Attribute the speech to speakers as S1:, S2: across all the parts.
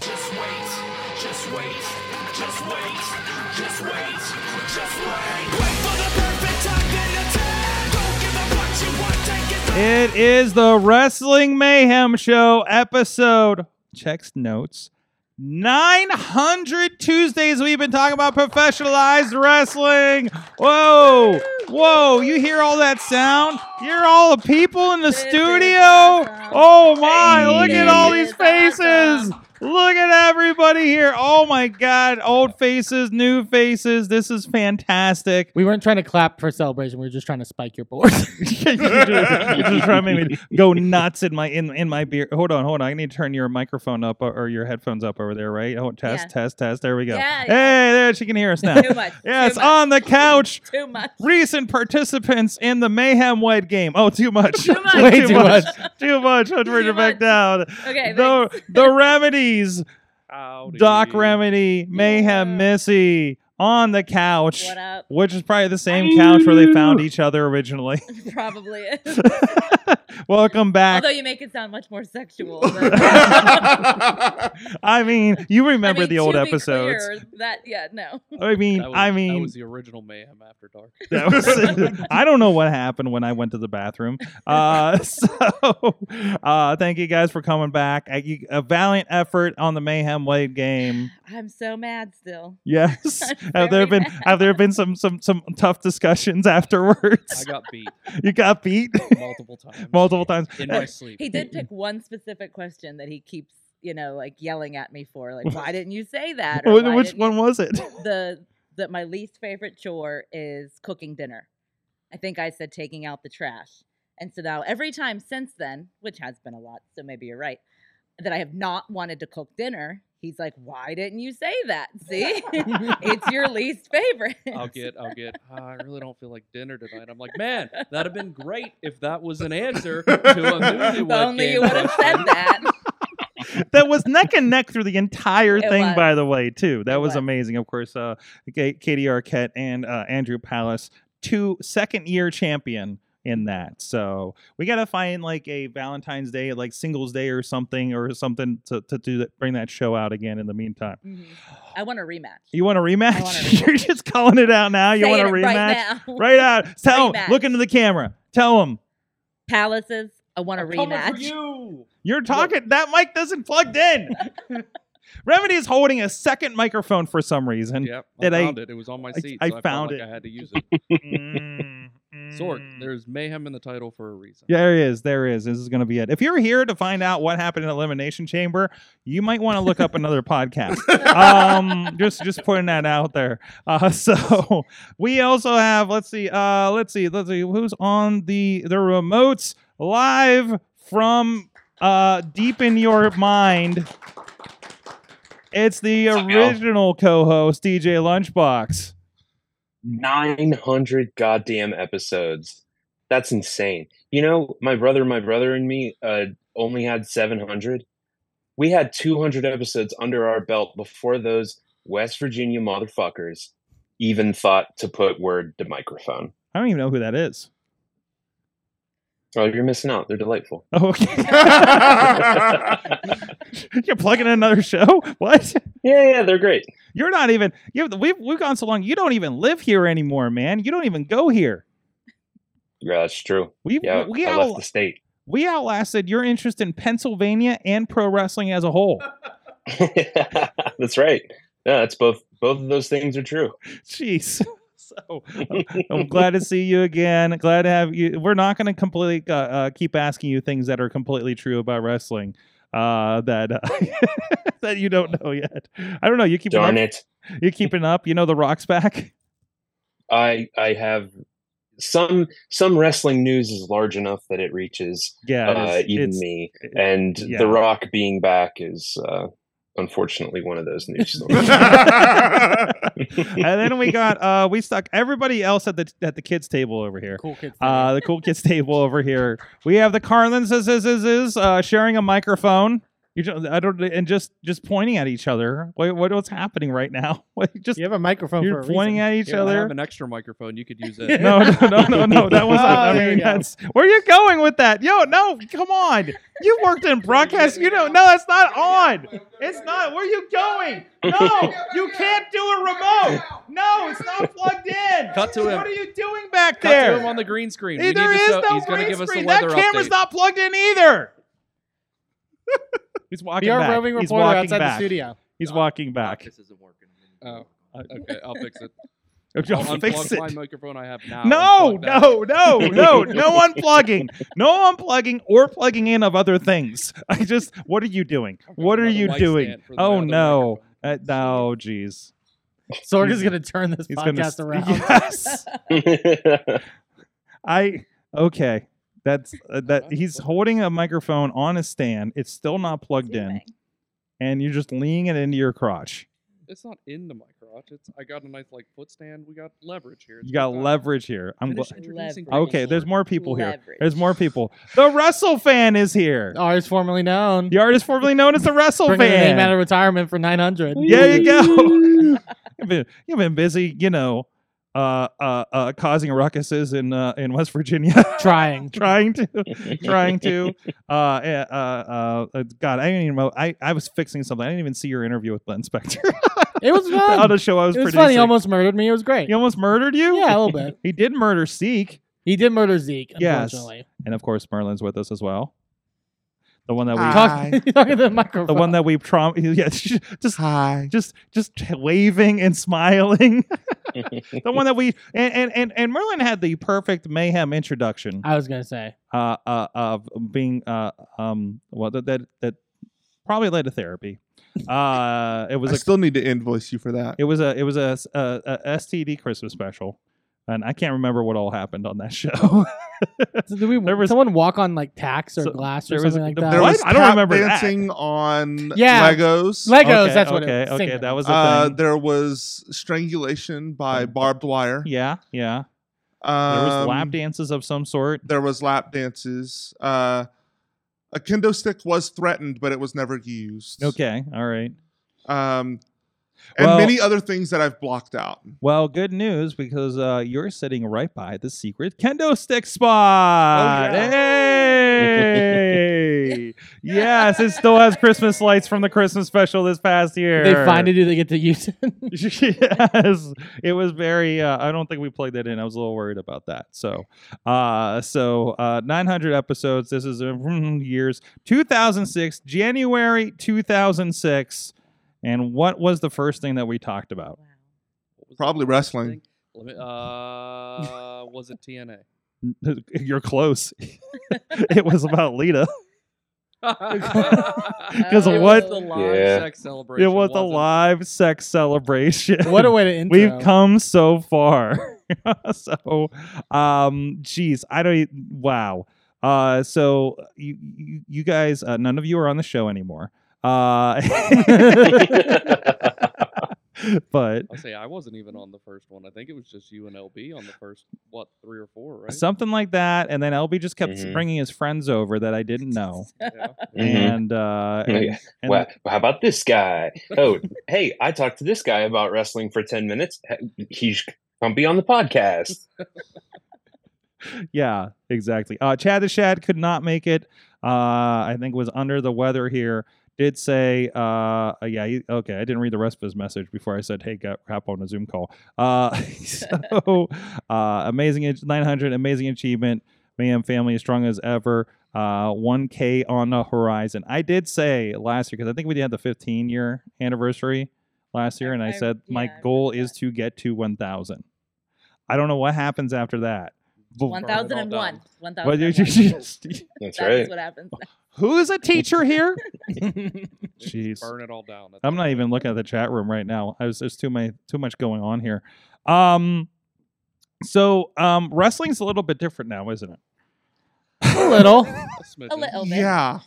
S1: Just wait, just wait, just wait, just wait, just wait. Wait for the perfect time then attack. Don't give up what you want, take it back.
S2: It is the Wrestling Mayhem Show episode. Checks notes. 900 Tuesdays we've been talking about professionalized wrestling. Whoa, whoa, you hear all that sound? You're all the people in the studio. Oh my, look at all these faces. Look at everybody here. Oh my God, old faces, new faces. This is fantastic.
S3: We weren't trying to clap for celebration. We were just trying to spike your board.
S2: you just trying to make me go nuts in my in, in my beer. Hold on, hold on. I need to turn your microphone up or, or your headphones up over there, right? Oh, test,
S4: Yeah.
S2: test, test. There we go.
S4: Yeah, yeah.
S2: Hey, there she can hear us now.
S4: Too much,
S2: Yes,
S4: too much.
S2: on the couch.
S4: too much.
S2: Recent participants in the Mayhem Wed game. Oh, too much. too
S4: much.
S3: Way too
S2: too much. Let's bring
S4: Too
S2: it back
S4: much.
S2: down.
S4: Okay,
S2: The, the remedies. Doc Remedy, Mayhem
S4: Yeah.
S2: Missy on the couch.
S4: What up?
S2: Which is probably the same couch where they found each other originally.
S4: Probably is.
S2: Welcome back.
S4: Although you make it sound much more sexual. than-
S2: I mean, you
S4: I
S2: remember
S4: mean,
S2: the
S4: to
S2: old
S4: be
S2: episodes.
S4: clear, that yeah, no.
S2: I mean,
S5: That was,
S2: I
S5: that
S2: mean,
S5: was the original mayhem after dark.
S2: that was- I don't know what happened when I went to the bathroom. Uh, so, uh, thank you guys for coming back. A, you- a valiant effort on the Mayhem Wade game.
S4: I'm so mad still.
S2: Yes. have there
S4: very
S2: been
S4: mad.
S2: have there been some some some tough discussions
S5: I
S2: afterwards?
S5: got beat
S2: you got beat
S5: multiple times.
S2: multiple times.
S5: in my sleep.
S4: He did pick one specific question that he keeps, you know, like yelling at me for, like, why didn't you say that? Or
S2: Wh-
S4: why
S2: Which
S4: didn't
S2: one
S4: you-"
S2: was it?
S4: The that my least favorite chore is cooking dinner. I think I said taking out the trash. And so now every time since then, which has been a lot, so maybe you're right, that I have not wanted to cook dinner, he's like, Why didn't you say that? See? it's your least favorite.
S5: I'll get, I'll get. "Ah, I really don't feel like dinner tonight. I'm like, man, that'd have been great if that was an answer to a
S4: If
S5: newlywed
S4: only
S5: game
S4: you would have
S5: question.
S4: said that.
S2: that was neck and neck through the entire
S4: It
S2: thing,
S4: was.
S2: by the way, too. That
S4: It
S2: was,
S4: was.
S2: amazing. Of course, uh, Ka- Katie Arquette and uh, Andrew Palace, two second year champion in that. So we gotta find like a Valentine's Day, like Singles Day or something, or something to to do that, bring that show out again. In the meantime,
S4: Mhm. I want a rematch.
S2: you want a rematch?
S4: want a
S2: You're just calling it out now. You
S4: Saying
S2: want a
S4: it
S2: rematch?
S4: Right now.
S2: Right out. Tell him.
S4: Rematch.
S2: Look into the camera. Tell him.
S4: Palaces, I want a
S5: I'm coming for
S4: rematch.
S5: you.
S2: You're talking. That mic doesn't plugged in. Remedy is holding a second microphone for some reason.
S5: Yep, I
S2: That I-
S5: found it. It was on my
S2: I-
S5: seat.
S2: I
S5: so I
S2: found
S5: felt
S2: it.
S5: Like I had to use it.
S2: Mm,
S5: Sorg,
S2: mm.
S5: there's mayhem in the title for a reason.
S2: There is, there is. This is going to be it. If you're here to find out what happened in Elimination Chamber, you might want to look up another podcast. Um, just, just putting that out there. Uh, so we also have. Let's see. Uh, let's see. Let's see. Who's on the the remotes live from uh, deep in your mind? It's the
S6: What's up, y'all?
S2: original co-host DJ Lunchbox.
S6: 900 goddamn episodes. That's insane. You know, my brother, my brother and me uh, only had 700. We had 200 episodes under our belt before those West Virginia motherfuckers even thought to put word to microphone.
S2: I don't even know who that is.
S6: Oh, you're missing out. They're delightful.
S2: Oh, okay. You're plugging in another show? What?
S6: Yeah, yeah, they're great.
S2: You're not even. You we've we've gone so long. You don't even live here anymore, man. You don't even go here.
S6: Yeah, that's true.
S2: We
S6: Yeah,
S2: we
S6: I left the
S2: out,
S6: state.
S2: we outlasted your interest in Pennsylvania and pro wrestling as a whole.
S6: that's right. Yeah, that's both. Both of those things are true.
S2: Jeez. So I'm glad to see you again. Glad to have you. We're not going to completely uh, uh, keep asking you things that are completely true about wrestling uh, that uh, that you don't know yet. I don't know. You keep
S6: Darn it.
S2: You keeping up? You know the Rock's back.
S6: I I have some some wrestling news is large enough that it reaches
S2: Yeah, it
S6: uh,
S2: is.
S6: even
S2: It's-
S6: me,
S2: it-
S6: and
S2: yeah.
S6: The Rock being back is uh, unfortunately one of those news stories.
S2: and then we got uh we stuck everybody else at the at the kids table over here.
S3: Cool kids.
S2: Uh the cool kids table over here. We have the Carlins is is is, is uh sharing a microphone. You just, I don't and just just pointing at each other. What, what what's happening right now? What, just
S3: you have a microphone.
S2: you're
S3: for a
S2: pointing
S3: reason.
S2: at each
S5: Yeah, I have
S2: other.
S5: an extra microphone. You could use
S3: Yeah.
S5: it.
S2: No, no, no, no, no. That was
S3: Ah,
S2: I
S3: there
S2: mean
S3: you go.
S2: that's where Oh, you going with that. Yo, no, come on. You worked in broadcast. You don't. No, that's not on. It's not. Where you going? No, you can't do a remote. No, it's not plugged in.
S5: Cut to him.
S2: What are you doing back
S5: Cut
S2: there?
S5: to him on the green screen.
S2: Hey,
S5: we
S2: there
S5: need to
S2: is
S5: show-
S2: no
S5: he's gonna
S2: green
S5: give us
S2: screen.
S5: the weather
S2: that camera's
S5: update.
S2: not plugged in either. He's walking
S3: We are
S2: back.
S3: roving
S2: He's
S3: reporter
S2: walking
S3: outside
S2: back.
S3: the studio.
S2: He's walking back.
S5: This isn't working.
S3: Oh.
S5: Okay, I'll fix it.
S2: I'll
S5: I'll
S2: fix
S5: unplug
S2: it.
S5: my microphone I have now.
S2: No,
S5: Unplug that.
S2: no, no, no, no unplugging, no unplugging or plugging in of other things. I just, what are you doing? What are
S5: another
S2: you
S5: light
S2: doing?
S5: stand for the
S2: Oh
S5: other
S2: no, uh, no, jeez,
S3: Sorga's gonna turn this podcast around.
S2: Yes, I okay. That's uh, that. He's holding a microphone on a stand. It's still not plugged in,
S4: Doing.
S2: and you're just leaning it into your crotch.
S5: It's not into my crotch. It's I got a nice like foot stand. We got leverage here. It's
S2: You got
S5: good time.
S2: leverage here. I'm
S5: Finish
S2: gl-
S5: introducing people,
S2: okay. There's
S5: Sorg.
S2: more people here.
S4: Leverage.
S2: There's more people. The Wrestle fan is here.
S3: Ours formerly known.
S2: The artist formerly known as the Wrestle
S3: Bringing the name out
S2: Fan.
S3: of retirement for 900.
S2: There you go. you've, been, you've been busy, you know, uh, uh, uh, causing ruckuses in uh, in West Virginia,
S3: Trying.
S2: trying to, trying to. Uh, uh, uh, uh, God, I didn't even know. I, I was fixing something. I didn't even see your interview with Glenn Spector
S3: It was fun.
S2: on a show I was
S3: it was
S2: producing.
S3: funny. He almost murdered me. It was great.
S2: he almost murdered you.
S3: Yeah, a little bit.
S2: he did murder Seek,
S3: He did murder Zeke,
S2: Yes.
S3: unfortunately.
S2: and of course Merlin's with us as well. The one that we,
S3: Talk, talk to the microphone.
S2: the one that we prom, yeah, just
S7: Hi.
S2: just just waving and smiling. the one that we and, and and and Merlin had the perfect mayhem introduction
S3: I was gonna say.
S2: uh, uh, of being uh, um well that that, that probably led to therapy. Uh, it was
S7: I
S2: a
S7: still need to invoice you for that.
S2: it was a it was a, s- a- a STD Christmas special, and I can't remember what all happened on that show.
S3: So did we?
S2: There was-
S3: someone walk on like tacks or
S2: So-
S3: glass
S2: there
S3: or
S2: was-
S3: something like
S2: the-
S3: that.
S7: There
S2: What?
S7: was
S2: I don't
S7: tap
S2: remember that.
S7: dancing on
S3: Yeah.
S7: Legos.
S3: Legos.
S2: Okay,
S3: that's what.
S2: okay,
S3: it was.
S2: okay,
S3: Sing
S2: that was a
S7: uh,
S2: thing.
S7: there was strangulation by barbed wire.
S2: yeah, yeah. There
S7: Um,
S2: was lap dances of some sort.
S7: There was lap dances. Uh, a kendo stick was threatened, but it was never used.
S2: Okay, all right.
S7: Um, and
S2: Well-
S7: many other things that I've blocked out.
S2: Well, good news because uh, you're sitting right by the secret kendo stick spot.
S5: Oh, yeah.
S2: Hey! yes, it still has Christmas lights from the Christmas special this past year.
S3: They find it. Do they get to use it?
S2: yes, it was very. Uh, I don't think we plugged that in. I was a little worried about that. So, uh, so uh, 900 episodes. This is uh, mm, years 2006, January 2006. And what was the first thing that we talked about?
S4: Wow.
S5: What was the
S7: Probably
S5: last
S7: wrestling.
S5: thing? Let me- uh, was it TNA?
S2: You're close. it was about Lita.
S5: Because
S4: It
S2: what-
S5: The live
S6: Yeah.
S5: sex celebration.
S2: It was a
S5: wasn't
S2: live sex celebration.
S3: What a way to intro.
S2: We've come so far. so, um, geez, I don't. e- Wow. Uh, so you, you you guys, uh, none of you are on the show anymore. Uh, but
S5: I'll say I wasn't even on the first one. I think it was just you and LB on the first what three or four, right?
S2: something like that, and then LB just kept
S6: Mhm.
S2: bringing his friends over that I didn't know,
S5: Yeah.
S6: Mhm.
S2: and uh, and,
S6: Yeah.
S2: and-
S6: Wow, how about this guy? Oh, hey, I talked to this guy about wrestling for 10 minutes. He should come be on the podcast.
S2: yeah, exactly. Uh, Chad the Shad could not make it. Uh, I think was under the weather here. Did say, uh, yeah, he, okay. I didn't read the rest of his message before I said, hey, got crap on a Zoom call. Uh, so, uh, amazing, ach- 900, amazing achievement. Mayhem family as strong as ever. Uh, 1K on the horizon. I did say last year, because I think we had the 15 year anniversary last year, and I,
S4: I-
S2: said,
S4: yeah, I
S2: my
S4: remember
S2: goal
S4: that.
S2: is to get to 1,000. I don't know what happens after that. But-
S5: Burn it all
S4: 1001.
S5: down.
S4: 1001.
S2: well, you,
S4: That's
S2: you- you-
S6: That's right.
S4: what happens.
S2: who is a teacher here?
S5: Just
S2: Jeez.
S5: burn it all down. That's
S2: I'm
S5: all.
S2: not even looking at the chat room right now. I was there's too many too much going on here. Um, so um, wrestling's a little bit different now, isn't it?
S3: a little.
S5: A smidgen.
S4: A little bit.
S7: Yeah.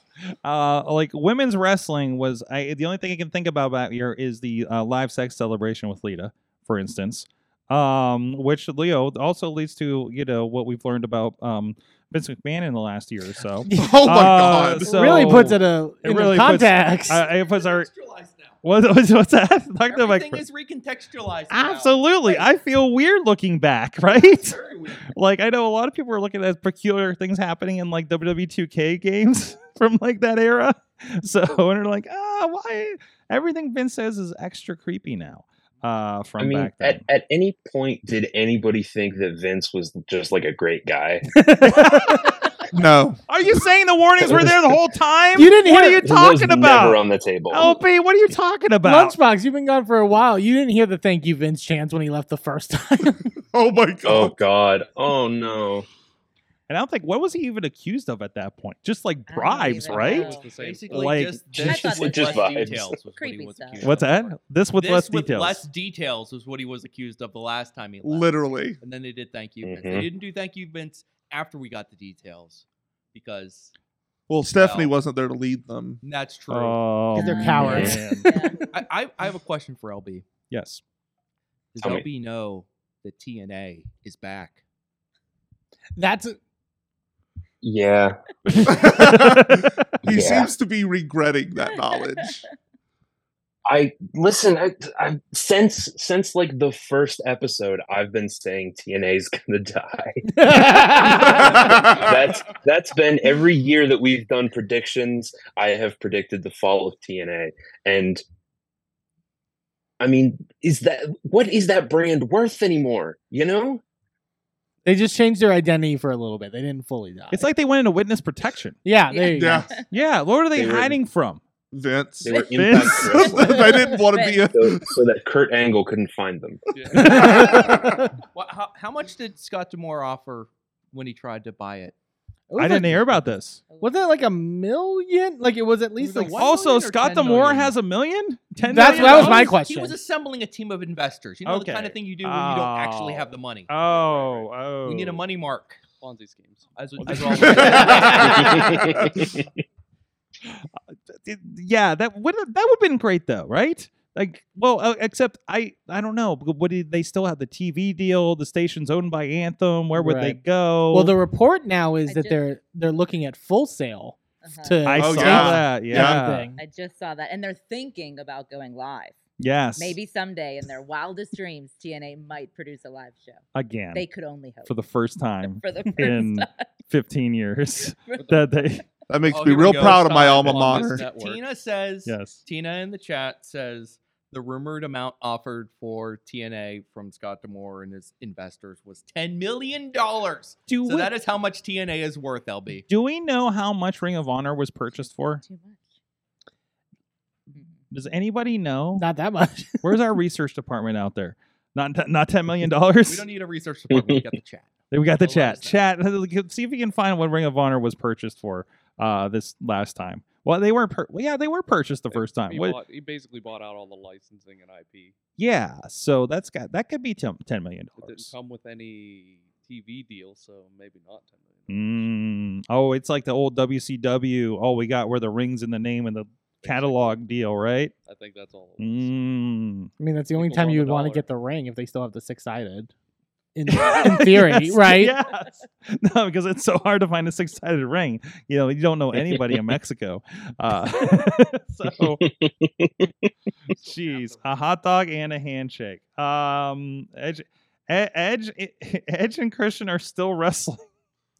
S2: uh, like women's wrestling was I the only thing I can think about back here is the uh, live sex celebration with Lita, for instance. Um, which Leo also leads to you know what we've learned about um Vince McMahon in the last year or so.
S7: Oh my
S2: Uh,
S7: god.
S2: so-
S3: really puts it a
S2: it
S3: in
S2: really puts-
S3: context.
S2: I, I was our
S5: Contextualized now.
S2: what, what's what's that? Talk to the
S5: Everything
S2: microphone.
S5: is recontextualized. now.
S2: Absolutely, I feel weird looking back,
S5: It's
S2: right?
S5: very weird.
S2: like I know a lot of people are looking at peculiar things happening in like WWE 2K games from like that era. So and they're like, ah, why everything Vince says is extra creepy now. Uh, from
S6: I mean,
S2: back
S6: at,
S2: then.
S6: at any point, did anybody think that Vince was just like a great guy?
S7: no.
S2: are you saying the warnings were there the whole time?
S3: You didn't
S2: What
S3: hear-
S2: are you
S6: It was
S2: talking
S6: Never
S2: about? Oh.
S6: on the table.
S2: LP, what are you talking about?
S3: Lunchbox, you've been gone for a while. You didn't hear the thank you Vince chants when he left the first time.
S7: Oh my god.
S6: oh God! Oh no!
S2: And I don't think what was he even accused of at that point? Just like
S4: I don't
S2: bribes,
S4: even
S2: right?
S4: know.
S5: Basically,
S2: Like,
S5: just,
S4: just-
S5: this
S4: Just-
S5: with
S6: just
S5: less
S6: vibes.
S5: details. Was what
S4: Creepy
S5: he was
S4: stuff.
S5: accused
S2: What's
S5: of.
S2: that? This with
S5: this
S2: less
S5: with
S2: details.
S5: less details was what he was accused of the last time he left.
S7: Literally.
S5: And then they did thank you, Vince.
S6: Mhm.
S5: They didn't do thank you, Vince, after we got the details because
S7: Well, Stephanie
S5: Well.
S7: wasn't there to lead them.
S5: that's true.
S2: Oh,
S3: they're
S2: man.
S3: cowards.
S4: Yeah.
S5: I, I, I have a question for LB.
S2: Yes.
S5: Does
S6: Tell me.
S5: LB know that TNA is back?
S3: That's
S6: Yeah,
S7: He
S6: Yeah.
S7: seems to be regretting that knowledge.
S6: I listen. I, I since since like the first episode, I've been saying TNA is gonna die. that's that's been every year that we've done predictions. I have predicted the fall of TNA, and I mean, is that what is that brand worth anymore? You know,
S3: they just changed their identity for a little bit. They didn't fully die.
S2: It's like they went into witness protection.
S3: yeah, there you
S7: Yeah.
S2: Yeah, what are they,
S6: They were-
S2: hiding from?
S7: Vince.
S6: they were
S2: Vince.
S6: Impact Wrestling,
S7: they didn't want to be a
S6: so, so that Kurt Angle couldn't find them.
S3: go.
S5: Wha how, how much did Scott Demore offer when he tried to buy it?
S2: I didn't hear about this.
S3: Was it like a million? Like it was at least
S5: It was
S3: like
S5: a
S3: s-
S5: what?
S2: Also,
S5: million or
S2: Scott
S5: 10
S2: Demore
S5: million?
S2: has a million. Ten
S3: That's-
S2: million
S3: that was my
S2: dollars?
S3: question.
S5: He was assembling a team of investors. You know the kind of
S2: Okay.
S5: thing you do when you don't actually
S2: Oh.
S5: have the money.
S2: Oh, oh.
S5: We need a money mark. Ponzi schemes. As, as well.
S2: It- Yeah, that would that would have been great though, right? Like, well, uh, except I I don't know. But What did they still have the TV deal? The station's owned by Anthem. Where would they
S3: Right.
S2: go?
S3: well, the report now is
S4: I
S3: that
S4: just-
S3: they're they're looking at full sale
S4: Uh-huh.
S3: to
S2: I
S7: Oh,
S2: saw
S7: yeah.
S2: that.
S7: Yeah.
S2: Yeah.
S3: something.
S4: I just saw that, and they're thinking about going live.
S2: Yes.
S4: Maybe someday, in their wildest dreams, TNA might produce a live show.
S2: again
S4: They could only hope
S2: for the first time
S4: for the first
S2: in
S4: time.
S2: 15 years
S4: For-
S2: that they
S7: That makes
S5: Oh,
S7: me
S5: here we
S7: real
S5: go.
S7: proud of my
S5: Sign
S7: alma
S5: on this
S7: mater.
S5: network. Tina says,
S2: yes.
S5: Tina in the chat says, the rumored amount offered for TNA from Scott Demore and his investors was $10 million. So
S2: Do we,
S5: that is how much TNA is worth, LB.
S2: do we know how much Ring of Honor was purchased for?
S4: Too much.
S2: Does anybody know?
S3: Not that much.
S2: Where's our research department out there? Not t- not ten million
S5: We
S2: dollars.
S5: don't need a research department. We got the chat.
S2: We got the
S5: We'll let
S2: chat.
S5: us
S2: Chat. See if you can find what Ring of Honor was purchased for uh, this last time. Well, they weren't. Pur- well, yeah, they were purchased the first time.
S8: He,
S2: What-
S8: bought, he basically bought out all the licensing and IP.
S2: yeah, so that's got that could be ten, $10 million
S8: It didn't
S2: dollars.
S8: come with any TV deal, so maybe not ten million.
S2: Mm. Oh, it's like the old WCW. All oh, we got were the rings and the name and the catalog deal, right?
S8: I think that's all. It was.
S2: Mm.
S3: I mean, that's the only
S8: Nickels
S3: time
S8: on
S3: you
S8: the
S3: would want to
S8: dollar.
S3: get the ring if they still have the six sided. In, in theory,
S2: Yes,
S3: right?
S2: Yes. No, because it's so hard to find a six-sided ring. You know, you don't know anybody in Mexico. Uh, so, jeez, a hot dog and a handshake. Um, Edge, E- Edge, E, Edge, and Christian are still wrestling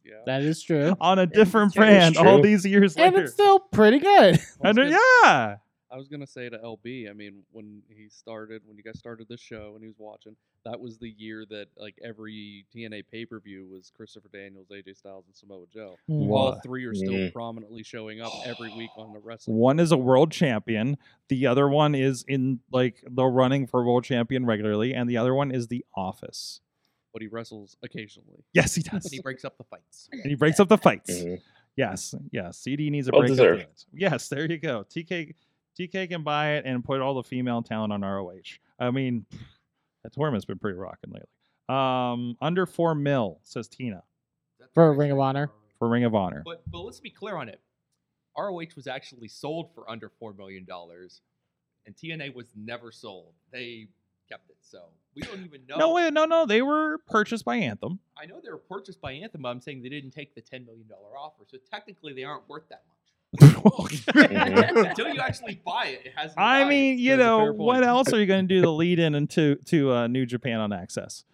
S8: Yeah.
S3: That is true.
S2: on a different
S4: true.
S2: brand
S6: It's
S2: all
S6: true.
S2: these years
S3: And
S2: later.
S3: it's still pretty
S8: I
S3: good.
S8: was
S2: And, uh,
S8: gonna-
S2: yeah,
S8: I was gonna say to LB. I mean, when he started, when you guys started this show, and he was watching, that was the year that like every TNA pay per view was Christopher Daniels, AJ Styles, and Samoa Joe. All three are still
S5: Mm-hmm.
S6: Mhm.
S8: prominently showing up every week on the wrestling.
S2: one is a world champion. The other one is in like the running for world champion regularly, and the other one is the Office.
S8: But he wrestles occasionally.
S2: Yes, he does,
S5: And he breaks up the fights. Mm-hmm.
S2: and he breaks up the fights.
S6: Mhm.
S2: Yes, yes. CD needs a
S6: Well
S2: break. up
S6: deserved.
S2: dance. Yes, there you go. TK, TK can buy it and put all the female talent on ROH. I mean, that tournament's been pretty rocking lately. Um, under four mil says Tina
S5: That's
S3: For
S5: what I
S3: Ring of
S5: said.
S3: Honor.
S2: for Ring of Honor.
S5: But, but let's be clear on it. ROH was actually sold for under four million dollars, and TNA was never sold. They kept it, so we don't even know.
S2: No, wait, no, no. They were purchased by Anthem.
S5: I know they were purchased by Anthem. But I'm saying they didn't take the ten million dollar offer, so technically they aren't worth that much. Until you actually buy it, it has. no
S2: I
S5: value.
S2: mean, you
S5: That's a
S2: know,
S5: fair point.
S2: what else are you going to do the lead in into to uh, New Japan on Access?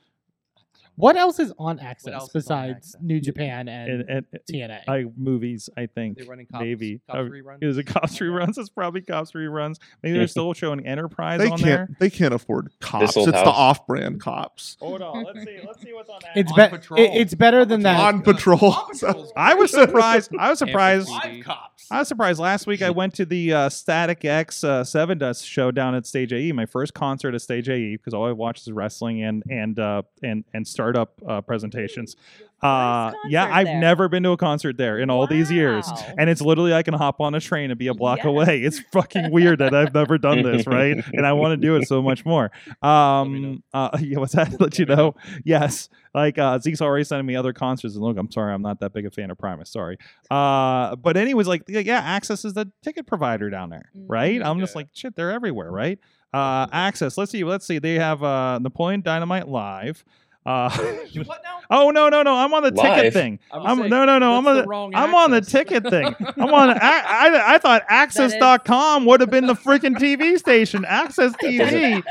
S3: What else is on Access
S5: else is on
S3: besides
S5: Access?
S3: New Japan and,
S2: And, and,
S3: TNA?
S2: I movies, I think.
S5: They're running cops,
S2: maybe.
S5: cops
S2: Uh,
S5: reruns.
S2: It was a cops reruns. It's probably cops reruns. Maybe they're still showing Enterprise
S7: They
S2: on
S7: can't.
S2: there.
S7: They can't afford cops. It's
S6: old
S7: the
S6: house.
S7: off-brand cops.
S2: Hold on. Let's see. Let's see what's on
S3: it's
S5: On
S3: better.
S5: Patrol.
S3: it's better than that.
S7: On patrol.
S5: On Patrol's
S2: I was surprised. I was surprised.
S8: Amplitude.
S5: live cops.
S2: I was surprised. Last week, I went to the uh, Static X uh, Seven Dust show down at Stage AE. My first concert at Stage AE because all I watch is wrestling and and uh, and and startup uh, presentations. Uh, yeah,
S4: concert
S2: I've
S4: there.
S2: never been to a concert there in all these years,
S4: Wow.
S2: and it's literally I can hop on a train and be a block
S4: Yes.
S2: away. It's fucking weird that I've never done this, right? And I want to do it so much more. Um, uh, yeah, what's that? Let you know. Yes, like uh, Zeke's already sending me other concerts, and look, I'm sorry, I'm not that big a fan of Primus. Sorry. Uh, but anyways, like yeah, yeah, Access is the ticket provider down there, right? I'm just
S8: Yeah.
S2: like shit, they're everywhere, right? Uh, Access. Let's see, let's see. They have uh, Napoleon Dynamite live. Uh,
S5: You what now?
S2: oh no, no, no! I'm on the ticket
S6: Live?
S2: thing.
S8: I was
S2: I'm
S8: saying,
S2: no, no, no! I'm
S8: that's
S2: on
S8: the
S2: the,
S8: wrong
S2: I'm on the
S8: access.
S2: ticket thing. I'm on. I, I, I thought Access.com would have been the freaking TV station. Access TV.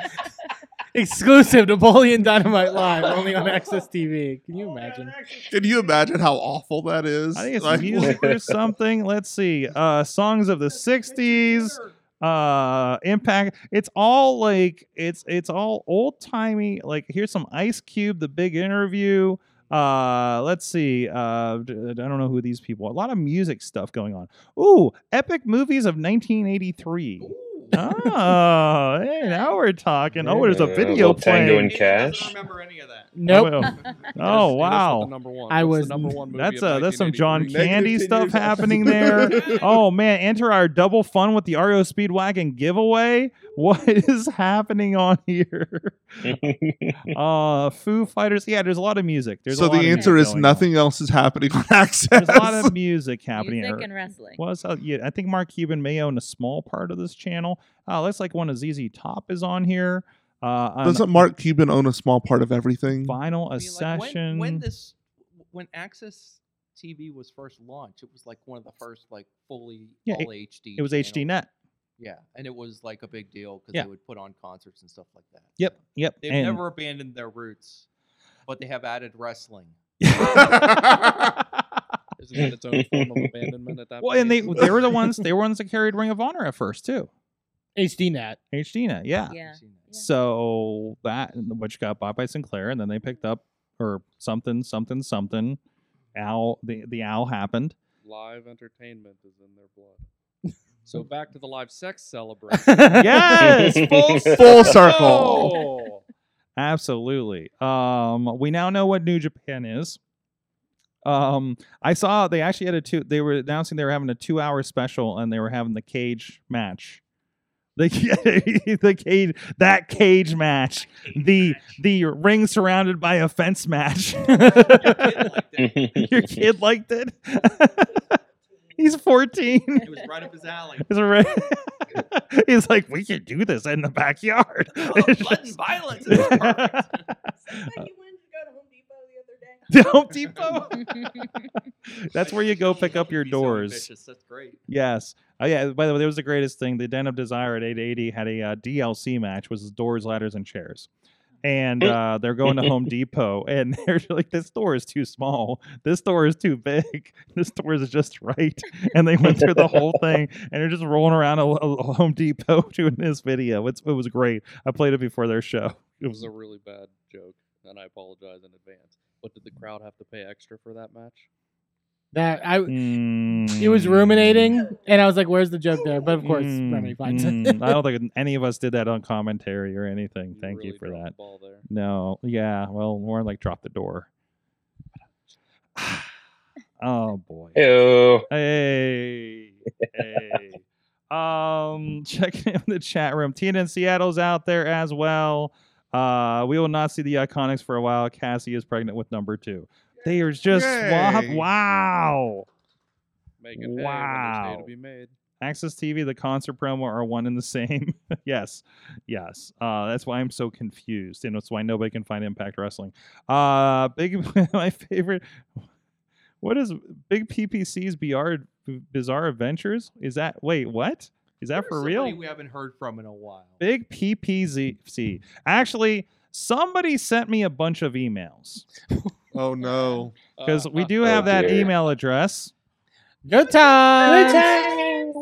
S3: Exclusive Napoleon Dynamite Live, only on Access TV. Can you imagine?
S7: Can you imagine how awful that is?
S2: I think it's
S7: Like,
S2: music or something. Let's see. Uh, songs of the '60s. uh impact it's all like it's it's all old timey like here's some ice cube the big interview uh let's see uh d- i don't know who these people are. a lot of music stuff going on ooh epic movies of 1983 oh hey now we're talking oh there's a
S6: Yeah,
S2: video
S6: little Tango
S2: playing
S6: and Cash.
S5: I remember any of that.
S3: Nope.
S2: Oh,
S8: It is- it is with
S2: wow.
S8: The number one.
S3: I
S8: It's
S3: was-
S8: the number one movie
S2: that's
S8: of
S2: uh that's some john
S8: 1983.
S2: candy
S7: Negative 10
S2: stuff
S7: years off.
S2: happening there oh man enter our double fun with the E REO speedwagon giveaway what is happening on here uh foo fighters yeah there's a lot of music there's
S7: so
S2: a lot of
S7: the
S2: music
S7: answer is
S2: going on.
S7: nothing else is happening on access.
S2: there's a lot of music happening
S4: Music
S2: Or-
S4: and wrestling.
S2: was uh, yeah, I think Mark Cuban may own a small part of this channel. Uh, looks like one of ZZ Top is on here. Uh, on
S7: Doesn't Mark Cuban own a small part of everything?
S2: vinyl
S5: I
S2: a
S5: mean, like, when-
S2: session?
S5: When, this, when Access TV was first launched, it was like one of the first like fully
S2: Yeah,
S5: all HD.
S2: it was
S5: channels.
S2: HD Net.
S5: Yeah, and it was like a big deal because
S2: Yeah.
S5: they would put on concerts and stuff like that.
S2: Yep, yep.
S5: They've
S2: and-
S5: never abandoned their roots, but they have added wrestling.
S8: Isn't that its own form of abandonment at that
S2: well, and they
S8: point?
S2: they were the ones they were ones that carried Ring of Honor at first too.
S3: HDNet.
S2: HD Net, yeah.
S4: Yeah.
S5: I've seen that.
S2: So that which got bought by Sinclair, and then they picked up or something, something, something. Al the the Al happened.
S8: live entertainment is in their blood. So back to the live sex celebration.
S2: Yes, full
S7: Full circle.
S8: Oh,
S2: Absolutely. Um, we now know what New Japan is. Um, I saw they actually had a two. They were announcing they were having a two-hour special, and they were having the cage match. The, the cage that cage match the the ring surrounded by a fence match.
S5: Didn't like that.
S2: Your kid liked it. He's fourteen.
S5: It was right up his alley.
S2: He's, alre- He's like, we can do this in the backyard.
S5: Oh,
S2: It's
S5: blood and
S2: just-
S5: violence is perfect.
S2: Somebody
S4: wanted to go to Home Depot the other day.
S2: The Home Depot. That's where you go pick up your
S5: Be so
S2: doors.
S5: ambitious, That's great.
S2: Yes. Oh yeah. By the way, there was the greatest thing. The Den of Desire at 880 had a uh, DLC match, which is doors, ladders, and chairs. And uh, they're going to Home Depot, and they're like, "This door is too small. This door is too big. This door is just right." And they went through the whole thing, and they're just rolling around a, a Home Depot doing this video. It's, it was great. I played it before their show.
S8: it was a
S2: Mm.
S8: really bad joke, and I apologize in advance. But did the
S2: Mm.
S8: crowd have to pay extra for that match?
S3: That I
S2: It
S3: it was ruminating, and I was like, "Where's the joke there?" But of course,
S2: Mm,
S3: Remedy finds
S2: mm. I don't think any of us did that on commentary or anything. Thank you
S8: really
S2: for
S8: dropped
S2: that.
S8: The ball there.
S2: No, yeah, well, more like drop the door. oh boy.
S6: Ew.
S2: Hey, hey. um, checking in the chat room. Tina in Seattle's out there as well. Uh, we will not see the Iconics for a while. Cassie is pregnant with number two. They are just swap.
S7: Yay.
S2: Wow.
S8: making hay when there's hay
S2: Wow.
S8: to be made.
S2: Access TV, the concert promo are one and the same. yes, yes. Uh, that's why I'm so confused, and it's why nobody can find Impact Wrestling. Uh, big, my favorite. What is Big PPC's bizarre bizarre adventures? Is that wait what? Is that for real?
S5: We haven't heard from in a while.
S2: Big PPC. Actually, somebody sent me a bunch of emails
S7: Oh no.
S2: because we do
S6: Oh,
S2: have that
S6: dear.
S2: email address.
S3: Good time.
S2: Good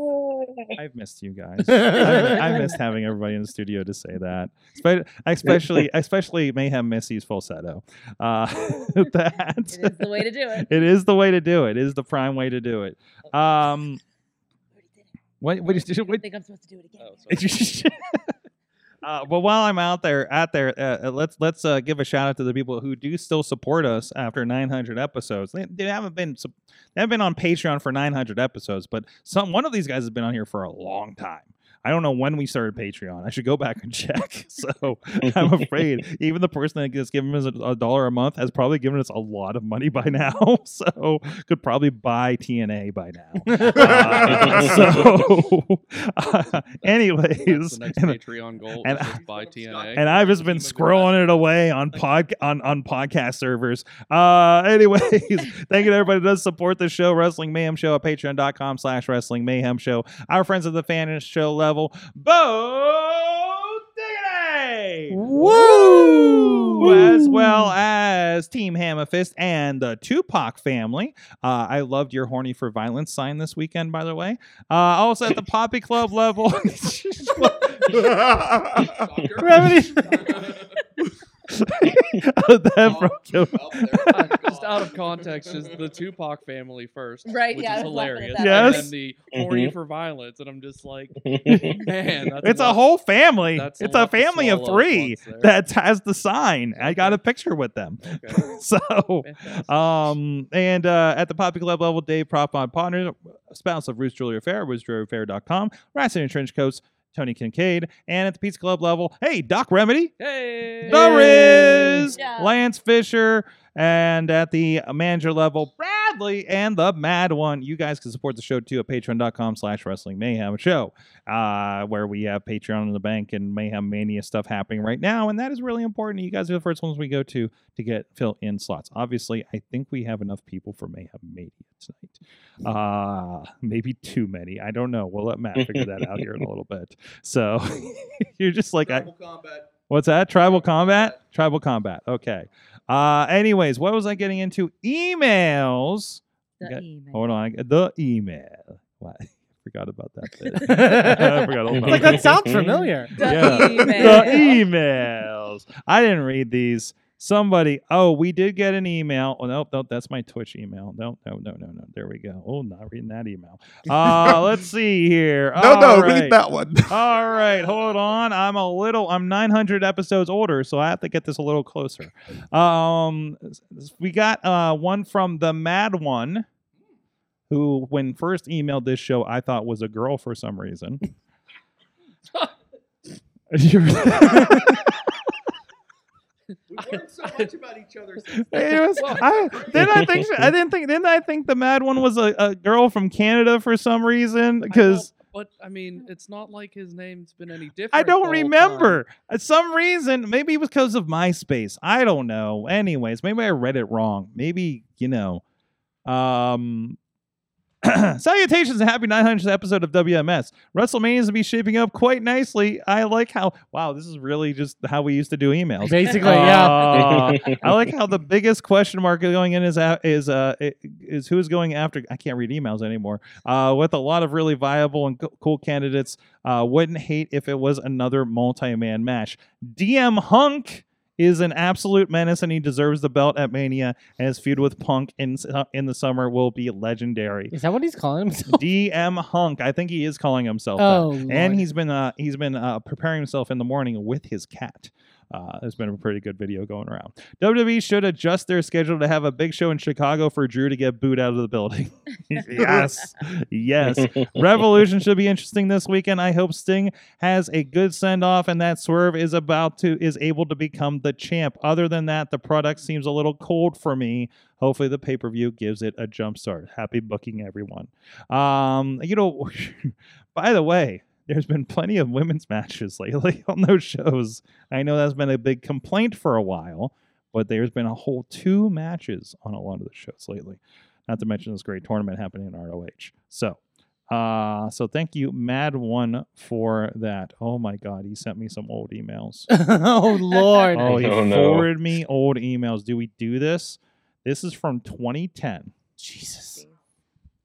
S2: I've missed you guys. I, I missed having everybody in the studio to say that, Spe- especially especially Mayhem Missy's falsetto. Uh, that
S4: It is the way to do it.
S2: it is the way to do it. It is the prime way to do it. Um, what what, is-
S4: I
S2: what
S4: think I'm supposed to do it again.
S8: Oh, sorry.
S2: uh, but while I'm out there, out there, uh, uh, let's let's uh, give a shout out to the people who do still support us after 900 episodes. They, they haven't been sup- they haven't been on Patreon for 900 episodes, but some one of these guys has been on here for a long time. I don't know when we started Patreon. I should go back and check. So I'm afraid even the person that gets given us a, a dollar a month has probably given us a lot of money by now. So could probably buy TNA by now. Uh, so, uh,
S8: That's
S2: anyways,
S8: the next
S2: and-
S8: Patreon goal.
S2: and
S8: is just buy TNA.
S2: and I've just been scrolling it away on pod on, on podcast servers. Uh anyways, thank you to everybody that does support the show, Wrestling Mayhem Show at patreon.com slash wrestling mayhem show. Our friends at the fan show level, Bo Diggity! Woo! As well as Team Hammerfist and the Tupac family. Uh, I loved your horny for violence sign this weekend, by the way. Uh, also at the Poppy Club level. that broke you.
S8: just out of context, just the Tupac family first,
S4: Right,
S8: Which
S4: yeah,
S8: is
S4: I was laughing
S8: hilarious.
S4: at that.
S2: Yes.
S8: and then the horny for violence, and I'm just like, man, that's
S2: it's a
S8: lot-
S2: whole family.
S8: that's
S2: it's a
S8: lot to
S2: family of
S8: swallow at
S2: three
S8: once there.
S2: that has the sign. I got a picture with them.
S8: Okay.
S2: So,
S8: Fantastic.
S2: um, and uh, at the Poppy Club level, Dave Profond Partner, spouse of Ruth Julia Fair, RuthJuliaFair.com, Rats in your Trench Coats, Tony Kincaid, and at the Pizza Club level, hey, Doc Remedy,
S8: Hey,
S2: The Riz,
S4: Yeah.
S2: Lance Fisher, and at the manager level, Bradley and the Mad One. You guys can support the show too at patreon.com slash wrestling mayhem show, uh, where we have Patreon in the bank and mayhem mania stuff happening right now. And that is really important. You guys are the first ones we go to to get fill in slots. Obviously, I think we have enough people for mayhem mania tonight. Uh, maybe too many. I don't know. We'll let Matt figure that out here in a little bit. So you're just like, I, What's that? Tribal combat? Tribal combat. Okay. Uh anyways, what was I getting into? Emails.
S4: The
S2: Okay.
S4: email.
S2: Hold on. The email. What? Forgot about that. bit. I forgot all about
S6: It's
S3: It's like that
S2: that.
S3: sounds familiar.
S4: The
S2: Yeah.
S4: email.
S2: The emails. I didn't read these. Somebody, oh, we did get an email. Oh, no, no, that's my Twitch email. No, no, no, no, no. There we go. Oh, not reading that email. Uh, let's see here.
S7: no,
S2: All
S7: no,
S2: right.
S7: read that one.
S2: All right, hold on. I'm a little. I'm 900 episodes older, so I have to get this a little closer. Um, we got uh one from the Mad One, who when first emailed this show, I thought was a girl for some reason. You're-
S5: We've learned so much about each other. Since
S2: it was, I, then I think I didn't think then I think the mad one was a, a girl from Canada for some reason
S8: I
S2: because
S8: don't- but I mean, it's not like his name's been any different.
S2: I
S8: the
S2: don't
S8: whole
S2: remember. At some reason, maybe it was because of MySpace. I don't know. Anyways, maybe I read it wrong. Maybe, you know. Um Salutations and happy 900th episode of WMS. WrestleMania is to be shaping up quite nicely. I like how, wow, this is really just how we used to do emails.
S3: Basically, yeah.
S2: Uh, I like how the biggest question mark going in is a- is uh i- is who's going after. I can't read emails anymore. Uh, with a lot of really viable and co- cool candidates, uh, wouldn't hate if it was another multi-man match. DM Hunk is an absolute menace, and he deserves the belt at Mania. And his feud with Punk in s- uh, in the summer will be legendary.
S3: Is that what he's calling himself?
S2: DM Hunk, I think he is calling himself. that
S3: Oh, Lord.
S2: and he's been uh, he's been uh, preparing himself in the morning with his cat. uh, there's been a pretty good video going around. WWE should adjust their schedule to have a big show in Chicago for Drew to get booed out of the building. yes, yes. Revolution should be interesting this weekend. I hope Sting has a good send off and that Swerve is about to is able to become the champ. Other than that, the product seems a little cold for me. Hopefully, the pay per view gives it a jump start. Happy booking, everyone. Um, you know, by the way, there's been plenty of women's matches lately on those shows. I know that's been a big complaint for a while, but there's been a whole two matches on a lot of the shows lately. Not to mention this great tournament happening in ROH. So, uh, so thank you, Mad One, for that. Oh my God, he sent me some old emails.
S3: oh Lord.
S2: Oh, he
S6: Oh, no.
S2: forwarded me old emails. Do we do this? This is from 2010.
S3: Jesus.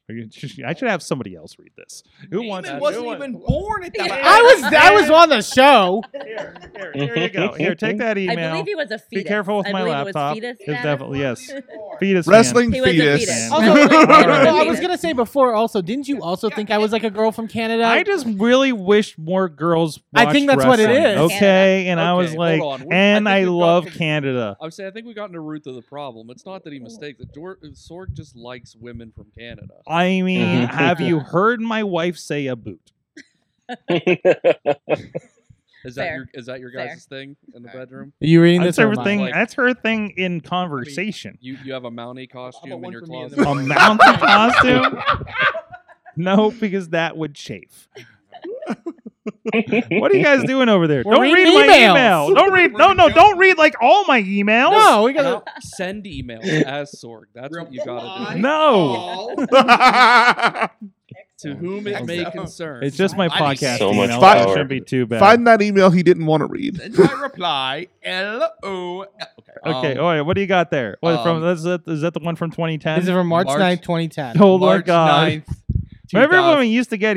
S2: Are you- I should have somebody else read this. Who wants?
S5: Neiman wasn't even born at that
S4: Yeah.
S5: time.
S3: I was I was on the show.
S2: Here, here, here you go. Here, take that
S4: I
S2: email.
S4: believe he was a fetus.
S2: careful with
S4: I
S2: my
S4: believe
S2: laptop.
S4: It was fetus
S2: It's
S4: matter.
S2: definitely- yes. Fetus man.
S7: Wrestling
S4: He was a
S7: fetus.
S4: fetus.
S3: Also,
S4: Right.
S3: well, I
S4: Right.
S3: was gonna say before. Also, didn't you also think I was like a girl from Canada?
S2: I just really wish more girls.
S3: I
S2: watched
S3: think that's what it
S2: wrestling,
S3: is.
S2: Okay, and I was
S8: Okay,
S2: like,
S8: hold on. We- I
S2: and
S8: think
S2: I,
S8: we've got
S2: love
S8: to-
S2: Canada. Oh.
S8: I would say I think we got to the root of the problem. It's not that he mistakes. uh, it. Jor- Sorg just likes women from Canada.
S2: I mean,
S6: Mhm.
S8: Mm-hmm.
S7: Mm-hmm.
S2: have you heard my wife say a boot?
S8: Is that
S4: Fair.
S8: your is that your
S4: Fair.
S8: guys' thing in the
S5: Okay.
S8: bedroom?
S3: Are you reading
S2: That's
S3: this or
S2: her
S3: am I?
S2: thing.
S8: Like-
S2: That's her thing in conversation.
S8: You you have a Mountie costume in
S5: one
S8: your
S5: for me in
S8: closet.
S5: the
S2: A mountain costume? No, because that would chafe. What are you guys doing over there?
S3: We're
S2: don't read
S3: reading
S2: my
S3: emails.
S2: email. Don't read. No, no, don't read like all my emails.
S3: No, we got.
S8: Now, send emails as Sorg. That's what you got to do.
S2: No.
S8: To whom it may concern.
S2: It's just my
S5: Somebody
S2: podcast
S6: So much
S2: email. That
S6: power.
S2: shouldn't be too bad.
S7: Find that email he didn't want to read.
S5: Send my reply. L O.
S2: Okay,
S5: Um,
S2: all right. What do you got there? What from?
S5: um,
S2: Is that, is that the one from 2010?
S3: This is from March
S5: March-
S3: 9th, 2010.
S2: oh my
S5: March
S2: god!
S5: 9th,
S2: Remember when
S5: 2000.
S2: we used to get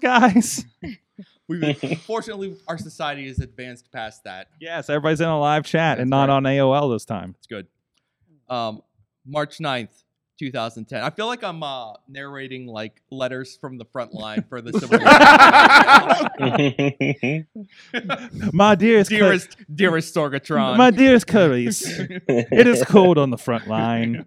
S2: guys?
S5: We've unfortunately, our society has advanced past that.
S2: yes, everybody's in a live chat and
S5: That's
S2: not
S5: right.
S2: on AOL this time.
S5: It's good. Um, March 9th, 2010. I feel like I'm uh, narrating like letters from the front line for the Civil War.
S2: My dearest, Cla-
S5: dearest, dearest Sorgatron.
S2: my dearest Clarice, it is cold on the front line.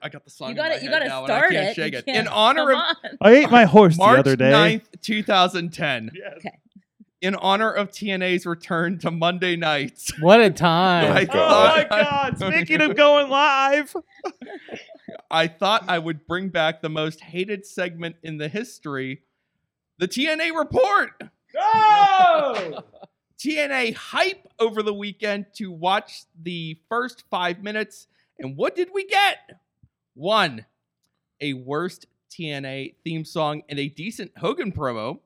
S5: I got the song.
S4: You
S5: in
S4: gotta-
S5: my
S4: you
S5: head
S4: gotta
S5: now and
S4: start
S5: I can't
S4: it.
S5: Shake
S4: You
S5: it.
S4: can't-
S5: In honor of
S4: Come on.
S2: I ate my horse the
S5: March
S2: other day.
S5: 9th, 2010.
S4: Okay.
S5: In honor of TNA's return to Monday nights.
S3: What a time.
S5: I
S6: God.
S2: Oh my
S5: thought-
S2: god! Speaking of going live,
S5: I thought I would bring back the most hated segment in the history, the TNA report.
S2: no!
S5: TNA hype over the weekend to watch the first five minutes. And what did we get? One, a worst TNA theme song and a decent Hogan promo.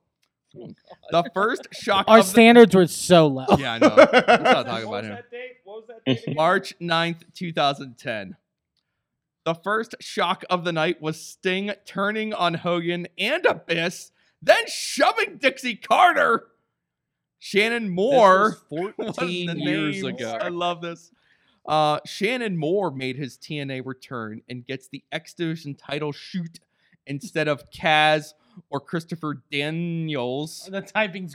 S5: The first shock
S3: Our
S5: of the-
S3: standards were so low.
S5: yeah, I know. Let's not talk about him. March 9th, 2010. The first shock of the night was Sting turning on Hogan and Abyss, then shoving Dixie Carter. Shannon Moore.
S8: This was
S5: was
S8: 14
S5: the
S8: years
S5: names.
S8: ago.
S5: I love this. Uh, Shannon Moore made his TNA return and gets the X Division title shoot instead of Kaz or Christopher Daniels.
S3: The typing's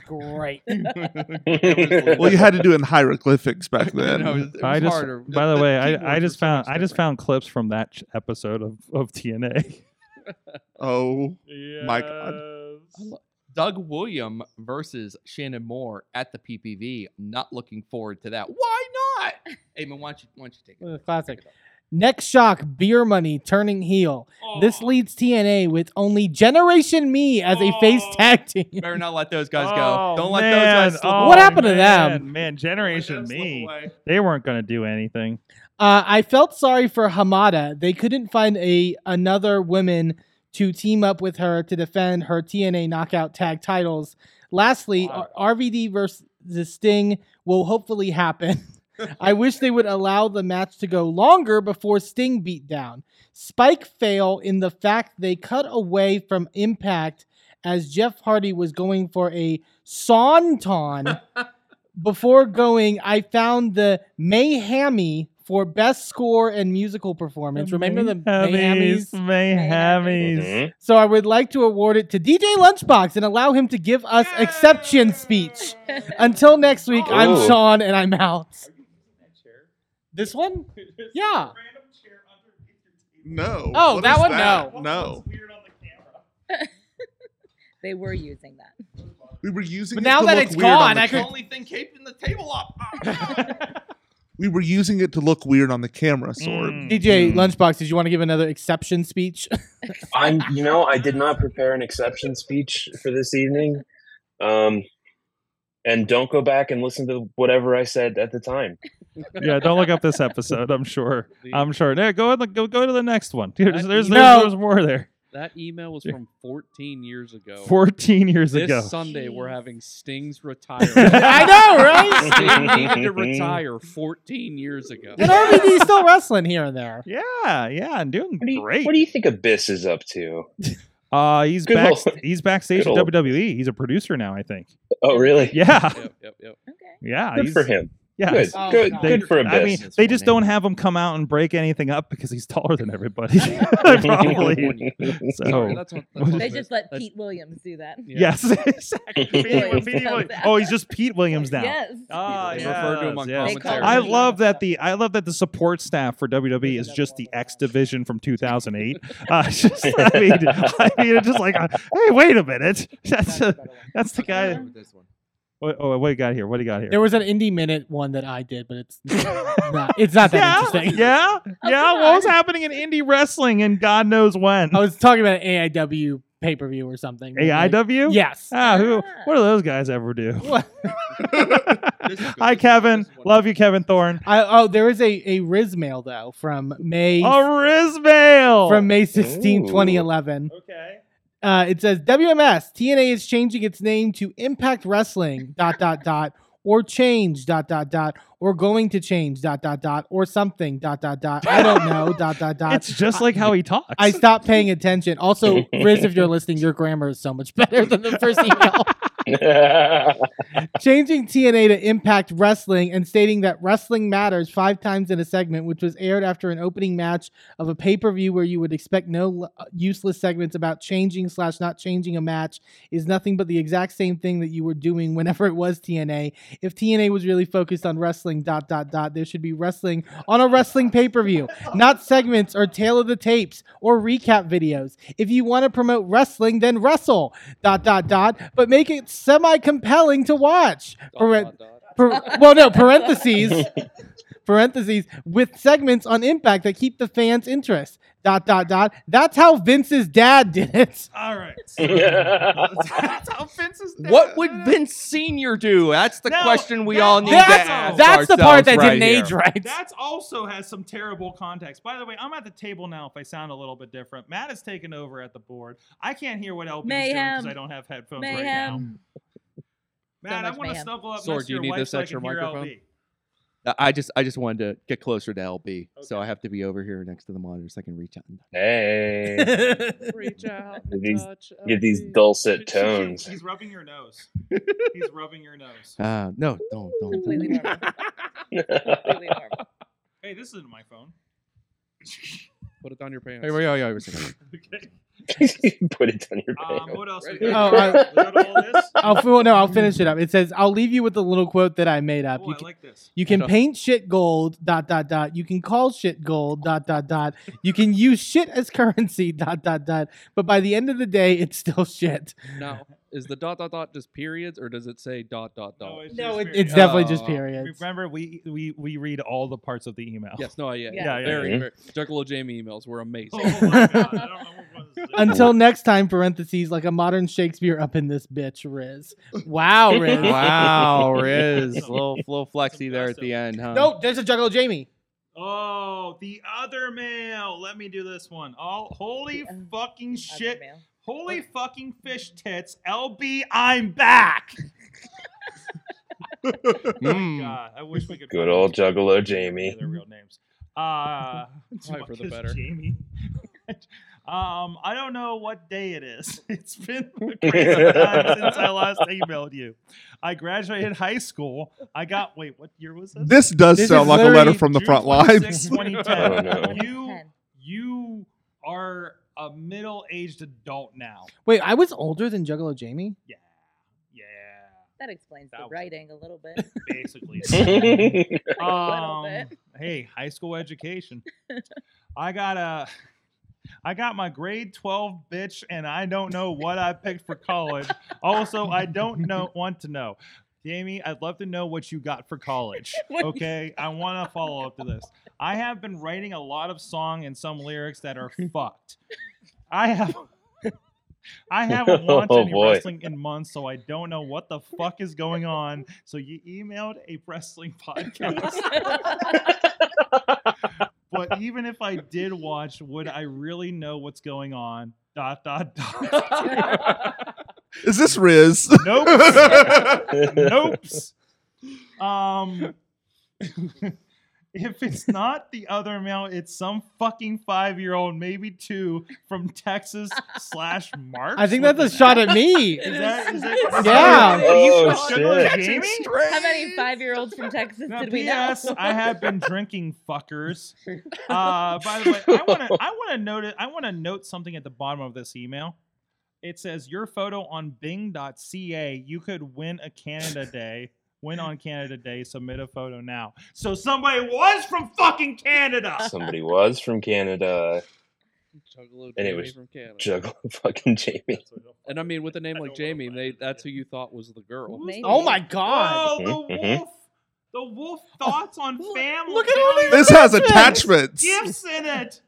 S3: great.
S7: Well, you had to do it in hieroglyphics back
S5: I know,
S7: then.
S5: it was
S2: I just,
S5: harder.
S2: by the, way, I, I
S5: keyboards
S2: just
S5: were so
S2: found
S5: much
S2: I just
S5: different.
S2: found clips from that ch- episode of of TNA.
S7: Oh, My
S5: Doug William versus Shannon Moore at the PPV. Not looking forward to that. Why not? Amen. Why don't you, why don't you take it?
S3: Uh, classic. Next shock, beer money turning heel. This leads TNA with only Generation Me as a face tag team.
S5: Better not let those guys go. Don't let
S2: Oh, man.
S5: those guys slip
S2: Oh,
S5: away.
S3: What happened to
S2: man,
S3: them?
S2: Man,
S5: Don't let
S2: Generation
S5: them slip
S2: Me.
S5: away.
S2: They weren't going to do anything.
S3: Uh, I felt sorry for Hamada. They couldn't find a another woman to team up with her to defend her TNA Knockout Tag titles. Lastly, R- RVD versus Sting will hopefully happen. I wish they would allow the match to go longer before Sting beat down. Spike fail in the fact they cut away from Impact as Jeff Hardy was going for a Saunton before going, I found the Mayhammy for best score and musical performance. Remember the Miami's?
S2: Mayhemies.
S6: Mhm.
S3: So I would like to award it to DJ Lunchbox and allow him to give us exception speech. Until next week, I'm
S6: Ooh.
S3: Sean and I'm out. This one? Yeah.
S7: No.
S3: Oh,
S7: What
S3: that
S7: is
S3: one?
S7: No. No.
S4: They were using that.
S7: We were using.
S3: But
S7: it
S3: now
S7: to
S3: that
S7: look
S3: it's
S7: weird on
S3: gone,
S7: the
S3: I
S5: I
S3: could-
S7: ca-
S5: the only thing keeping the table up.
S7: We were using it to look weird on the camera, sword.
S2: Mm.
S6: Mhm.
S3: DJ Lunchbox, did you want to give another exception speech?
S6: I'm, you know, I did not prepare an exception speech for this evening. Um, and don't go back and listen to whatever I said at the time.
S2: yeah, don't look up this episode. I'm sure.
S8: The-
S2: I'm sure. Yeah, go ahead, go go to the next one. Dude, there's there's,
S3: No.
S2: there's more there.
S8: that email was from 14 years ago.
S2: Fourteen years
S8: this
S2: ago.
S8: Sunday, we're having Sting's
S3: I
S8: retirement.
S3: know, right?
S8: Sting needed to retire 14 years ago.
S3: And RVD's still wrestling here and there.
S2: yeah, yeah, and doing
S6: What do you,
S2: great.
S6: What do you think Abyss is up to?
S2: uh, he's
S6: Good
S2: back.
S6: old-
S2: He's backstage
S6: good
S2: at
S6: old-
S2: WWE. He's a producer now, I think.
S6: Oh, really?
S2: Yeah,
S8: Yep, yep, yep.
S4: Okay.
S2: yeah.
S6: Good
S2: he's,
S6: for him.
S2: Yeah,
S6: Good,
S3: Oh,
S6: good,
S3: God.
S6: good for Abyss.
S2: I mean, they just don't have him come out and break anything up because he's taller than everybody. Probably.
S8: Sorry,
S2: So
S8: that's what, that's what
S4: They
S8: it
S4: just
S8: is.
S4: let
S8: That's-
S4: Pete Williams do that.
S8: yeah.
S2: yes, exactly. Pete Williams,
S4: Williams
S2: Pete
S4: does
S2: Williams.
S4: that.
S2: Oh, he's just Pete Williams now.
S4: Yes.
S2: Ah,
S8: They refer to him
S2: yes,
S8: on
S2: yes.
S4: They call
S8: commentary.
S2: I
S4: him Pete.
S2: love that the I love that the support staff for WWE is just the X division from 2008. Uh, it's just, I mean, I mean, it's just like, uh, hey, wait a minute, that's uh that's the guy. What, oh, what do you got here? What do you got here?
S3: There was an indie minute one that I did, but it's not, it's not that
S2: yeah,
S3: interesting.
S2: yeah,
S4: Oh,
S2: yeah.
S4: come
S2: What was
S4: on.
S2: happening in indie wrestling and God knows when?
S3: I was talking about an AIW pay per view or something. but, like,
S2: AIW.
S3: Yes.
S2: Ah, who?
S4: Ah.
S2: What do those guys ever do?
S3: What?
S8: This is good.
S2: Hi,
S8: This is-
S2: Kevin.
S8: this is
S2: Love you, Kevin Thorne.
S3: I, oh, there is a a Riz mail though from May
S2: Oh, Rizmail.
S3: from May 16,
S6: Ooh.
S3: 2011.
S2: okay.
S3: Uh, it says WMS TNA is changing its name to Impact Wrestling dot dot dot or change dot dot dot or going to change dot dot dot or something dot dot dot I don't know dot dot dot.
S2: It's just like how he talks.
S3: I stopped paying attention. Also, Riz, if you're listening, your grammar is so much better than the first email. Changing TNA to Impact Wrestling and stating that wrestling matters five times in a segment, which was aired after an opening match of a pay per view where you would expect no l- uh, useless segments about changing slash not changing a match, is nothing but the exact same thing that you were doing whenever it was TNA. If TNA was really focused on wrestling, dot dot dot, there should be wrestling on a wrestling pay per view, not segments or tail of the tapes or recap videos. If you want to promote wrestling, then wrestle, dot dot dot, but make it semi compelling to watch. Paren-
S8: Dot, dot, dot.
S3: par- well, no, parentheses. Parentheses with segments on impact that keep the fans' interest. Dot dot dot. That's how Vince's dad did it.
S2: All right.
S6: That's
S2: how Vince is.
S5: What would Vince Senior do? That's the
S2: No,
S5: question we
S2: that-
S5: all need to
S2: that's-
S5: ask
S3: That's the part
S5: ourselves
S3: that
S5: right
S3: didn't
S5: here.
S3: age right.
S2: That's also has some terrible context. By the way, I'm at the table now. If I sound a little bit different, Matt has taken over at the board. I can't hear what LP's doing because
S4: Mayhem.
S2: I don't have headphones right now.
S4: Mayhem.
S2: Matt, I
S4: much
S2: want to
S4: mayhem.
S2: snuggle up
S8: Sword,
S2: next to
S8: do you
S2: your
S8: need
S2: wife
S8: this
S2: so I
S8: extra
S2: can hear
S8: microphone?
S2: LP.
S5: I just, I just wanted to get closer to LB, so
S2: Okay.
S5: I have to be over here next to the monitor so I can reach out. And
S6: hey,
S8: Reach out.
S6: Get these-
S8: touch
S6: get these
S8: LB.
S6: dulcet
S2: She- she-
S6: tones.
S2: He's rubbing your nose. He's rubbing your nose.
S5: uh, no, don't, don't.
S4: Completely
S5: don't.
S4: normal. Completely normal.
S2: Hey, this isn't my phone.
S8: Put it down your pants.
S5: Hey, wait, wait, wait a second.
S2: Okay.
S6: Put it on your
S2: Um,
S6: back.
S2: what else? We
S8: Ready?
S2: got?
S3: Oh, I-
S2: We got all this?
S3: I'll fi- no, I'll finish it up. It says, "I'll leave you with a little quote that I made up.
S2: Oh,
S3: you
S2: I
S3: can,
S2: like this.
S3: you can paint shit gold. Dot dot dot. You can call shit gold. Dot dot dot. You can use shit as currency. Dot dot dot. But by the end of the day, it's still shit.
S8: Now, is the dot dot dot just periods, or does it say dot dot dot?
S2: it's
S3: No,
S2: just
S3: it,
S2: very-
S3: it's definitely just
S6: Uh,
S8: Oh.
S3: periods.
S2: Remember, we, we we read all the parts of the email.
S8: Yes. No. Yeah.
S4: Yeah.
S8: Yeah.
S2: Yeah, yeah,
S8: very,
S6: yeah.
S8: very. Juggalo Jamie emails were amazing.
S2: Oh my God, I don't know what this is.
S3: Until next time, parentheses like a modern Shakespeare up in this bitch, Riz. Wow, Riz.
S5: Wow, Riz, little, little flexy there at the end, huh?
S3: No, there's a Juggalo Jamie.
S2: Oh, the other mail. Let me do this one. Oh, holy
S4: The oth-
S2: fucking
S4: Other
S2: shit.
S4: male.
S2: Holy fucking fish tits. LB, I'm back. Oh
S5: Mm.
S2: God, I wish we could.
S6: Good
S2: find
S6: old
S2: those people.
S6: Juggalo Jamie.
S2: Their real names. Uh,
S8: Probably for the
S2: because
S8: better.
S2: Jamie. um, I don't know what day it is. It's been a great some time since I last emailed you. I graduated high school. I got wait, what year was this?
S7: This does
S3: This
S7: sound
S3: is
S7: like a letter
S3: literally
S7: from the
S2: June
S7: front
S2: 26,
S7: lines.
S2: 2010.
S6: Oh, no.
S2: You
S4: 10.
S2: you are a middle-aged adult now.
S3: Wait, I was older than Juggalo Jamie.
S2: Yeah, yeah,
S4: That explains
S2: That
S4: the
S2: was-
S4: writing a little bit.
S2: basically.
S6: That's
S4: little
S2: Um, hey, high school education. I got a, I got my grade twelve bitch, and I don't know what I picked for college. Also, I don't know want to know. Jamie, I'd love to know what you got for college.
S4: What you-
S2: Okay, I want to follow up to this. I have been writing a lot of song and some lyrics that are fucked. I have. I haven't watched
S6: Oh,
S2: any
S6: boy.
S2: wrestling in months, so I don't know what the fuck is going on. So you emailed a wrestling podcast. but even if I did watch, would I really know what's going on? Dot dot dot.
S7: Is this Riz?
S2: nope. Nopes. Um, if it's not the other male, it's some fucking five year old, maybe two, from Texas slash March.
S3: I think that's a shot at me.
S2: Is that, is that,
S3: Yeah.
S6: Oh,
S2: Sugar
S6: shit.
S2: Jamie?
S4: How many five-year-olds from Texas
S2: Now,
S4: did we know?
S2: P.S. I have been drinking, fuckers. Uh, by the way, I want to I want to note it, I want to note something at the bottom of this email. It says your photo on Bing.ca. You could win a Canada Day. Win on Canada Day. Submit a photo now. So somebody was from fucking Canada.
S6: Somebody was from Canada.
S8: Juggalo
S6: And it
S8: Jamie
S6: was
S8: from Canada.
S6: Juggle fucking Jamie.
S8: and I mean, with a name
S2: I
S8: like
S2: don't wanna
S8: Jamie,
S2: find
S8: they,
S2: it,
S8: that's who
S2: yeah.
S8: you thought was the girl.
S2: Who's-
S3: Oh my god. Mm-hmm,
S2: Whoa, the
S6: Mhm, mhm.
S8: Mm-hmm.
S2: wolf. The wolf thoughts on family.
S3: look at all
S2: values,
S7: This has attachments.
S2: gifts in it.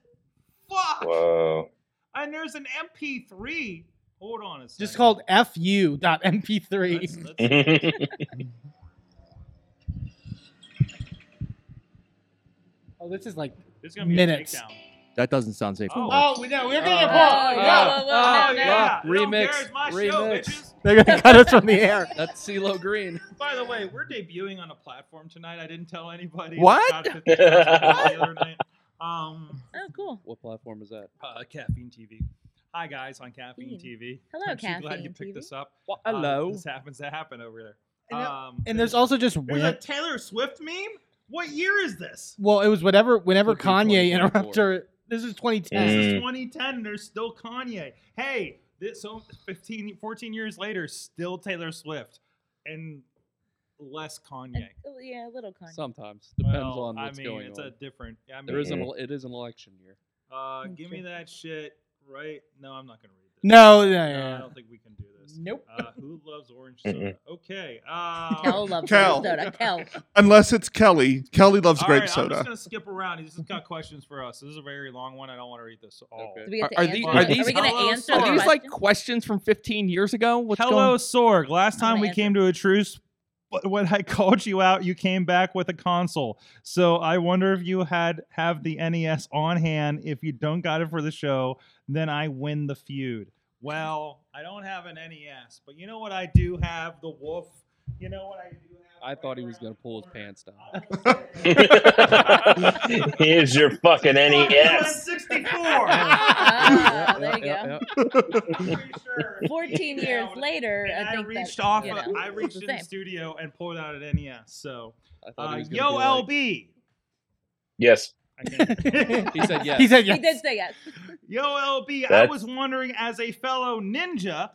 S2: Fuck.
S6: Whoa.
S2: And there's an MP3. Hold on a second.
S3: Just called
S2: Let's-
S3: fu.mp3.
S2: let's-
S3: Oh, this is like.
S2: There's gonna be
S3: Minutes.
S2: a takedown.
S5: That doesn't sound safe.
S2: Oh.
S3: we know. We're
S8: getting a
S4: Oh,
S8: Oh,
S4: whoa, whoa, whoa,
S8: oh,
S4: no, no.
S8: yeah.
S2: It don't care,
S8: Remix,
S2: it's my show,
S8: remix.
S2: bitches.
S3: They're going to cut us from the air.
S8: That's CeeLo Green.
S2: By the way, we're debuting on a platform tonight. I didn't tell anybody.
S5: What?
S2: About 50,000 people the other night. Um,
S4: Oh, cool.
S8: What platform is that?
S2: uh, caffeine TV. Hi guys on caffeine
S4: Caffeine.
S2: TV.
S4: Hello,
S2: I'm so glad you
S4: Caffeine
S2: picked
S4: TV.
S2: this up. Uh,
S8: hello.
S2: this happens to happen over there.
S3: And there-
S2: um,
S3: And there's also just.
S2: there's
S3: ran-
S2: a Taylor Swift meme. What year is this?
S3: Well, it was whatever. Whenever
S8: Could be
S3: Kanye
S8: 2024.
S3: interrupted her, this is 2010.
S2: This
S6: Mm.
S2: is 2010. There's still Kanye. Hey, this, so 15, 14 years later, still Taylor Swift and less Kanye.
S4: Uh, yeah, a little con.
S8: Sometimes depends
S2: Well,
S8: on
S2: I
S8: what's
S2: mean,
S8: going
S2: it's
S8: on.
S2: a different. yeah, I
S8: there
S2: mean,
S8: is an, it is an election year.
S2: uh, give me
S4: Okay.
S2: that shit right. No, I'm not gonna read this.
S3: No, no,
S2: No, I
S3: no,
S2: don't think we can do this.
S3: Nope.
S2: Uh, who loves orange
S6: Mm-mm.
S2: soda? Okay. Uh,
S4: Kel loves
S7: Kel.
S4: Minnesota. Kel.
S7: Unless it's Kelly. Kelly loves
S2: all
S7: grape
S2: right, I'm
S7: soda.
S2: just gonna skip around. He's just got questions for us. This is a very long one. I don't want to read this all.
S8: Okay.
S4: Do we have to
S5: Are- are
S4: answer
S5: these-
S4: them?
S5: are these-
S4: we going
S2: Hello,
S4: to answer
S2: Are
S4: the
S2: these,
S4: question?
S5: questions from 15 years ago? What's
S2: Hello, Sorg. Last
S4: I'm
S2: time we
S4: gonna
S2: came to a truce, but when I called you out, you came back with a console. So I wonder if you had have the NES on hand. If you don't got it for the show, then I win the feud. Well, I don't have an NES, but you know what I do have? The Wolf. You know what I do have?
S8: I
S2: right
S8: thought he was
S2: around
S8: going
S2: the
S8: to pull his
S2: corner?
S8: pants down.
S6: Here's your E fucking NES.
S2: 64.
S4: Ah, there you go.
S2: I'm pretty sure.
S4: 14
S2: Yeah,
S4: years
S2: when-
S4: later,
S2: And
S4: I
S2: I
S4: think
S2: reached
S4: that,
S2: off.
S4: you
S2: of-
S4: know,
S2: I
S4: it's
S2: reached
S4: the
S2: in the
S4: same.
S2: studio and pulled out an NES. So,
S8: I thought he
S2: uh,
S8: was gonna
S2: yo, LB.
S8: be like-
S6: Yes.
S2: I can't-
S8: He said yes.
S3: He said
S4: He
S3: yes.
S4: did say yes.
S2: Yo, LB. I
S6: That's-
S2: was wondering, as a fellow ninja,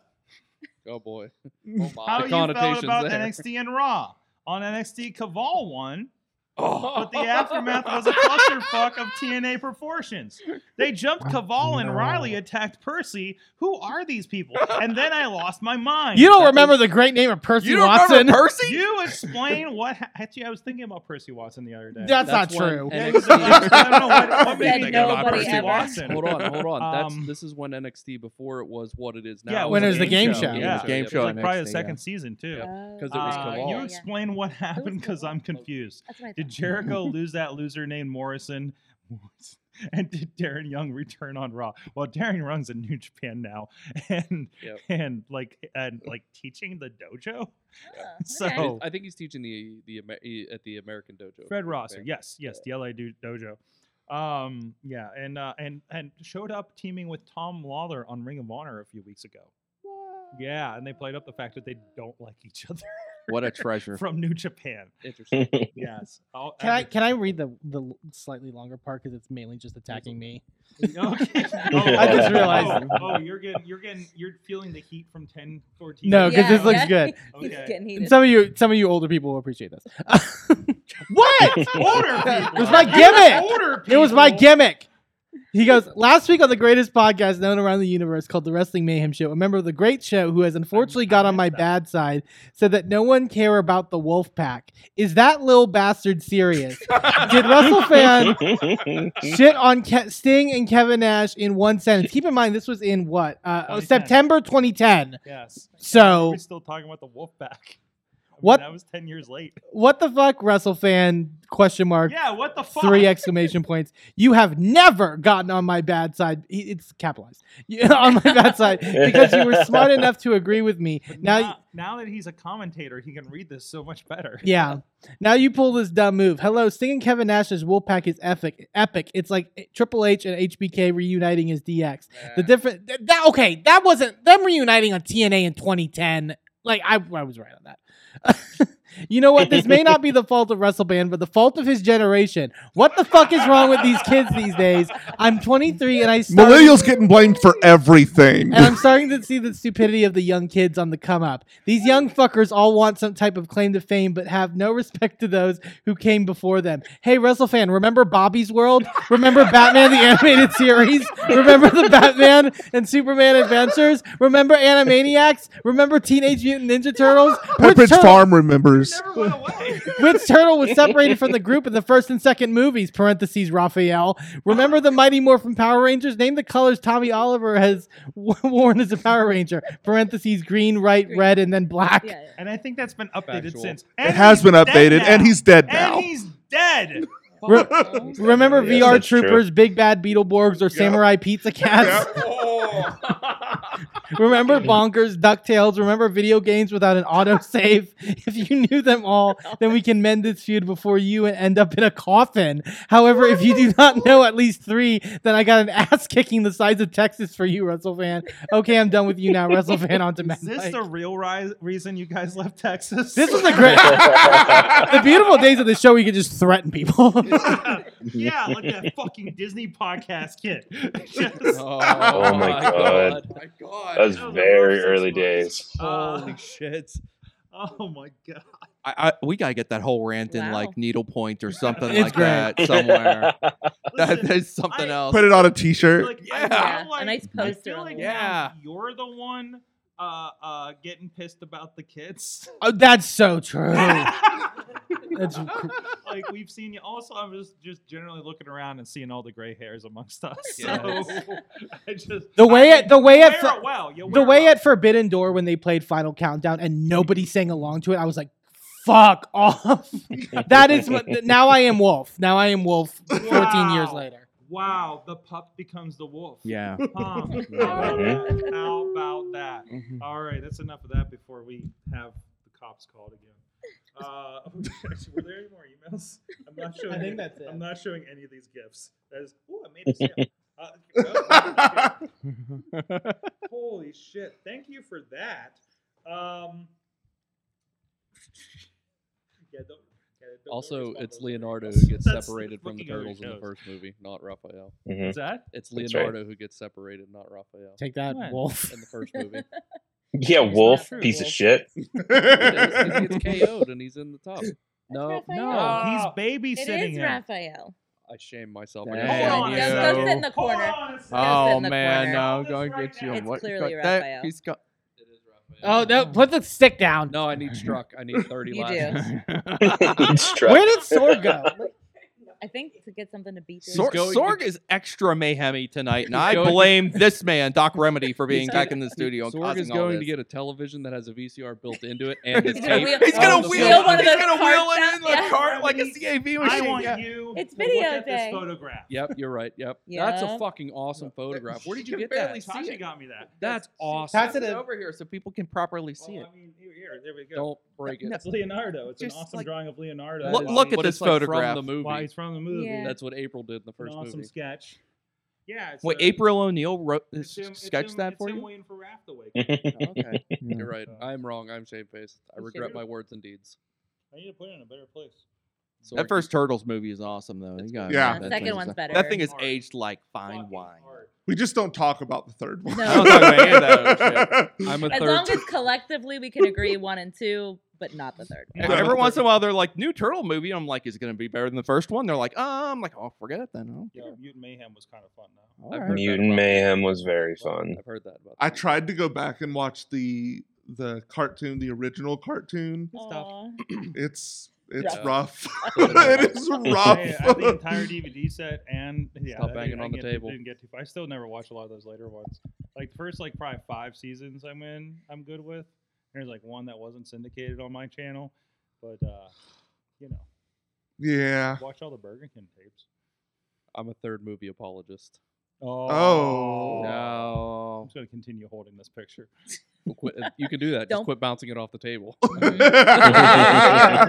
S8: Oh boy. Oh my.
S2: how
S8: The
S2: you
S8: connotations
S2: felt about
S8: there.
S2: NXT and Raw. On NXT, Caval won,
S8: Oh.
S2: but the aftermath was a clusterfuck of TNA proportions. They jumped Caval and Riley attacked Percy. Who are these people? And then I lost my mind.
S3: You don't remember the great name of Percy Watson?
S5: Percy?
S2: You explain what. ha- Actually, I was thinking about Percy Watson the other day.
S3: That's, not
S8: That's one
S3: true.
S8: and-
S2: Yeah, exactly. I don't know what, what
S4: Said
S2: made me think about
S4: nobody
S2: Percy
S4: ever.
S2: Watson.
S8: hold on, hold on.
S2: Um,
S8: That's this is when NXT before it was what it is now.
S2: Yeah,
S3: When it was the game
S2: Yeah.
S3: show.
S8: yeah,
S5: Game
S8: yeah.
S2: It was
S5: show.
S2: like probably the
S5: NXT,
S2: second
S5: yeah.
S2: season too.
S8: Yeah. 'Cause
S4: Because
S8: it was
S2: Uh,
S8: Kaval.
S2: you explain what happened because
S4: Kaval.
S2: I'm confused.
S4: That's what I
S2: Did
S4: thought.
S2: Jericho lose that loser named Morrison? and did Darren Young return on Raw? Well, Darren runs in New Japan now, and
S8: Yep.
S2: and like and like teaching the dojo.
S4: Huh,
S2: So-
S4: Ah, okay.
S2: Oh.
S8: I think he's teaching the the Amer- e- at the American Dojo.
S2: Fred
S8: if I'm
S2: Rosser,
S8: correct.
S2: yes, yes, the LA do- dojo. Um, yeah, and uh, and and showed up teaming with Tom Lawler on Ring of Honor a few weeks ago. Yeah, and they played up the fact that they don't like each other
S9: What a treasure.
S2: from New Japan.
S8: Interesting.
S2: Yes. I'll-
S3: Can I can I read the the slightly longer part because it's mainly just attacking me?
S2: Okay.
S6: I just
S3: realized.
S2: Oh, oh, you're getting, you're getting, you're feeling the heat from 10, 14.
S3: No, 'cause this
S4: Yeah,
S3: looks
S4: yeah.
S3: good.
S4: He's
S2: Okay.
S4: getting
S3: And
S4: heated.
S3: some of you some of you older people will appreciate this. what?
S2: Older
S3: It
S2: people.
S3: was my
S2: You're
S3: gimmick.
S2: Older
S3: It was my
S2: people.
S3: gimmick. He goes, last week on the greatest podcast known around the universe called The Wrestling Mayhem Show, a member of the great show who has unfortunately got on my bad side said that no one care about the wolf pack. Is that little bastard serious? Did WrestleFan shit on Ke- Sting and Kevin Nash in one sentence? Keep in mind, this was in what? Uh, oh,
S2: 2010.
S3: September 2010.
S2: Yes.
S3: So-
S2: we're still talking about the Wolfpack. I mean,
S3: What-
S2: that was 10 years late.
S3: What the fuck, WrestleFan? Question mark.
S2: Yeah, what the fuck?
S3: three exclamation points. You have never gotten on my bad side. He- It's capitalized. You- on my bad side because you were smart enough to agree with me.
S2: But
S3: Now,
S2: now, now that he's a commentator, he can read this so much better.
S3: yeah. Now you pull this dumb move. Hello, singing Kevin Nash's Wolfpack is epic. Epic. It's like Triple H and HBK reuniting as DX. The different th- that okay, that wasn't them reuniting on TNA in 2010. Like I, I was right on that. you know what? This may not be the fault of WrestleBand, but the fault of his generation. What the fuck is wrong with these kids these days? I'm 23 and I started-
S7: Millennials getting blamed for everything.
S3: and I'm starting to see the stupidity of the young kids on the come up. These young fuckers all want some type of claim to fame, but have no respect to those who came before them. Hey, WrestleFan, remember Bobby's World? Remember Batman the Animated Series? Remember the Batman and Superman Adventures? Remember Animaniacs? Remember Teenage Mutant Ninja Turtles?
S7: Pepperidge
S3: turtle-
S7: Farm remembers.
S3: which turtle was separated from the group in the first and second movies? Parentheses Raphael. Remember the Mighty Morphin Power Rangers? Name the colors Tommy Oliver has w- worn as a Power Ranger. Parentheses green, right, red, and then black.
S4: Yeah, yeah.
S2: And I think that's been updated
S8: Factual.
S2: since.
S7: It
S2: And
S7: has
S2: he's
S7: been
S2: dead
S7: updated,
S2: now.
S7: and he's dead
S2: And
S7: now.
S2: he's dead.
S3: Re-
S4: Oh,
S3: remember
S6: Yeah,
S3: VR
S6: that's true.
S3: Troopers, Big Bad Beetleborgs, or Samurai Pizza Cats?
S2: Oh.
S3: remember Bonkers, DuckTales? Remember video games without an autosave? if you knew them all, then we can mend this feud before you and end up in a coffin. However, if you do not know at least three, then I got an ass kicking the size of Texas for you, WrestleFan. Okay, I'm done with you now, WrestleFan on demand.
S2: Is this
S3: Like,
S2: the real ri- reason you guys left Texas?
S3: this was a great. the beautiful days of the show, we could just threaten people.
S2: yeah, like that fucking Disney podcast kid. Just-
S6: Oh my God.
S8: Oh my God.
S6: That was
S2: That was a rough
S6: very
S2: six
S6: early
S2: months.
S6: days.
S2: Uh,
S8: Holy shit.
S2: oh my god.
S9: I, I, we gotta get that whole rant in
S4: Wow.
S9: like needlepoint or something like
S3: It's great.
S9: that somewhere. that,
S2: Listen,
S9: there's something
S2: I-
S9: else.
S7: Put it on a T-shirt.
S2: like, I
S9: Yeah.
S4: Yeah,
S2: feel
S4: a
S2: like,
S4: nice
S2: I
S4: poster
S2: feel
S4: on
S2: like
S4: the
S2: now
S9: wall. Yeah.
S2: you're the one uh, uh, getting pissed about the kids.
S3: oh, that's so true. That's cr-
S2: like we've seen you. Also, I'm just just generally looking around and seeing all the gray hairs amongst us. So
S8: Yes.
S2: I just
S3: The way
S2: I
S3: it- the way
S2: you
S3: it
S2: wear
S3: fe-
S2: it well. You
S3: the
S2: wear it
S3: way
S2: well.
S3: at Forbidden Door when they played Final Countdown and nobody sang along to it, I was like, "Fuck off!" that is what, now I am Wolf. Now I am Wolf. Fourteen years
S2: Wow.
S3: later,
S2: Wow, the pup becomes the wolf.
S9: Yeah.
S2: Huh. How about
S6: Mhm.
S2: that? How about that? All right, that's enough of that before we have the cops called again. Uh, actually, were there any more emails? I'm not showing.
S3: I think
S2: any-
S3: that's it.
S2: I'm not showing any of these gifts. That is, oh, I made a sale. Uh, well, holy shit! Thank you for that. Um, yeah, don't, yeah, don't- don't
S8: Also,
S2: respond
S8: it's
S2: to those
S8: Leonardo
S2: emails.
S8: who gets
S2: That's
S8: separated from the
S2: fucking other
S8: turtles in the
S2: shows.
S8: first movie, not Raphael.
S6: Mhm.
S2: Is that?
S8: It's
S6: That's right.
S8: Leonardo who gets separated, not Raphael.
S3: take that,
S2: What?
S3: Wolf.
S8: In the first movie,
S6: Yeah,
S4: It's not
S6: wolf,
S4: true,
S6: piece of
S4: Wolf.
S6: shit.
S8: he gets KO'd and he's in the top. No,
S4: Raphael.
S2: No, he's
S8: Ah. Oh,
S4: It
S2: babysitting
S4: is
S2: him.
S4: Raphael.
S8: I shame myself. I
S9: Dang.
S2: Hold
S8: gotta shame
S2: on a
S4: Just
S8: you.
S4: go sit in the
S2: Hold
S4: corner.
S2: on a second.
S9: Oh
S4: in the
S9: man,
S4: corner.
S9: no,
S2: This
S9: go and
S2: right
S9: get you.
S2: now.
S9: and
S4: It's
S9: what- go-
S4: clearly
S9: that-
S4: Raphael.
S9: he's got-
S8: It is Raphael.
S3: Oh no, put the stick down.
S8: No, I need struck. I need 30
S4: You
S8: laps.
S4: do.
S6: Each truck.
S3: Where did Sword go?
S4: I I think to get something to beat this.
S5: Sor-
S10: going-
S5: Sorg is extra mayhemy tonight, and
S10: He's
S5: I
S10: going-
S5: blame this man, Doc Remedy, for being
S10: He's
S5: back
S10: gonna-
S5: in the studio. and
S8: Sorg is
S5: causing all
S8: going
S5: this.
S8: to get a television that has a VCR built into it and his
S4: He's gonna
S8: tape.
S4: wheel-
S5: He's
S4: Oh,
S5: gonna
S4: the
S5: wheel.
S4: wheel one of
S5: He's
S4: those
S5: gonna wheel it
S4: carts
S5: in
S4: out,
S5: like
S4: yeah.
S5: a cart, like a CAV
S2: I
S5: machine.
S2: want
S5: yeah.
S2: you.
S4: It's
S2: to look at
S4: video day.
S2: this photograph.
S8: Yep, you're right. Yep. That's a
S4: Yeah.
S8: fucking awesome photograph. Where did
S5: You
S8: you
S5: can
S8: get
S5: barely
S8: that?
S5: see
S2: Tasha
S5: it.
S2: got me that.
S8: That's awesome.
S9: Pass it in.
S5: over here so people can properly see
S2: Well,
S5: it.
S2: I mean, here, here, there we go.
S8: Don't break it.
S5: No.
S2: It's Leonardo. It's
S5: Just
S2: an awesome
S5: like-
S2: drawing of Leonardo.
S8: That
S5: Look-
S8: is
S5: look at
S8: what it's
S5: this
S8: like from
S5: photograph.
S8: the movie.
S2: Why he's from the movie.
S4: Yeah.
S8: That's what April did in the
S2: an
S8: first
S2: awesome
S8: movie.
S2: sketch. Yeah. It's
S5: Wait,
S2: a-
S5: April O'Neil wrote
S2: it's him- it's
S5: sketched
S2: him-
S5: that
S2: it's
S5: for
S2: him
S5: you.
S2: waiting for Raph to wake up.
S6: That's
S8: Oh, okay. You're right.
S2: So-
S8: I'm wrong. I'm shamefaced. I
S4: You
S8: regret
S4: should.
S8: my words and deeds.
S2: I need to put it in a better place.
S8: Sorg,
S5: That first Turtles movie is awesome, though. You gotta
S7: Yeah.
S5: admit
S4: The
S5: that
S4: second
S5: thing's-
S4: one's better.
S5: That thing is
S2: Hard.
S5: aged like fine
S2: Fucking
S5: wine.
S2: hard.
S7: We just don't talk about the third one.
S4: No. I don't talk
S5: about any of
S8: I'm a
S4: As
S8: third.
S4: long as collectively we can agree one and two, but not the third.
S5: Every- Every once in a while, they're like, "New Turtle movie." I'm like, "Is it gonna be better than the first one?" They're like, "Oh, I'm like, oh, forget it then." Oh,
S2: Yeah, Mutant Mayhem was kind of fun though.
S5: all
S8: I've
S5: right.
S8: heard that
S6: Mutant
S8: about this.
S6: Mayhem was very fun.
S8: I've heard that about.
S7: I
S8: this.
S7: tried to go back and watch the the cartoon, the original cartoon.
S4: Aw.
S7: It's it's
S8: Yeah.
S7: rough. it is rough.
S2: I, I had the entire DVD set and yeah,
S8: Stop
S2: I
S8: banging
S2: didn't- I
S8: on the
S2: didn't get-
S8: table.
S2: Didn't get too far. I still never watched a lot of those later ones. Like the first like probably five seasons I'm in, I'm good with. There's like one that wasn't syndicated on my channel, but uh, you know,
S7: yeah.
S2: watch all the Burger King tapes.
S8: I'm a third movie apologist.
S2: Oh, I'm
S8: No.
S2: just gonna continue holding this picture.
S8: Quit- uh, you can do that. Just
S4: Don't-
S8: quit bouncing it off the table.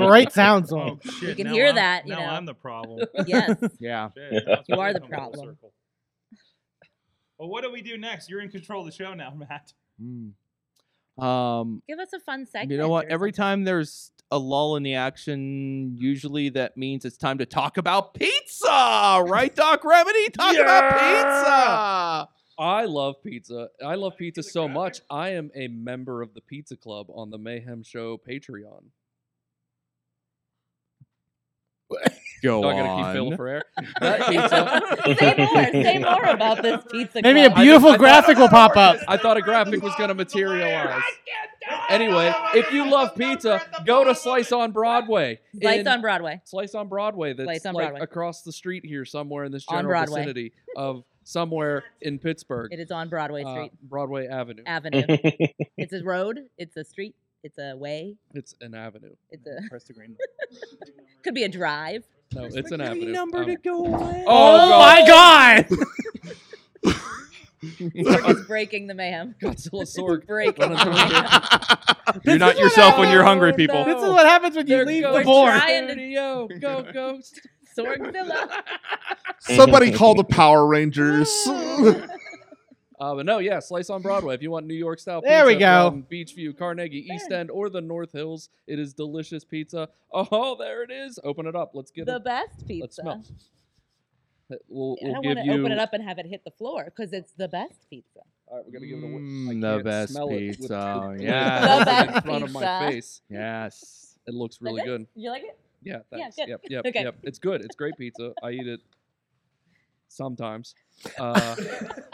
S9: Great sounds on.
S2: Oh shit!
S4: can
S2: now
S4: hear
S2: I'm-
S4: that, you
S2: Now
S4: know.
S2: I'm the problem.
S4: yes.
S5: Yeah.
S2: Shit, now it's
S4: You
S2: really
S4: are the
S2: come full
S4: problem.
S2: circle. Well, what do we do next? You're in control of the show now, Matt.
S5: Mm. Um,
S4: Give us a fun segment.
S5: you know what?
S4: or
S5: Every time there's a lull in the action, usually that means it's time to talk about pizza, right, Doc Remedy? Talk about
S8: I love pizza. I love pizza
S2: the
S8: so
S2: graphic?
S8: much. I am a member of the Pizza Club on the Mayhem Show Patreon.
S5: pizza. Go
S8: Do I gotta keep filling for air? That pizza.
S4: something. say more. Say more about this pizza.
S9: Maybe a
S4: club.
S9: beautiful graphic will pop up.
S8: I thought a graphic was gonna materialize. Anyway, if you love pizza, go to Slice on Broadway.
S4: Lights
S8: in-
S4: on Broadway.
S8: Slice on Broadway. That's
S4: Slice on
S8: like
S4: Broadway.
S8: across the street here, somewhere in this
S4: On
S8: general
S4: Broadway.
S8: vicinity of somewhere in Pittsburgh,
S4: It is on Broadway
S8: uh,
S4: Street
S8: Broadway Avenue.
S4: Avenue. it's a road. It's a street. It's a way.
S8: it's an avenue.
S4: It's a
S2: Press the green.
S4: could be a drive.
S8: No, it's an
S5: Any
S8: avenue.
S5: number
S8: Um,
S5: to go away.
S8: Oh, God.
S9: god!
S4: Sorg is breaking the mayhem.
S8: Godzilla Sorg.
S4: Breaking.
S8: Running through here.
S5: You're not yourself when you're hungry, people.
S9: This is what happens when you
S8: They're
S9: leave the
S8: going
S9: board.
S4: trying to-
S8: 30-o. Go, ghost.
S4: Sorgzilla.
S7: Somebody call the Power Rangers.
S8: Uh, but no, yeah, Slice on Broadway. If you want New York style pizza
S9: There we go.
S8: from Beachview, Carnegie, East End, or the North Hills, it is delicious pizza. Oh, there it is. Open it up. Let's get
S4: The
S8: it.
S4: best
S8: Let's
S4: pizza.
S8: smell. Uh, We'll,
S4: I
S8: we'll
S4: don't
S8: give
S4: want to
S8: you.
S4: open it up and have it hit the floor because it's the best pizza.
S8: All right, we're gonna give it away. I
S5: Mm, the
S8: can't
S5: best
S8: smell it with-
S5: pizza. Oh,
S8: with-
S5: Yes.
S4: The best
S8: in front of my
S4: pizza.
S8: face.
S5: yes.
S8: It looks really
S4: Okay.
S8: good.
S4: You like it?
S8: Yeah,
S4: Yeah,
S8: thanks.
S4: good.
S8: Yep, yep,
S4: Okay.
S8: yep. It's good. It's great pizza. I eat it sometimes. Uh,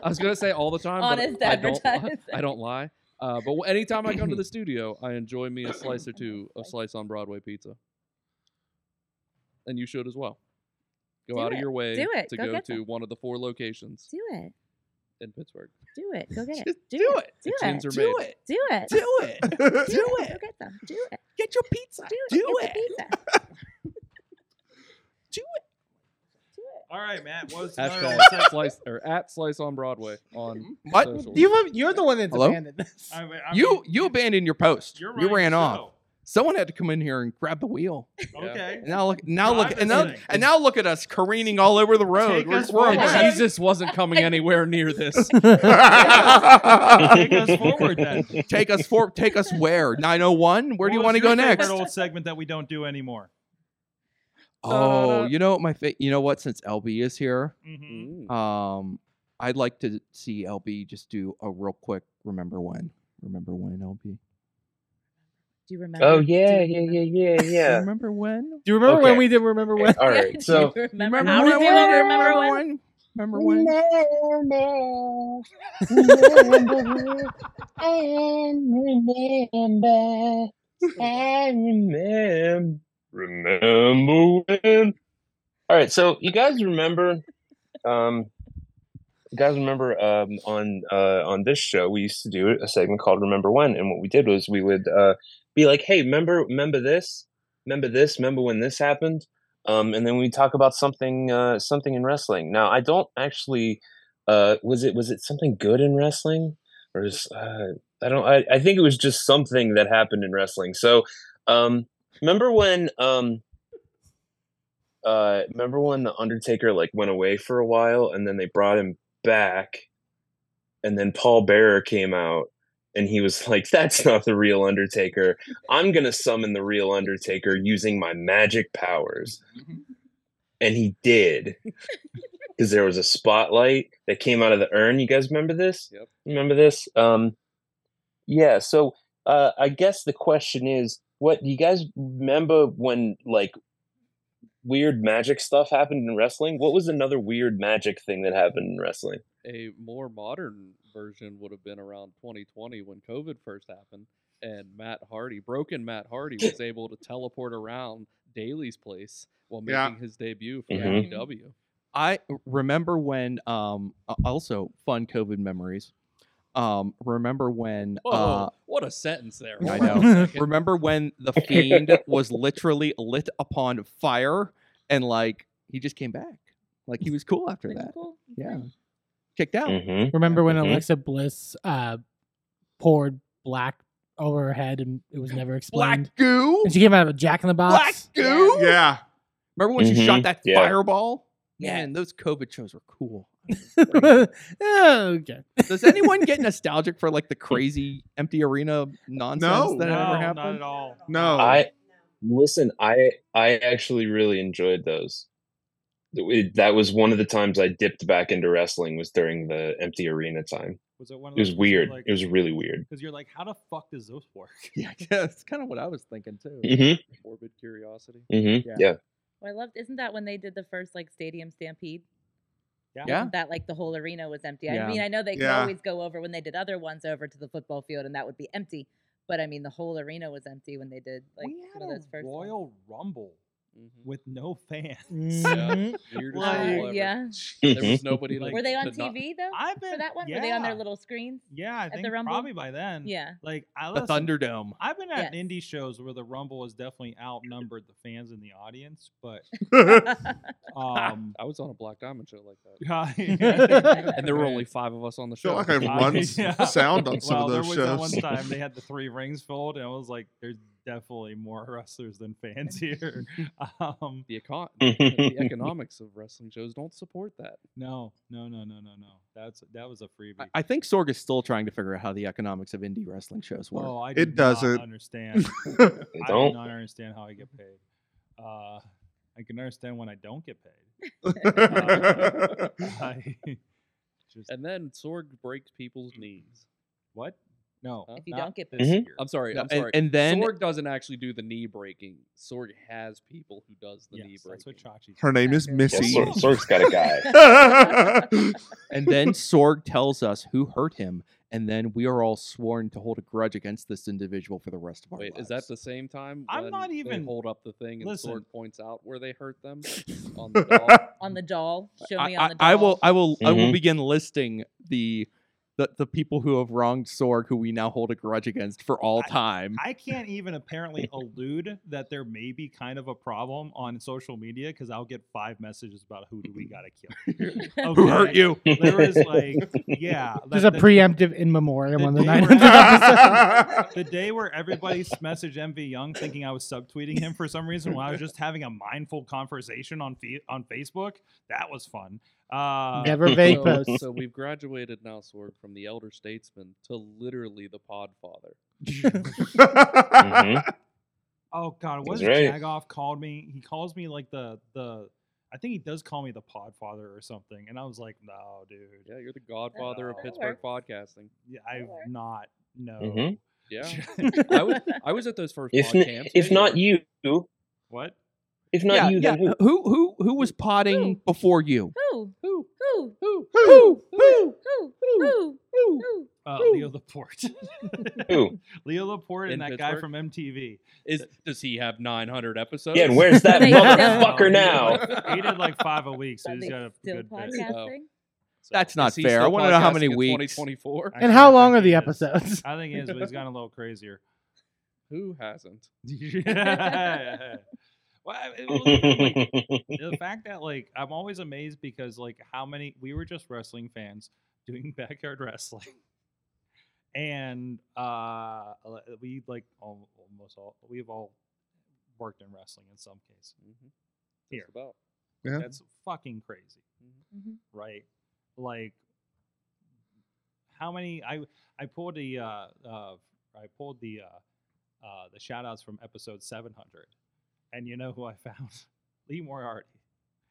S8: I was gonna say all the time,
S4: Honest
S8: but I don't. Li-
S4: advertising.
S8: I don't lie. Uh, but wh- anytime I come to the studio, I enjoy me a slice or two of slice on Broadway pizza, and you should as well. Go
S4: Do
S8: out of
S4: it.
S8: your way
S4: Do it.
S8: to
S4: Go
S8: go,
S4: get
S8: to
S4: them.
S8: one of the four locations
S4: Do it.
S8: in Pittsburgh.
S4: Do it. Go get it.
S5: Just
S4: Do,
S5: do
S4: it.
S5: it.
S8: The
S4: Do it.
S8: tins are
S5: Do
S8: made.
S5: it.
S4: Do it.
S5: Do it.
S4: Do
S5: Do
S4: it. Go
S5: it.
S4: get them. Do it.
S5: Get your pizza.
S4: Do it.
S5: Do
S4: Get the
S5: it.
S4: pizza.
S5: Do it.
S4: Do it.
S2: All right, Matt. What's another
S8: Hashtag
S2: one?
S8: slice or at slice on Broadway on
S5: What?
S8: socials.
S9: You, you're the one that's
S5: Hello?
S9: abandoned this.
S2: I mean- I
S5: You
S2: mean,
S5: you abandoned your post.
S2: you're
S5: You
S2: running
S5: ran
S2: the
S5: off. Someone had to come in here and grab the wheel.
S2: show. Okay.
S5: And now look now
S2: No,
S5: look
S2: I'm
S5: and now,
S2: listening.
S5: and now look at us careening all over the road.
S2: Take
S5: We're,
S2: us
S5: we're a
S2: forward.
S5: mess.
S8: Jesus wasn't coming anywhere near this.
S2: Take us forward then.
S5: take us for take us where? 901? Where do you
S2: What
S5: want
S2: was
S5: to go
S2: your favorite
S5: next?
S2: Old segment that we don't do anymore.
S5: Oh,
S8: Uh,
S5: you know what my fa- you know what since LB is here,
S2: Mm-hmm.
S5: um I'd like to see LB just do a real quick remember when. Remember when LB?
S4: Do you remember?
S6: oh
S4: Do you
S6: yeah, yeah,
S4: remember?
S6: yeah, yeah, yeah.
S5: Remember when?
S9: Do you remember when
S6: Okay.
S9: we did Remember When?
S6: All
S4: Yeah,
S6: right,
S4: do
S6: so
S4: you remember,
S5: Remember
S4: how
S5: when?
S4: we do it? Remember
S5: Remember
S4: when?
S5: when?
S6: I remember, remember when All right, so you guys remember, um, you guys remember um, on uh, on this show we used to do a segment called "Remember When," and what we did was we would uh, be like, "Hey, remember, remember this, remember this, remember when this happened," um, and then we talk about something uh, something in wrestling. Now, I don't actually uh, was it was it something good in wrestling or is, uh, I don't I, I think it was just something that happened in wrestling. So um, remember when um, uh remember when the undertaker like went away for a while and then they brought him back and then paul bearer came out and he was like that's not the real undertaker i'm gonna summon the real undertaker using my magic powers and he did because there was a spotlight that came out of the urn you guys remember this
S8: Yep.
S6: remember this um yeah so uh i guess the question is what do you guys remember when like weird magic stuff happened in wrestling. What was another weird magic thing that happened in wrestling?
S8: a more modern version would have been around 2020 when COVID first happened, and Matt Hardy, broken Matt Hardy, was able to teleport around Daly's place while making
S9: Yeah.
S8: his debut
S5: Mm-hmm.
S8: for E
S6: Mhm.
S8: AEW.
S5: E I remember when um a- also fun COVID memories. Um remember when
S8: Whoa,
S5: uh
S8: what a sentence there!
S5: I
S8: Hold on a
S5: know.
S8: second.
S5: remember when the fiend was literally lit upon fire and like he just came back. Like he was cool after that.
S4: Cool.
S5: Yeah. Kicked out.
S6: Mm-hmm.
S3: Remember when
S6: Mhm.
S3: Alexa Bliss uh, poured black over her head and it was never explained?
S5: Black goo.
S3: And she came out of a jack in the box.
S5: Black goo.
S9: Yeah.
S5: Remember when she
S6: Mhm.
S5: shot that
S6: Yeah.
S5: fireball?
S4: Yeah.
S5: Man, those COVID shows were cool.
S9: Oh,
S3: okay.
S5: Does anyone get nostalgic for like the crazy empty arena nonsense
S9: No.
S5: that
S2: no,
S5: ever
S2: not
S5: happened?
S2: at all.
S9: No.
S6: I listen. I I actually really enjoyed those. It- that was one of the times I dipped back into wrestling was during the empty arena time.
S2: Was it one of
S6: It was
S2: those ones where,
S6: weird.
S2: like-
S6: it was really weird.
S2: Because you're like, how the fuck does this work?
S5: Yeah, yeah, that's kind of what I was thinking too.
S6: Mm-hmm.
S8: Morbid curiosity.
S6: Mm-hmm.
S5: Yeah.
S6: Yeah.
S4: Well, I loved. Isn't that when they did the first like stadium stampede?
S5: Yeah.
S4: That like the whole arena was empty.
S5: Yeah.
S4: I mean, I know they could
S9: Yeah.
S4: always go over when they did other ones over to the football field, and that would be empty. But I mean, the whole arena was empty when they did like
S2: we
S4: one
S2: had
S4: of those
S2: a
S4: first. ones.
S2: Royal Rumble
S8: Mhm.
S2: Mm-hmm. with no fans.
S5: Mm-hmm.
S3: Mhm.
S2: Like-
S8: Weirdest rumble
S4: Uh,
S8: ever.
S4: yeah.
S8: There
S6: Mm-hmm.
S8: was nobody.
S2: Like-
S8: Like,
S4: Were they on
S8: to not-
S4: TV though
S2: I've been
S4: for that one? Were they on their
S2: yeah.
S4: little screens?
S2: Yeah, I
S4: the
S2: think
S4: Rumble?
S2: probably by then.
S4: Yeah.
S2: Like I
S5: The
S2: listen,
S5: Thunderdome.
S2: I've been at
S4: Yes.
S2: indie shows where the Rumble has definitely outnumbered the fans in the audience, but um,
S8: I was on a Black Diamond show like that,
S2: yeah,
S8: and there were only five of us on the show.
S9: feel like I've
S2: I-
S9: run
S2: yeah.
S9: s- sound on some
S2: well,
S9: of those
S2: there
S9: shows.
S2: was that one time they had the three rings filled, and I was like, "There's definitely more wrestlers than fans here." um,
S8: the, econ- the economics of wrestling shows don't support that.
S2: no, no, no, no, no, no. That's that was a freebie.
S5: I, I think Sorg is still trying to figure out how the economics of indie wrestling shows work.
S2: oh, I
S9: It
S2: did not
S9: doesn't.
S2: understand.
S6: They
S2: I do
S6: don't.
S2: not understand how I get paid. Uh, I can understand when I don't get paid. Uh, I just Mm.
S8: And then Sorg breaks people's knees.
S2: what? No,
S8: Huh?
S4: If you
S2: not
S4: don't get
S2: this
S6: Mhm.
S2: year.
S8: I'm sorry.
S5: No,
S8: I'm
S5: and,
S8: sorry.
S5: and then
S8: Sorg doesn't actually do the knee breaking. Sorg has people who does the knee
S2: yes,
S8: breaking.
S2: that's what Chachi.
S9: Her name is
S6: Yeah,
S9: Missy.
S6: Sorg, Sorg's got a guy.
S5: and then Sorg tells us who hurt him, and then we are all sworn to hold a grudge against this individual for the rest of our
S8: Wait,
S5: lives.
S8: is that the same time?
S2: I'm
S8: when
S2: not
S8: they
S2: even-
S8: hold up the thing and
S2: Listen.
S8: Sorg points out where they hurt them on the dog.
S4: on the doll. Show me
S5: I,
S4: on the doll.
S5: I- I will. I will. I will
S6: Mhm.
S5: begin listing the. The, the people who have wronged Sorg, who we now hold a grudge against for all
S2: I-
S5: time.
S2: I can't even apparently allude that there may be kind of a problem on social media because I'll get five messages about who do we gotta kill.
S5: who
S2: Okay?
S5: hurt you?
S2: There is like, yeah,
S3: There's a
S2: Ah, that- that-
S3: preemptive in memoriam
S2: the
S3: on the
S2: day
S3: 900
S2: where-
S3: episode.
S2: the day where everybody messaged MV Young thinking I was subtweeting him for some reason when I was just having a mindful conversation on fe- on Facebook. That was fun. Uh,
S3: Never vague
S8: So-
S6: Mm-hmm.
S3: posts.
S8: So we've graduated now, Sorg, from the elder statesman to literally the podfather.
S6: Mhm.
S2: Oh God, what is
S6: That's
S2: it
S6: right.
S2: Jagoff called me? He calls me like the the. I think he does call me the Podfather or something, and I was like, no, dude,
S8: Yeah, you're the godfather of
S4: that
S8: Pittsburgh
S4: works.
S8: podcasting.
S2: yeah, I've not. No.
S6: Mhm.
S8: Yeah, I was I was at those first
S6: If
S8: pod
S6: n-
S8: camps.
S6: if
S8: Hey,
S6: not
S8: Sorg.
S6: you,
S2: what?
S6: if not you, then who?
S5: who who who was potting before you?
S4: Who? Who? Who?
S5: Who
S4: Who? Who? Who? Who?
S5: who?
S4: Who?
S2: Uh,
S9: Woo.
S2: Leo Laporte.
S6: Who?
S2: Leo Laporte and
S8: In
S2: that guy
S8: Pittsburgh?
S2: from MTV.
S8: Is does he have 900 episodes?
S6: Yeah, and where's that
S4: They-
S6: motherfucker
S2: he did
S6: now?
S2: like- he did like five a week, so
S4: Are
S2: he's
S4: they
S2: got a
S4: still
S2: good bit.
S4: podcasting?
S8: Oh. So,
S9: That's
S8: is
S9: not
S8: he
S9: fair.
S8: still
S9: I wanna know how many
S8: podcasting in
S9: weeks.
S8: 2024.
S2: Actually,
S3: And
S2: I
S3: how
S2: think
S3: long are
S2: he
S3: the
S2: is.
S3: episodes?
S2: I think he is, but he's gotten a little crazier.
S8: Who hasn't?
S2: Yeah. well, I- it was even, like, the fact that like I'm always amazed because like how many we were just wrestling fans doing backyard wrestling, and uh l- we like al- almost all we've all worked in wrestling in some case.
S8: Mhm. Just
S2: Here.
S8: about.
S7: Yeah.
S2: That's fucking crazy,
S4: Mhm.
S2: right? Like how many I I pulled the uh, uh I pulled the uh, uh the shout outs from episode 700, and you know who I found Lee Moriarty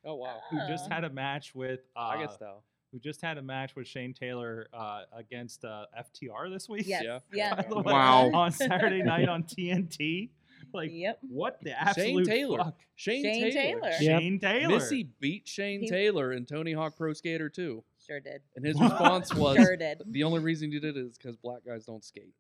S8: Oh wow.
S2: who just
S4: Ah.
S2: had a match with uh,
S8: I guess though.
S2: who just had a match with Shane Taylor uh, against uh, FTR this week.
S4: Yes.
S8: Yeah.
S4: Yeah.
S2: By the way,
S7: Wow.
S2: On Saturday night on TNT, like
S4: Yep.
S2: what the absolute
S8: Taylor.
S2: fuck?
S8: Shane, Taylor.
S4: Shane Taylor.
S3: Yep.
S2: Shane Taylor.
S8: Missy beat Shane
S4: He-
S8: Taylor in Tony Hawk Pro Skater 2.
S4: Sure did.
S8: And his
S2: What?
S8: response was
S4: Sure did.
S8: the only reason you did it is because black guys don't skate.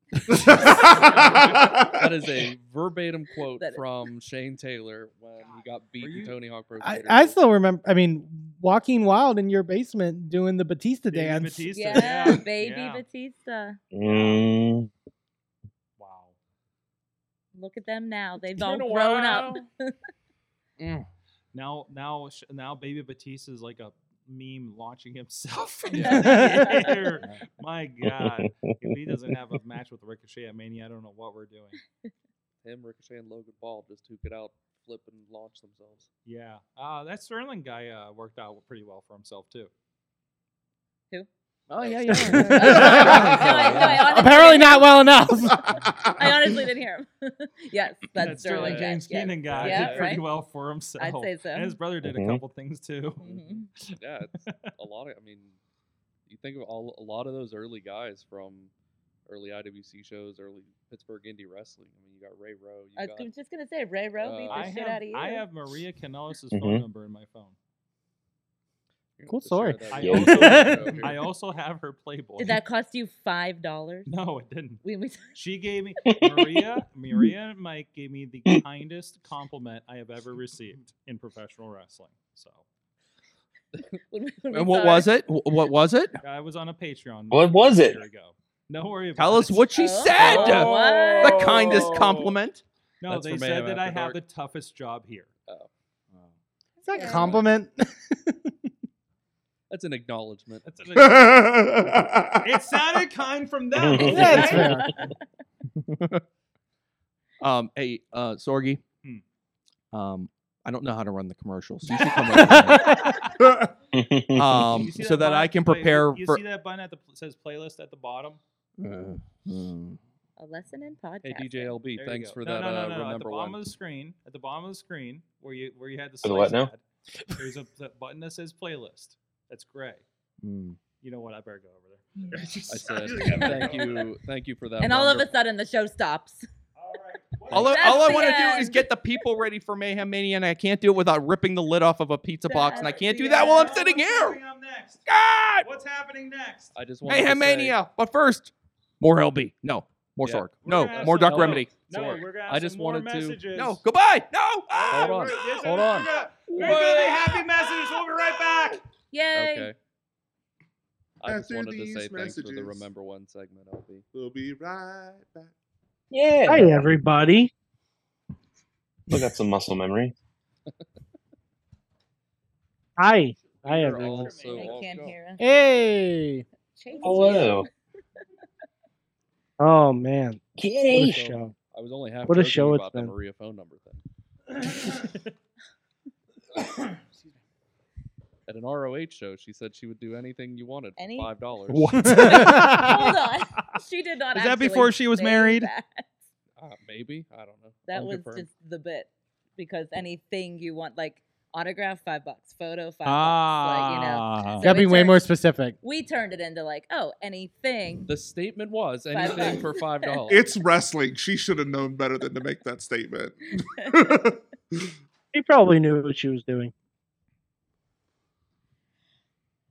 S8: That is a verbatim quote
S4: That-
S8: from Shane Taylor when he got beat
S2: Were
S8: in
S2: you-
S8: Tony Hawk Pro
S3: I,
S8: Skater.
S3: I
S8: 2.
S3: still remember. I mean, walking wild in your basement doing the Batista
S2: Baby
S3: dance.
S2: Batista.
S4: Yeah, baby
S2: yeah.
S4: Batista.
S6: Mm,
S2: Wow.
S4: Look at them now. They've
S8: It's
S4: all
S8: been a
S4: grown up. Mm.
S2: Now, now, sh- now, baby Batista is like a meme launching himself into
S8: Yeah.
S2: the air. My God, if he doesn't have a match with Ricochet at Mania, I don't know what we're doing.
S8: Him, Ricochet, and Logan Paul just who could out flip and launch themselves.
S2: Yeah, uh, that Sterling guy uh, worked out pretty well for himself too.
S9: Oh
S8: yeah,
S9: yeah.
S4: No, I- no, I honestly
S3: Apparently
S4: didn't-
S3: not well enough.
S4: I honestly didn't hear him. yes, that's
S2: that Sterling
S8: Sterling
S2: James
S4: yes.
S2: Keenan guy
S4: Yeah,
S2: did pretty
S4: right?
S2: well for himself.
S4: I'd say so.
S2: And his brother did
S6: Mhm.
S3: Mm-hmm.
S2: a couple things too.
S4: Mhm.
S8: yeah, it's a lot of. I mean, you think of all, a lot of those early guys from early IWC shows, early Pittsburgh indie wrestling. I mean, you got Ray Rowe. You
S4: I
S8: got,
S4: was just gonna say Ray Rowe beat the
S8: Uh,
S2: I,
S4: shit
S2: have,
S4: out of you.
S2: I have Maria Canales'
S3: Mm-hmm.
S2: phone
S6: Mhm.
S2: number in my phone.
S8: you're gonna
S3: Cool
S8: have to share
S3: story.
S8: that
S2: I
S8: with
S6: Yo.
S2: also,
S8: the show here.
S2: I also have her Playboy.
S4: Did that cost you five dollars?
S2: No, it didn't.
S4: We, we
S2: She gave me Maria. Maria and Mike gave me the kindest compliment I have ever received in professional wrestling. So
S4: when we- when we
S9: And what
S4: saw
S9: was
S4: her-
S9: it? Wh- What was it?
S2: I was on a Patreon.
S6: What was
S2: a
S6: it?
S2: year ago. Don't worry about
S9: Tell
S2: it.
S9: us what she
S4: Oh.
S9: said.
S4: Oh,
S9: The kindest
S4: what?
S9: compliment.
S2: No,
S8: That's
S2: they
S8: for Man
S2: said
S8: After
S2: that I have
S8: Dark.
S2: the toughest job here.
S3: Is that
S4: Yeah.
S3: compliment?
S8: That's an acknowledgement.
S2: That's an it sounded kind from them.
S3: Yeah, that's fair.
S9: Um, hey, uh, Sorgi. Um, I don't know how to run the commercials. You should come up with them.
S2: You
S9: um,
S2: see
S9: so that I
S2: button-
S9: can
S2: wait,
S9: prepare
S2: wait, you
S9: for.
S2: see that button at the pl- says playlist at the bottom?
S9: Mm.
S4: A lesson in podcast.
S8: Hey DJLB,
S2: There you
S8: thanks
S2: go.
S8: for
S2: no,
S8: that.
S2: No, no, no, no.
S8: uh,
S2: At the
S8: remember
S2: bottom
S8: one.
S2: of the screen, at the bottom of the screen, where you where you had the
S6: For the what
S2: slice
S6: now?
S2: ad, there's a that button that says playlist. That's gray.
S6: Hmm.
S9: Mm.
S2: You know what? I better go over there.
S8: I
S4: Yeah.
S8: said, thank you, thank you for that.
S4: Hmm. and all of
S8: wonder-
S4: a sudden the show stops.
S9: All I,
S4: That's
S9: all I
S4: the
S9: want to do is
S4: end.
S9: get the people ready for Mayhem Mania, and I can't do it without ripping the lid off of a pizza box, and I
S4: That's
S9: can't do
S4: the
S9: that while I'm
S4: end.
S9: sitting
S2: What's
S9: here.
S2: coming up next?
S9: God!
S2: What's happening next?
S8: I just wanted to
S9: Mayhem
S8: say-
S9: Mania. But first, more LB. No, more
S8: Yeah.
S9: Sorg.
S2: We're
S9: No,
S2: gonna have
S9: more
S2: some-
S9: Doc
S8: no,
S9: Remedy.
S2: No,
S8: Sorg.
S2: we're gonna
S8: I
S2: have
S8: just
S2: some more
S8: wanted to-
S2: messages.
S9: No, goodbye. No. Ah!
S8: Hold on.
S2: Yes,
S8: Hold
S2: we're
S8: on.
S2: gonna- We're going to happy messages. We'll be right back.
S4: Yay!
S8: Okay. I just
S7: After
S8: wanted to say
S7: these
S8: thanks for the
S7: messages.
S8: remember one segment, LB.
S7: We'll be right back.
S6: yeah.
S11: Hi, everybody.
S6: Still got some muscle memory.
S11: Hi. Hi,
S8: You're
S11: everyone.
S8: also
S4: They
S8: all
S4: can't
S8: go.
S4: hear us.
S3: hey,
S4: Chase is
S6: Hello.
S11: Oh, man. What a
S6: Kitty.
S11: show.
S8: I was only half
S11: What a
S8: joking
S11: show it's
S8: about
S11: been.
S8: the Maria phone number thing. At an ROH show, she said she would do anything you wanted for
S4: Any-
S8: five dollars.
S4: here. Hold on. She did not.
S2: Is that
S4: actually
S2: before she was
S4: say
S2: married?
S4: That,
S8: Ah, maybe I don't know.
S4: That was
S8: Unconfirmed.
S4: just the bit because anything you want, like autograph, five bucks, photo, five bucks, like, you know.
S2: Ah.
S4: So
S3: gotta
S4: we
S3: be way
S4: turned-
S3: more specific.
S4: We turned it into like, oh, anything.
S8: The statement was
S4: Five
S8: anything
S4: bucks.
S8: for five dollars.
S7: It's wrestling. She should have known better than to make that statement.
S11: She probably knew what she was doing.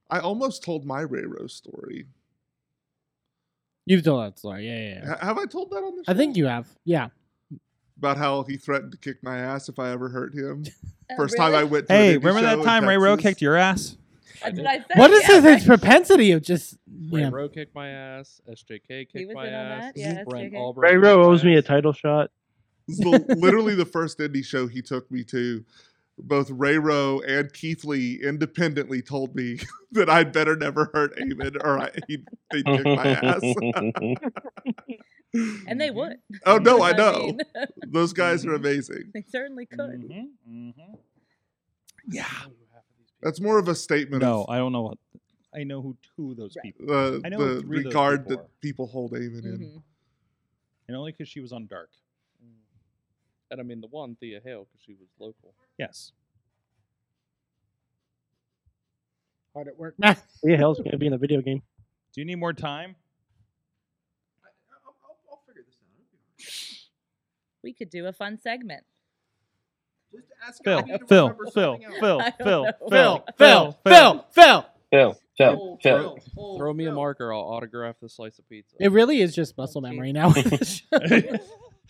S7: I almost told my Ray Rose story.
S3: You've told that story. Yeah, yeah. yeah.
S7: H- have I told that on the show?
S3: I think you have. Yeah.
S7: about how he threatened to kick my ass if I ever hurt him.
S4: Oh,
S7: First
S4: really?
S7: time I went. To
S2: Hey,
S7: an indie
S2: remember
S7: show
S2: that
S7: in
S2: time Ray Rowe
S7: Texas?
S2: kicked your ass?
S4: That's what I said.
S3: What is
S4: yeah,
S3: his,
S4: right.
S3: his propensity of just?
S8: Ray
S3: Yeah.
S8: Rowe kicked my ass. SJK kicked
S4: was
S8: my
S4: in on that?
S8: ass.
S4: Yeah,
S8: Brent
S4: SJK.
S8: Albright
S11: Ray
S8: kicked
S11: Rowe
S8: my
S11: owes me a
S8: ass.
S11: title shot.
S7: This is the, literally the first indie show he took me to. Both Ray Rowe and Keith Lee independently told me that I'd better never hurt Amon or I, he'd, he'd kick my ass.
S4: And they would.
S7: oh no, I know.
S4: mean,
S7: Those guys
S8: Mm-hmm.
S7: are amazing.
S4: they certainly could.
S2: Mm-hmm, hmm
S7: Yeah, that's more of a statement.
S2: No,
S7: of,
S2: I don't know what. I know who two of those
S4: Right.
S2: people,
S7: uh,
S2: I know
S7: the
S2: three of those
S7: regard
S2: people are.
S7: that people hold Amon in.
S4: Mhm.
S2: and only because she was on Dark.
S8: And I mean the one Thea Hale because she was local.
S2: Yes.
S3: Hard at work.
S11: Yeah, hell's gonna be in the video game.
S2: Do you need more time?
S4: We could do a fun segment.
S2: Phil,
S4: don't
S2: Phil, Phil, Phil,
S4: I don't
S2: Phil,
S4: know.
S2: Phil,
S3: Phil, Phil, Phil.
S6: Phil, Phil, Phil.
S8: Throw me a marker. I'll autograph the slice of pizza.
S3: It really is just muscle memory now.
S6: It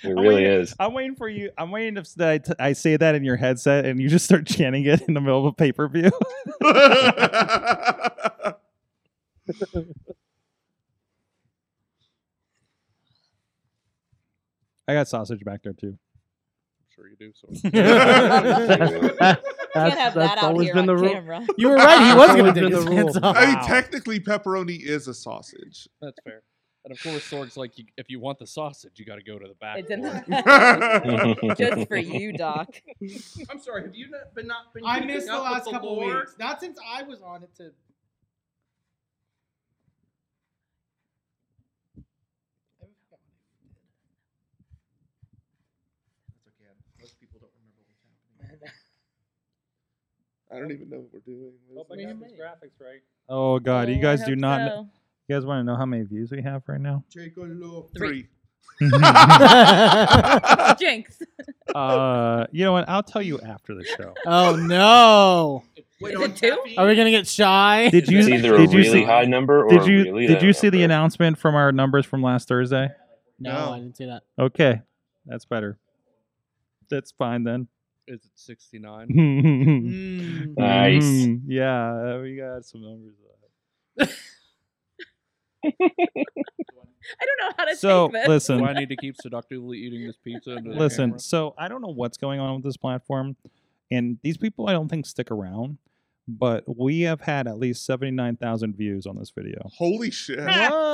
S6: really
S2: waiting-
S6: is.
S2: I'm waiting for you. I'm waiting to that I, t- I say that in your headset and you just start chanting it in the middle of a pay per view. I got sausage back there too.
S8: I'm sure you do. So
S11: that's
S4: Can't have that
S11: that's
S4: out
S11: always
S4: here
S11: been the
S4: on
S11: rule.
S4: camera.
S3: you were right. He was going
S11: Always
S3: to
S11: been
S3: take
S11: the
S3: his
S11: rule.
S3: pants off.
S7: I mean, technically, pepperoni is a sausage.
S8: that's fair. And of course, Sorg's like, "You- if you want the sausage, you got to go to the back.
S4: It's in
S8: door."
S4: the just for you, Doc.
S5: I'm sorry. Have you not been not been?
S3: I
S5: keeping
S3: missed the
S5: up with
S3: last couple
S5: lore?
S3: weeks. Not since I was on it to.
S7: I don't even know what we're doing.
S2: Oh god,
S4: Oh,
S2: you
S4: I
S2: guys do
S4: hope
S2: not. kn-
S4: so.
S2: You guys want to know how many views we have right now?
S7: Three.
S4: Jinx.
S2: uh, you know what? I'll tell you after the show.
S3: Oh no!
S5: Wait,
S4: Is
S5: on
S4: it two?
S5: caffeine?
S3: Are we gonna get shy?
S2: Did you?
S6: It's either a
S2: Did you
S6: really
S2: see?
S6: high number or
S2: Did
S6: a
S2: you?
S6: really
S2: Did
S6: low
S2: you see the
S6: number.
S2: announcement from our numbers from last Thursday?
S3: No,
S7: No.
S3: I didn't see that.
S2: Okay, that's better. That's fine then.
S8: Is it 69?
S2: nice.
S3: Mm.
S6: Nice.
S2: Mm-hmm. Yeah, we got some numbers.
S4: I don't know how to
S2: So
S4: take this.
S8: Do I
S2: listen,
S8: need to keep seductively eating this pizza? Into the
S2: listen.
S8: camera?
S2: So I don't know what's going on with this platform, and these people I don't think stick around. But we have had at least seventy nine thousand views on this video.
S7: Holy shit.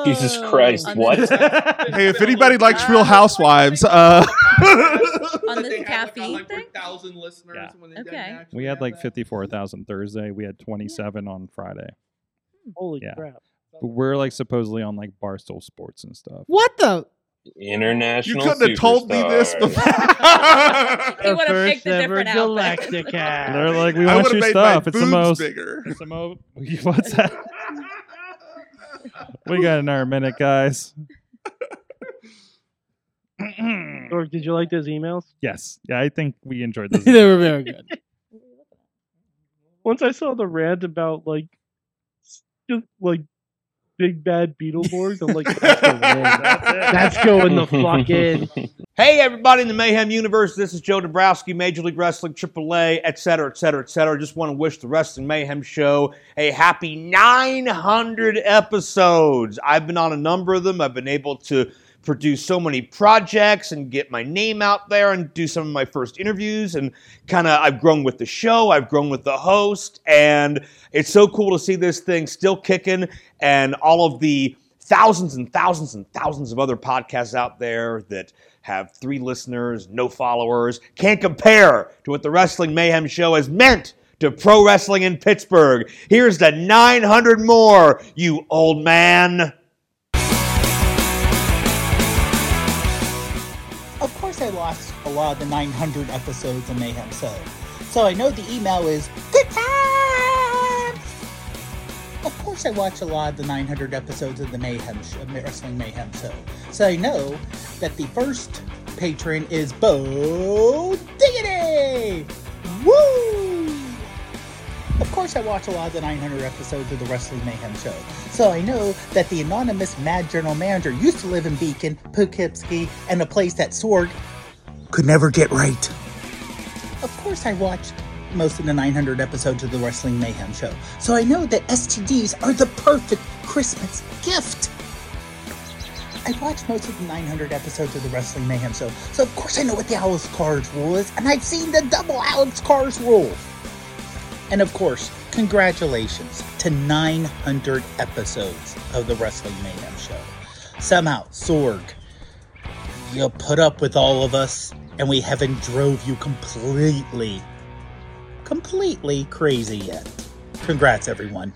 S6: Jesus
S4: Whoa.
S8: Oh,
S6: Christ,
S4: On
S6: what?
S4: this-
S7: Hey, if anybody likes Real Housewives, uh,
S5: They
S4: On this
S5: had, like,
S4: caffeine
S5: like,
S4: thing?
S5: 1,000 listeners
S2: Yeah.
S5: when they
S4: Okay.
S5: didn't actually
S2: we had
S5: have
S2: like
S5: that.
S2: fifty four thousand Thursday. We had twenty seven on Friday.
S11: Holy
S2: Yeah.
S11: crap!
S2: But we're like supposedly on like Barstool Sports and stuff.
S3: What the?
S7: you
S6: International.
S7: couldn't have told me this
S6: superstar.
S7: before.
S4: He
S11: The
S4: would have picked
S11: first
S4: a
S11: ever
S4: different outfit.
S11: Galactica.
S2: They're like, we
S7: I
S2: want
S7: would have
S2: your
S7: made
S2: stuff.
S7: my
S2: It's the
S7: boobs
S2: most.
S7: bigger.
S2: It's the most. What's that? we got another minute, guys. Oh,
S3: Hmm.
S11: Sorg, did you like those emails?
S2: yes, yeah, I think we enjoyed this.
S3: they were very good.
S11: Once I saw the rant about like, s- just like big bad Beetleborgs, I'm like, that's, the win. that's going the fucking.
S12: Hey, everybody in the Mayhem universe. This is Joe Dabrowski, Major League Wrestling, AAA, et cetera, et cetera, et cetera. Just want to wish the Wrestling Mayhem show a happy 900 episodes. I've been on a number of them. I've been able to produce so many projects and get my name out there and do some of my first interviews. And kind of, I've grown with the show, I've grown with the host. And it's so cool to see this thing still kicking and all of the thousands and thousands and thousands of other podcasts out there that have three listeners, no followers, can't compare to what the Wrestling Mayhem Show has meant to pro wrestling in Pittsburgh. Here's the 900 more, you old man.
S13: Of course, I lost a lot of the 900 episodes of Mayhem So. So I know the email is good times. Of course, I watch a lot of the 900 episodes of the Mayhem Sh- of Wrestling Mayhem Show. So I know that the first patron is Bo Diggity. Woo! Of course, course, I watch a lot of the 900 episodes of the Wrestling Mayhem Show, so I know that the anonymous Mad General Manager used to live in Beacon, Poughkeepsie, and a place that Sorg could never get right. Of course, I watched most of the 900 episodes of the Wrestling Mayhem Show, so I know that STDs are the perfect Christmas gift. I watched most of the 900 episodes of the Wrestling Mayhem Show, so of course I know what the Alex Cars rule is, and I've seen the double Alex Cars rule. And of course, congratulations to 900 episodes of the Wrestling Mayhem Show. Somehow, Sorg, you put up with all of us, and we haven't drove you completely, completely crazy yet. Congrats, everyone.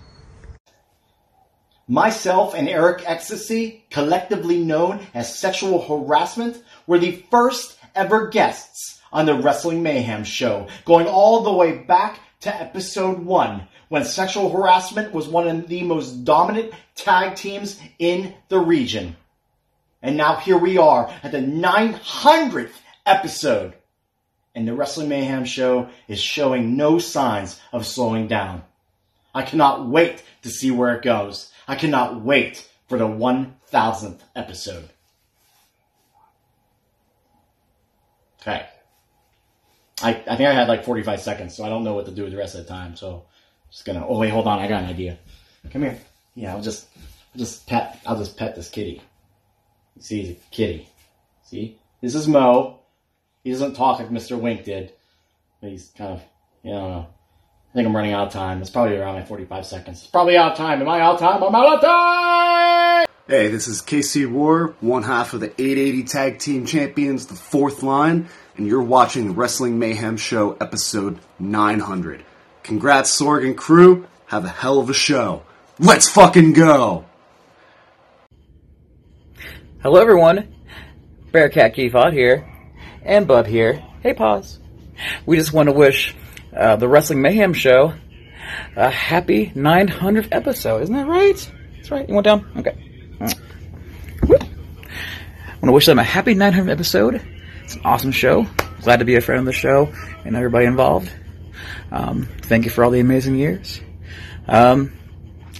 S14: Myself and Eric Ecstasy, collectively known as Sexual Harassment, were the first ever guests on the Wrestling Mayhem show, going all the way back to episode one, when sexual harassment was one of the most dominant tag teams in the region. And now here we are at the 900th episode, and the Wrestling Mayhem show is showing no signs of slowing down. I cannot wait to see where it goes. I cannot wait for the 1000th episode. Okay. I, I think I had like 45 seconds, so I don't know what to do with the rest of the time. So just gonna. Oh wait, hold on. I got an idea. Come here. Yeah, I'll just, I'll just pet. I'll just pet this kitty. See, he's a kitty. See, this is Mo. He doesn't talk like Mr. Wink did. But he's kind of. Yeah, I don't know. I think I'm running out of time. It's probably around like 45 seconds. It's probably out of time. Am I out of time? I'm out of time.
S15: Hey, this is KC War, one half of the 880 Tag Team Champions, the fourth line, and you're watching the Wrestling Mayhem Show, episode 900. Congrats, Sorg and crew. Have a hell of a show. Let's fucking go!
S16: Hello, everyone. Bearcat Geefot here, and Bub here. Hey, pause. We just want to wish uh, the Wrestling Mayhem Show a happy 900th episode. Isn't that right? That's right. You went down? Okay. I want to wish them a happy 900th episode. It's an awesome show. Glad to be a friend of the show and everybody involved. Um, thank you for all the amazing years. Um,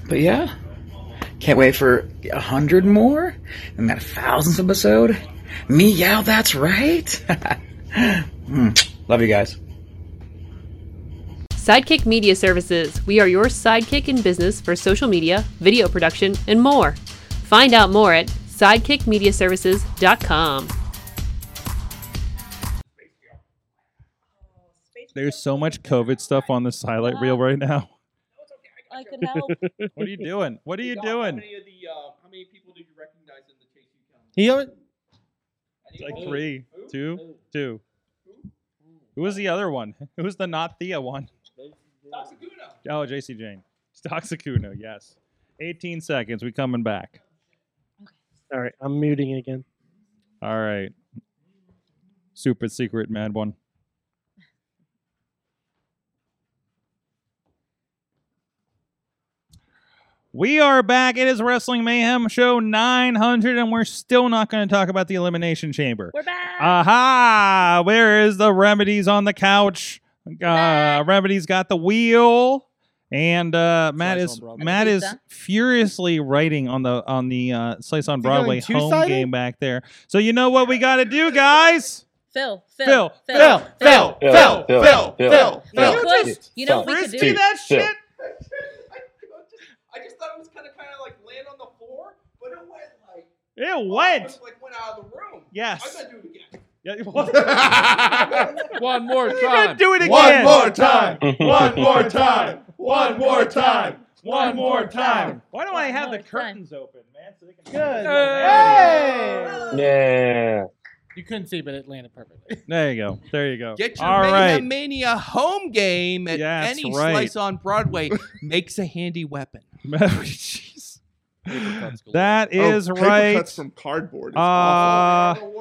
S16: but yeah, can't wait for a hundred more and that thousandth episode. Meow, that's right. Mm, Love you guys.
S17: Sidekick Media Services. We are your sidekick in business for social media, video production, and more. Find out more at sidekickmediaservices.com.
S2: There's so much COVID stuff on the highlight reel right now.
S4: I could help.
S2: what are you doing? What are you doing?
S5: how many people do you recognize in the KC County?
S2: He It's like three, two, two. Who was the other one? Who was the not Thea one? Oh, JC Jane. Stoxacuno, yes. 18 seconds. We coming back.
S11: All right, I'm muting again.
S2: All right. Super secret mad one. We are back. It is Wrestling Mayhem Show 900, and we're still not going to talk about the Elimination Chamber. We're back. Aha! Where is the remedies on the couch? Uh, remedies got the wheel, and uh, Matt is Matt is furiously writing on the on the uh, Slice on
S1: They're going
S2: Broadway home
S1: two-sided?
S2: game back there. So you know what we got to do, guys.
S4: Phil, Phil,
S2: Phil, Phil, Phil, Phil, Phil, Phil, Phil,
S4: You know what? You know what we could
S2: Frisbee
S4: do?
S2: that shit.
S5: I just thought it was kind of kind of like land on the floor, but it went like
S2: It went.
S5: like went out of the room.
S2: Yes.
S5: I gotta do it again.
S2: Yeah, you- One more You gotta time. do it again.
S1: One more time. One more time. One more time.
S2: Why do I have the curtains open, man? So they can Good.
S6: Yeah.
S3: You couldn't see, but it landed perfectly.
S2: There you go. There you go.
S5: Get your
S2: All
S5: Mayhem
S2: right.
S5: Mania home game at
S2: Yeah, that's
S5: any
S2: right.
S5: slice on Broadway makes a handy weapon.
S2: Jeez. That is
S7: oh, paper
S2: right.
S7: Cuts from cardboard. is
S2: Uh,
S7: awful.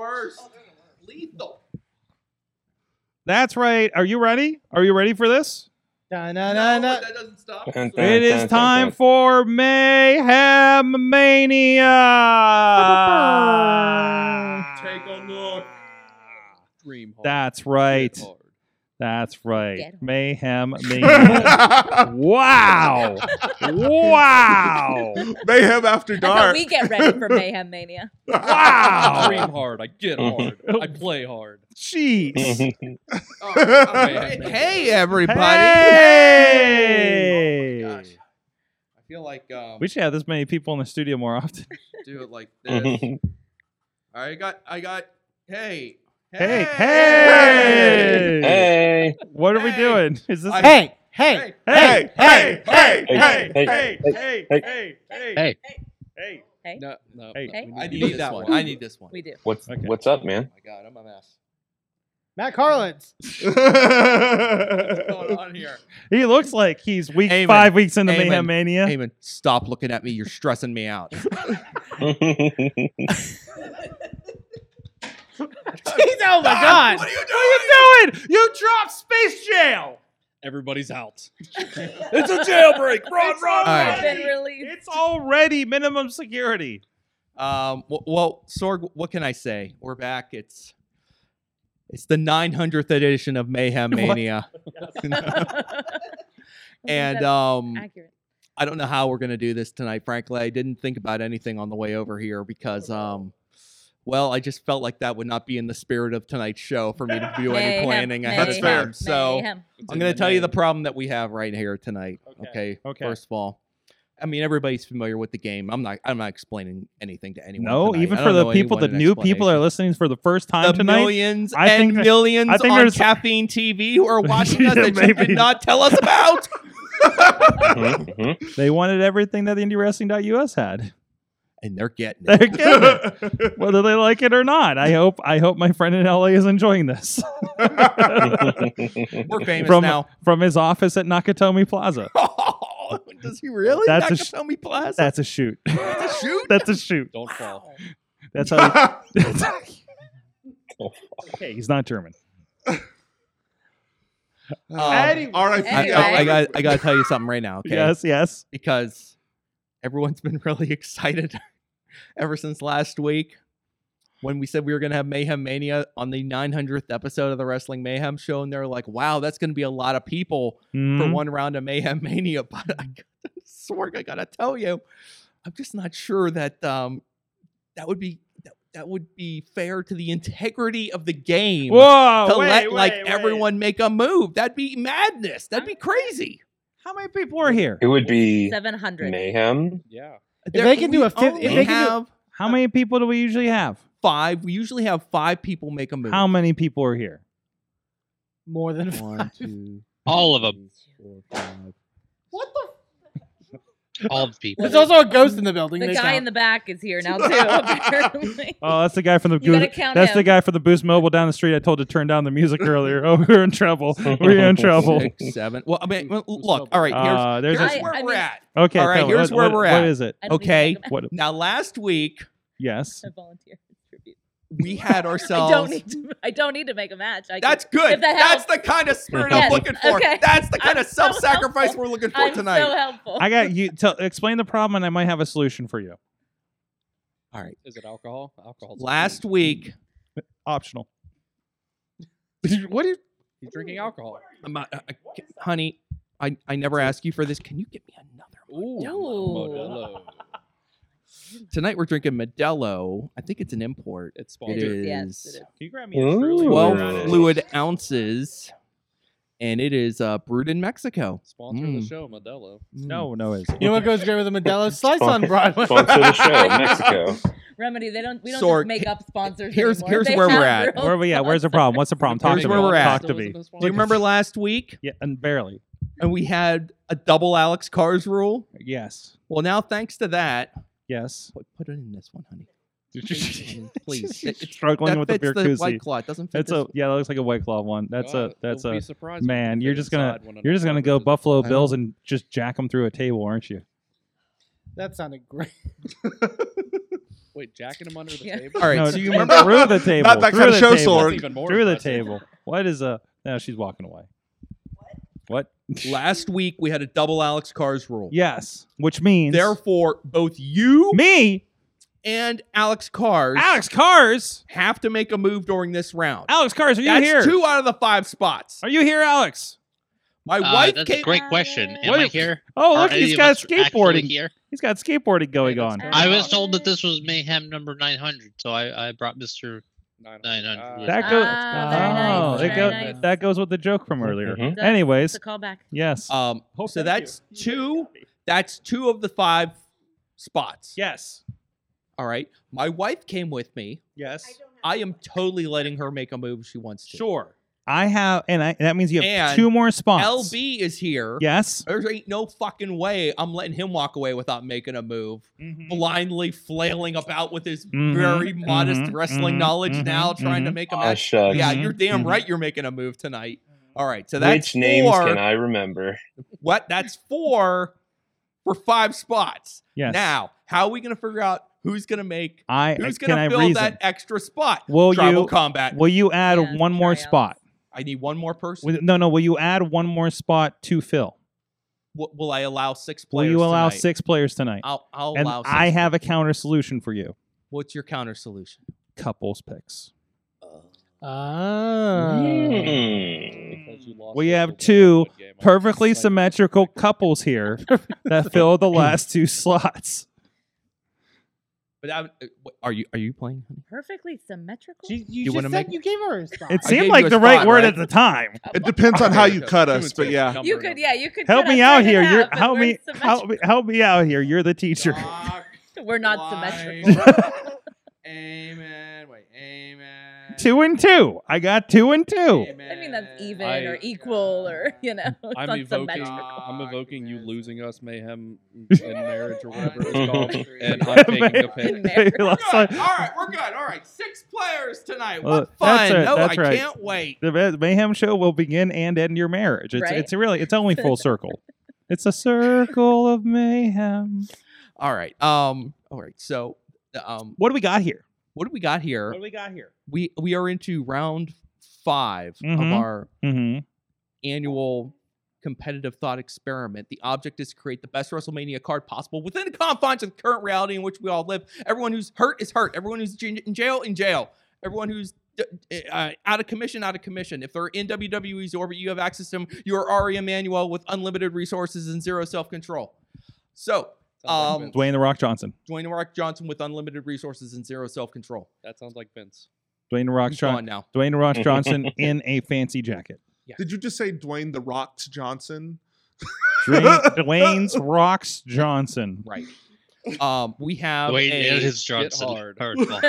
S2: That's right. Are you ready? Are you ready for this?
S3: That
S5: doesn't stop.
S2: It is time for Mayhem Mania.
S5: Take a look. Dream hard.
S2: That's right. That's right. Mayhem Maniac. wow. wow.
S7: Mayhem after
S4: That's how we get ready for Mayhem Mania.
S2: Wow.
S8: I dream hard. I get hard. I play hard.
S5: Oh,
S2: Jeez.
S5: hey, everybody. Oh,
S2: Hey.
S5: I feel like um,
S2: we should have this many people in the studio more often.
S5: do it like this. All right, I got, I got. Hey,
S2: Hey, hey,
S5: Hey.
S2: What are we doing? Is this
S5: Hey, hey,
S2: hey, hey,
S5: hey, hey,
S2: hey,
S5: hey,
S2: hey,
S5: hey,
S2: hey, hey,
S5: hey.
S2: hey.
S4: Hey.
S5: No, no.
S2: Hey.
S4: Hey.
S5: I need that one. I need this one. Oh
S4: We do.
S6: What's what's up, man?
S5: God, I'm a mess.
S3: Matt Carlins.
S5: What's going on here?
S2: He looks like he's week
S5: Amen.
S2: five weeks into
S5: Amen.
S2: Mayhem Mania.
S5: Amen. Stop looking at me. You're stressing me out.
S3: oh my God.
S5: What are you doing?
S2: What are you doing? You dropped Space Jail.
S8: Everybody's out.
S2: It's a jailbreak. Run, run,
S5: already-
S2: run. It's already minimum security.
S5: Um, w- well, Sorg, what can I say? We're back. It's it's the 900th edition of Mayhem Mania. and
S4: That's
S5: um,
S4: accurate.
S5: I don't know how we're gonna do this tonight. Frankly, I didn't think about anything on the way over here because um, well, I just felt like that would not be in the spirit of tonight's show for me to do any
S4: Mayhem,
S5: planning ahead of
S4: mayhem,
S5: time. So
S4: mayhem. It's
S5: I'm
S4: in
S5: gonna
S4: the
S5: tell you the problem that we have right here tonight. Okay.
S2: Okay.
S5: First of all. I mean, everybody's familiar with the game. I'm not. I'm not explaining anything to anyone.
S2: No,
S5: tonight.
S2: even
S5: I
S2: for
S5: don't
S2: the
S5: know
S2: people, the
S5: anyone an
S2: new people that are listening for the first time
S5: The
S2: tonight.
S5: millions
S2: I think
S5: and
S2: that-
S5: millions
S2: I think
S5: on
S2: there's
S5: caffeine TV who are watching us
S2: Yeah,
S5: that you
S2: maybe.
S5: did not tell us about.
S2: They wanted everything that IndieWrestling.us had.
S5: And they're getting
S2: it. They're getting it. Whether they like it or not. I hope I hope my friend in LA is enjoying this.
S5: We're famous
S2: from,
S5: now. Oh,
S2: From his office at Nakatomi Plaza.
S5: Does he really?
S2: that's a sh-
S5: Nakatomi Plaza.
S2: That's a shoot.
S5: That's a shoot.
S2: that's a shoot.
S8: Don't fall.
S2: That's how he- that's- Okay, he's not German.
S5: Um,
S7: R.I.P.
S5: I, I, I got. I got to tell you something right now. Okay.
S2: Yes, yes.
S5: Because everyone's been really excited ever since last week when we said we were going to have Mayhem Mania on the 900th episode of the Wrestling Mayhem Show, and they're like, "Wow, that's going to be a lot of people for
S2: Mhm.
S5: one round of Mayhem Mania." But I gotta, Sorg, I gotta tell you, I'm just not sure that um, that would be. That, that would be fair to the integrity of the game
S2: Whoa,
S5: to
S2: wait,
S5: let like
S2: wait, wait.
S5: everyone make a move. That'd be madness. That'd be crazy.
S2: How many people are here?
S6: It would be
S4: 700.
S6: mayhem.
S8: Yeah.
S5: If
S2: they can do a fif- if they can do-
S5: how
S2: many people do we usually have?
S5: Five. We usually have five people make a move.
S2: How many people are here?
S3: More than
S5: one, two,
S18: all of them.
S3: What
S18: the? All the people.
S3: There's also a ghost in the building.
S4: The
S3: They
S4: guy
S3: count.
S4: in the back is here now, too, apparently.
S2: Oh, that's the guy from the
S4: You gotta
S2: Goose-
S4: count
S2: that's the
S4: him.
S2: guy from the Boost Mobile down the street. I told to turn down the music earlier. Oh, we're in trouble. We're in trouble.
S5: Six, seven. Well, I mean, well, look. All right. Here's,
S2: Uh, there's
S5: here's
S2: a-
S5: where
S2: I- I
S5: we're
S2: mean-
S5: at.
S2: Okay,
S5: All right.
S2: tell me,
S5: Here's
S2: what-
S5: where
S2: what-
S5: we're
S2: what
S5: at.
S2: is it? I don't
S5: Okay.
S2: even know. What-
S5: Now, last week
S2: Yes.
S4: I volunteer.
S5: we had
S4: I
S5: ourselves.
S4: don't need to. I don't need to make a match. I
S5: That's
S4: can-
S5: good.
S4: If that
S5: That's
S4: helps.
S5: the kind of spirit
S4: Yes,
S5: I'm looking for.
S4: okay.
S5: That's the kind
S4: I'm
S5: of
S4: so
S5: self-sacrifice
S4: helpful.
S5: we're looking for
S4: I'm
S5: tonight.
S4: So helpful.
S2: I got you. Tell, explain the problem, and I might have a solution for you.
S5: All right.
S8: Is it alcohol? Alcohol.
S5: Last week,
S2: optional.
S5: what is
S8: He's drinking alcohol.
S5: I'm not, I- I- honey? I, I never asked you for this. Can you get me
S8: Ooh.
S5: Modelo. tonight? We're drinking Modelo. I think it's an import.
S8: It's
S5: it
S8: sponsored.
S5: is.
S8: Yes, it is.
S2: Can you grab
S8: me a Truly Ooh.
S5: twelve
S8: Rare?
S5: fluid ounces, and it is uh, brewed in Mexico.
S8: Sponsor
S5: Mm.
S8: the show, Modelo.
S2: No, no, it's
S3: You know what goes great with a Modelo slice on
S5: Sponsor-
S3: Broadway?
S5: sponsor the show, Mexico.
S4: Remedy. They don't. We don't
S5: Sorg,
S4: just make up sponsors.
S5: here's-
S4: anymore.
S5: here's
S4: They
S5: where we're
S4: have
S5: at.
S4: real
S2: Where are we at? Where's the problem? What's the problem? Talk
S5: Here's
S2: to
S5: where
S2: me.
S5: we're at.
S2: Talk to me. Do
S5: Do you remember last week?
S2: Yeah, and barely.
S5: And we had a double Alex Cars rule.
S2: Yes.
S5: Well, now thanks to that.
S2: Yes.
S5: Put, put it in this one, honey. Please. It- it's-
S2: Struggling
S5: that
S2: with the
S5: fits
S2: beer
S5: the
S2: koozie.
S5: White Claw. It doesn't fit
S2: It's
S5: this
S2: a yeah. That looks like a white claw one. That's
S5: God,
S2: a that's
S5: don't be
S2: a
S5: surprised when
S2: man.
S5: they
S2: You're just
S5: inside
S2: gonna
S5: one
S2: you're just gonna go Buffalo
S5: I
S2: Bills and just jack them through a table, aren't you?
S3: That sounded great.
S8: Wait, jacking him under the
S3: Yeah.
S8: table.
S2: All right, so you remember through the table, through the table, through the table. What is a? No, she's walking away. What?
S5: Last week we had a double Alex Cars rule.
S2: Yes, which means
S5: Therefore, both you
S2: me
S5: and Alex Cars.
S2: Alex Cars
S5: have to make a move during this round.
S2: Alex Cars, are you
S5: That's
S2: here?
S5: Two out of the five spots.
S2: Are you here, Alex?
S5: My
S18: Uh,
S5: wife.
S18: that's
S5: came-
S18: a great question. Am I
S2: Wait.
S18: here?
S2: Oh,
S18: Are
S2: look,
S18: any
S2: he's
S18: of
S2: got
S18: us actually
S2: skateboarding.
S18: here.
S2: He's got skateboarding going on.
S18: I was told that this was Mayhem number 900, so I, I brought Mr. 900.
S2: That goes. oh,
S18: Ah,
S2: it go- that goes with the joke from earlier.
S18: Mm-hmm.
S2: Anyways, Yes. Oh,
S5: Um. So that's two. That's two of the five spots.
S2: Yes.
S5: All right. My wife came with me.
S2: Yes.
S5: I am totally letting her make a move if she wants to.
S2: Sure. I have, and I, that means you have
S5: And
S2: two more spots.
S5: LB is here.
S2: Yes.
S5: There's ain't no fucking way I'm letting him walk away without making a move.
S2: Mm-hmm.
S5: Blindly flailing about with his
S2: Mhm,
S5: very modest
S2: mhm,
S5: wrestling
S2: mhm,
S5: knowledge
S2: mhm,
S5: now, trying to
S2: mhm.
S5: make a
S2: Aw,
S5: match.
S6: shucks.
S5: yeah,
S6: Mhm,
S5: you're damn
S2: Mm-hmm.
S6: mhm.
S5: right you're making a move tonight. All right. So that's
S6: Which names
S5: four.
S6: can I remember?
S5: What? That's four for five spots.
S2: Yes.
S5: Now, how are we going to figure out who's going to make
S2: I-
S5: who's
S2: can
S5: going
S2: I
S5: to fill
S2: reason?
S5: that extra spot?
S2: Will
S5: Tribal
S2: you
S5: combat.
S2: Will you add one more spot?
S5: I need one more person.
S2: Will- No, no. Will you add one more spot to fill?
S5: Will, will I allow six
S2: Will
S5: players?
S2: you allow
S5: tonight?
S2: six players tonight?
S5: I'll, I'll
S2: and
S5: allow. Six
S2: I have a counter solution for you.
S5: What's your counter solution?
S2: Couples picks. Ah.
S5: Hmm.
S8: lost
S2: We have two perfectly symmetrical couples here that fill the last two slots.
S5: But I, uh, what- are you are you playing?
S4: Perfectly symmetrical.
S5: You just wanna said make-
S3: you gave her a spot.
S2: It seemed like the right word at the time.
S7: It depends on how you cut us, but yeah.
S4: You could, yeah, you could.
S2: Help
S4: cut
S2: me
S4: us
S2: out
S4: right
S2: here.
S4: now,
S2: You're
S4: but
S2: help
S4: we're
S2: me, help me help me out here. You're the teacher.
S4: symmet- We're not symmetrical.
S2: two and two. I got two and two.
S4: I mean, that's even
S8: I-
S4: or equal or you know, it's
S8: I'm
S4: not
S8: evoking,
S4: symmetrical.
S8: I'm evoking you losing us, mayhem in marriage or whatever it's called, and I'm taking
S2: Mayhem
S8: the
S2: in
S8: pick.
S2: marriage. All
S5: right, we're good. All right, six players tonight.
S2: Well,
S5: what fun!
S2: Uh, right,
S5: no, I can't wait.
S2: The May- Mayhem Show will begin and end your marriage. It's
S5: Right?
S2: it's really it's only full circle. It's a circle of mayhem.
S5: All right. Um. All right. So, um,
S2: what do we got here?
S5: What do we got here?
S2: we got here?
S5: We we are into round 5
S2: Mhm.
S5: of our
S2: Mhm.
S5: annual competitive thought experiment. The object is to create the best WrestleMania card possible within the confines of the current reality in which we all live. Everyone who's hurt is hurt. Everyone who's j- in jail in jail. Everyone who's d- uh, out of commission, out of commission. If they're in WWE's orbit, you have access to them. You are Ari Emanuel with unlimited resources and zero self control. So, um,
S2: Dwayne the Rock Johnson.
S5: Dwayne The Rock Johnson with unlimited resources and zero self control.
S8: That sounds like Vince.
S2: Dwayne the Rock
S5: He's
S2: Johnson.
S5: gone now.
S2: Dwayne the Rock Johnson in a fancy jacket.
S7: Did you just say Dwayne the Rocks Johnson?
S2: Dwayne, Dwayne's Rocks Johnson.
S5: Right. Um, we have
S18: Dwayne
S5: a,
S18: and his Johnson.
S5: Get hard.
S18: Hard
S5: we,
S18: ball.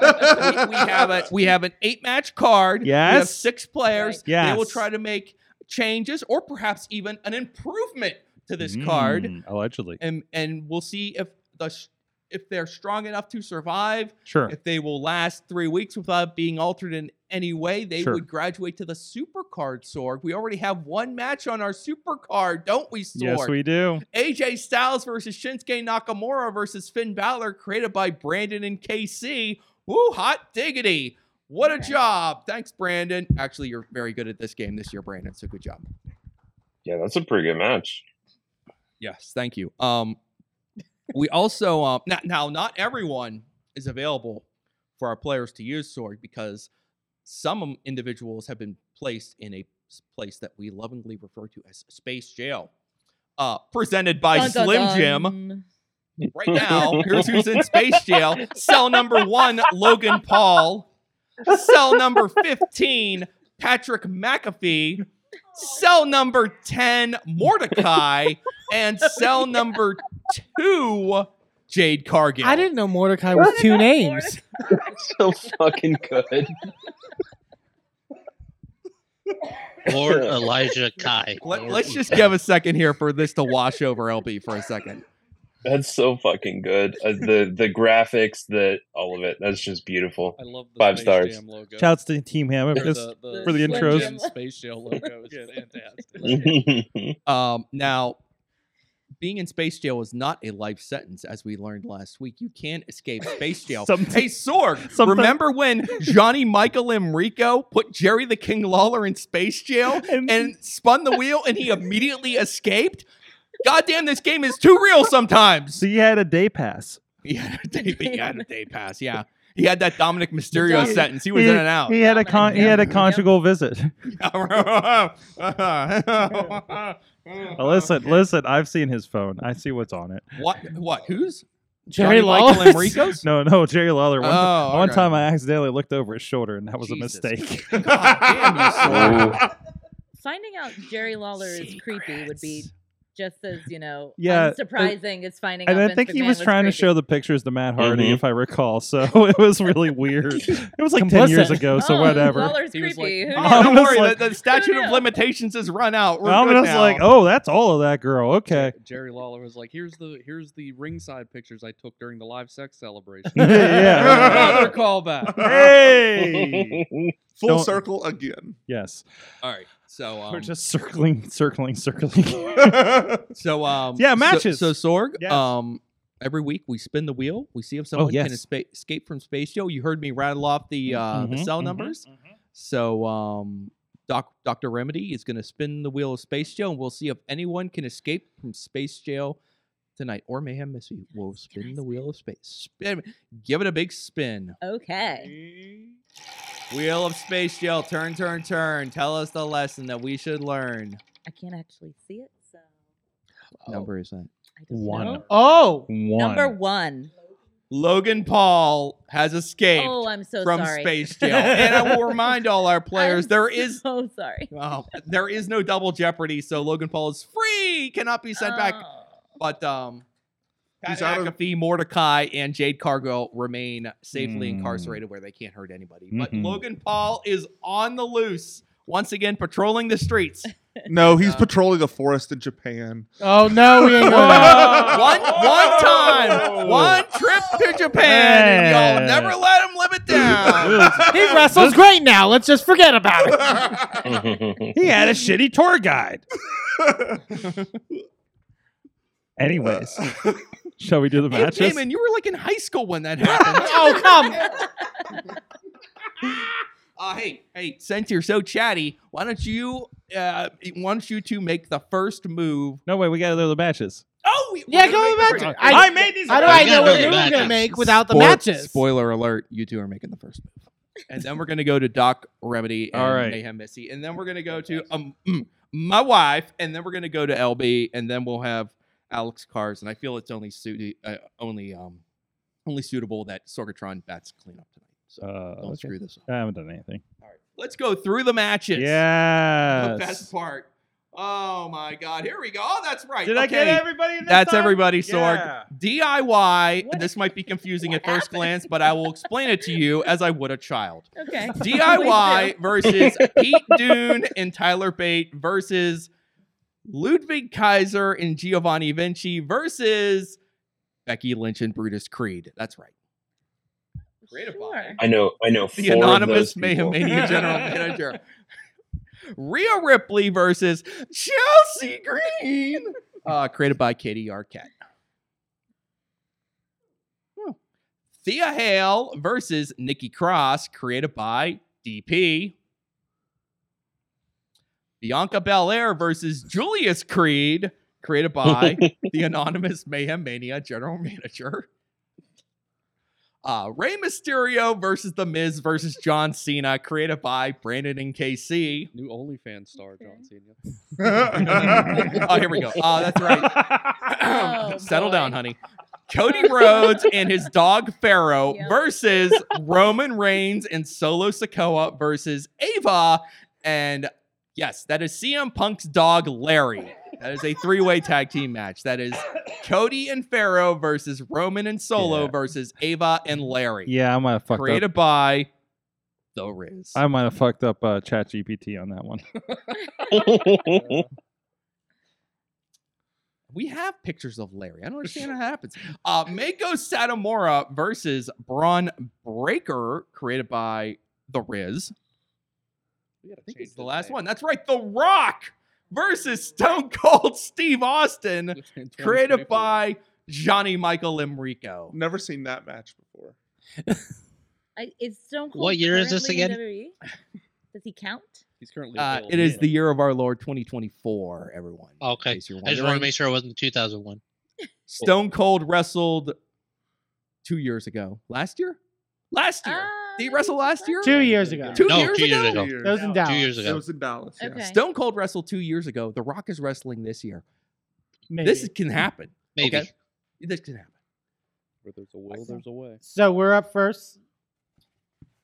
S5: we have a we have an eight match card. we have
S2: Yes.
S5: six players.
S2: Right.
S5: they will
S2: Yes.
S5: try to make changes or perhaps even an improvement to this card,
S2: Mm, allegedly.
S5: and and we'll see if the s- if they're strong enough to survive.
S2: Sure.
S5: If they will last three weeks without being altered in any way, they
S2: Sure.
S5: would graduate to the super card Sorg. We already have one match on our super card, don't we, Sorg?
S2: Yes, we do.
S5: AJ Styles versus Shinsuke Nakamura versus Finn Balor, created by Brandon and KC. Woo, hot diggity. What a job. Thanks, Brandon. Actually, you're very good at this game this year, Brandon. So good job.
S6: Yeah, that's a pretty good match.
S5: Yes, thank you. Um, we also um now, now not everyone is available for our players to use sword because some individuals have been placed in a s- place that we lovingly refer to as space jail. Uh, presented by
S1: Dun, dun,
S5: Slim
S1: dun.
S5: Jim. Right now, here's who's in space jail. Cell number one, Logan Paul. Cell number 15, Patrick McAfee. Cell number 10, Mordecai. And cell number two, Jade Cargill.
S3: I didn't know Mordecai was two names.
S6: so fucking good.
S18: Or Elijah Kai.
S5: Let, Let's just give a second here for this to wash over LB for a second.
S6: That's so fucking good. Uh, the the graphics, the all of it. That's just beautiful. I
S8: love
S6: five stars.
S2: Shouts to Team Hammond for,
S8: Or
S2: this,
S8: the- the
S2: for the
S8: Slim
S2: intros.
S8: Jim Space Jail logo is
S5: fantastic. um, now, being in space jail is not a life sentence, as we learned last week. You can escape space jail.
S1: Somet-
S5: hey, Sorg,
S1: sometime-
S5: remember when Johnny Michael Enrico put Jerry the King Lawler in space jail and, spun the wheel and he immediately escaped? Goddamn, this game is too real sometimes.
S2: So you had a day pass.
S5: He had a day, he had a day pass. Yeah, he had that Dominic Mysterio sentence. He was
S2: He-
S5: in and out.
S2: He had a con- he had a conjugal visit. Uh, listen, listen. I've seen his phone. I see what's on it.
S5: what? What? Who's?
S2: Johnny
S5: Michael Enrico's.
S2: No, no, Jerry Lawler. One
S5: Oh,
S2: one
S5: okay.
S2: time I accidentally looked over his shoulder, and that was a mistake.
S4: Finding out Jerry Lawler is creepy would be just as you know,
S2: Yeah, and-
S4: surprising as finding.
S2: and
S4: out
S2: I
S4: Vince
S2: think he
S4: McMahon
S2: was trying to
S4: creepy.
S2: show the pictures to Matt Hardy,
S5: Mm-hmm.
S9: Mhm.
S2: if I recall. So it was really weird. It was like ten
S9: Complicit.
S2: years ago, so
S5: Oh,
S2: whatever.
S4: Lawler's
S5: He was
S4: creepy.
S5: like,
S4: Who
S5: "Oh,
S4: knew?"
S5: don't
S2: I'm just
S5: worry,
S2: like-
S5: the, the statute of limitations has run out. We're
S2: I'm
S5: good
S2: just
S5: now.
S2: like, oh, that's all of that girl. Okay.
S8: Jerry Lawler was like, "Here's the here's the ringside pictures I took during the live sex celebration."
S2: Yeah.
S8: another callback.
S2: Hey!
S7: Full
S2: Don't-
S7: circle again.
S2: Yes.
S5: All right, so um,
S2: We're just circling, circling, circling.
S5: so um
S2: Yeah,
S5: so-
S2: matches.
S5: So, Sorg,
S2: Yes. Oh,
S5: um every week we spin the wheel. We see if someone can
S2: yes. Mm-hmm,
S5: escape, escape from space. Yo, you heard me rattle off the uh the
S9: Mhm,
S5: cell
S9: mhm,
S5: numbers. So um Doc, Dr. Remedy is going to spin the wheel of Space Jail, and we'll see if anyone can escape from Space Jail tonight. Or Mayhem Missy will spin the wheel of space. Spin, give it a big spin.
S4: Okay.
S5: Wheel of Space Jail, turn, turn, turn. Tell us the lesson that we should learn.
S4: I can't actually see it. So
S5: What number is that?
S4: One.
S3: Oh,
S4: number one.
S5: Logan Paul has escaped
S4: Oh, I'm so
S5: from
S4: sorry.
S5: space jail. and I will remind all our players there is
S4: so sorry.
S5: oh, there is no double jeopardy, so Logan Paul is free, cannot be sent back.
S3: Oh.
S5: But um Pat McAfee, Mordecai, and Jade Cargill remain safely
S9: Mm.
S3: Hmm.
S5: incarcerated where they can't hurt anybody. But
S3: Mm-hmm.
S9: Mhm.
S5: Logan Paul is on the loose once again, patrolling the streets.
S7: No,
S4: Uh,
S7: he's patrolling a forest in Japan.
S3: Oh no, we ain't going
S5: back. one one time, one trip to Japan, and y'all never let him live it down.
S3: he wrestles great now. Let's just forget about it.
S2: he had a shitty tour guide. Anyways, Uh, shall we do the
S5: Hey,
S2: matches?
S5: Damon, you were like in high school when that happened.
S3: oh, come.
S5: Uh, hey, hey, since you're so chatty, why don't you, uh, why don't you two make the first move?
S2: No way, we got to do the matches.
S5: Oh,
S3: yeah, go with the matches.
S5: I made these
S3: How do
S5: up.
S3: I
S5: We
S3: know
S5: gotta
S3: what
S5: go
S3: you're
S5: with
S3: going to
S5: matches.
S3: make without the
S5: Spoil-
S3: matches?
S5: Spoiler alert: You two are making the first move, and then we're gonna go to Doc Remedy and
S2: All right.
S5: Mayhem Missy, and then we're gonna go to um mm, my wife, and then we're gonna go to LB, and then we'll have Alex Cars, and I feel it's only suit uh, only um only suitable that Sorgatron bats clean up tonight. So don't
S2: Uh, Oh, okay.
S5: screw this up.
S2: I haven't done anything.
S5: Let's go through the matches.
S2: Yes.
S5: The best part. Oh my God! Here we go. Oh, that's right.
S2: Did I get
S5: Okay.
S2: everybody this
S5: That's
S2: time?
S5: everybody, Sorg.
S2: Yeah.
S5: DIY. This might be confusing at first glance, but I will explain it to you as I would a child.
S4: Okay.
S5: DIY
S4: Please do.
S5: versus Pete Dune and Tyler Bate versus Ludwig Kaiser and Giovanni Vinci versus Becky Lynch and Brutus Creed. That's right.
S6: I know. I know.
S5: The
S6: four of those
S5: anonymous
S6: people.
S5: Mayhem Mania general manager. Rhea Ripley versus Chelsea Green. Uh, created by Katie Arquette. Hmm. Thea Hale versus Nikki Cross, created by DP. Bianca Belair versus Julius Creed, created by the anonymous Mayhem Mania general manager. Uh, Rey Mysterio versus The Miz versus John Cena, created by Brandon and KC.
S8: New OnlyFans star John Cena.
S5: oh, here we go. Oh, that's right. Settle down, honey. Cody Rhodes and his dog Pharaoh versus Roman Reigns and Solo Sokoa versus Ava. And yes, that is CM Punk's dog Larry. That is a three way tag team match. That is Cody and Pharaoh versus Roman and Solo versus Ava and Larry.
S2: Yeah, I might have fucked
S5: Created
S2: up.
S5: by The Riz.
S2: I might have fucked up uh, Chat GPT on that one.
S5: We have pictures of Larry. I don't understand how that happens. Uh, Mako Satomura versus Braun Breaker, created by The Riz. I think it's the last one. That's right. The Rock versus Stone Cold Steve Austin, created by Johnny Michael Limrico.
S7: Never seen that match before.
S4: I, is Stone Cold
S18: What year is this
S4: currently in
S18: again?
S4: WWE? Does he count?
S8: He's currently.
S5: Uh, it is the year of our Lord 2024, everyone.
S18: Okay. I
S5: you're
S18: just want to
S5: wondering.
S18: make sure it wasn't 2001.
S5: Stone Cold wrestled two years ago. Last year? Last year. Did he wrestle last year?
S3: Two years ago.
S5: Two
S3: No,
S5: years
S3: two years
S5: ago.
S3: ago. That was in Two Dallas. years ago.
S5: That was
S7: in Dallas.
S5: yeah.
S3: Okay.
S5: Stone Cold wrestled two years ago. The Rock is wrestling this year.
S3: Maybe.
S5: This can happen.
S3: Maybe.
S5: Okay? This can happen.
S8: Where there's a will, there's a way.
S3: So we're up first.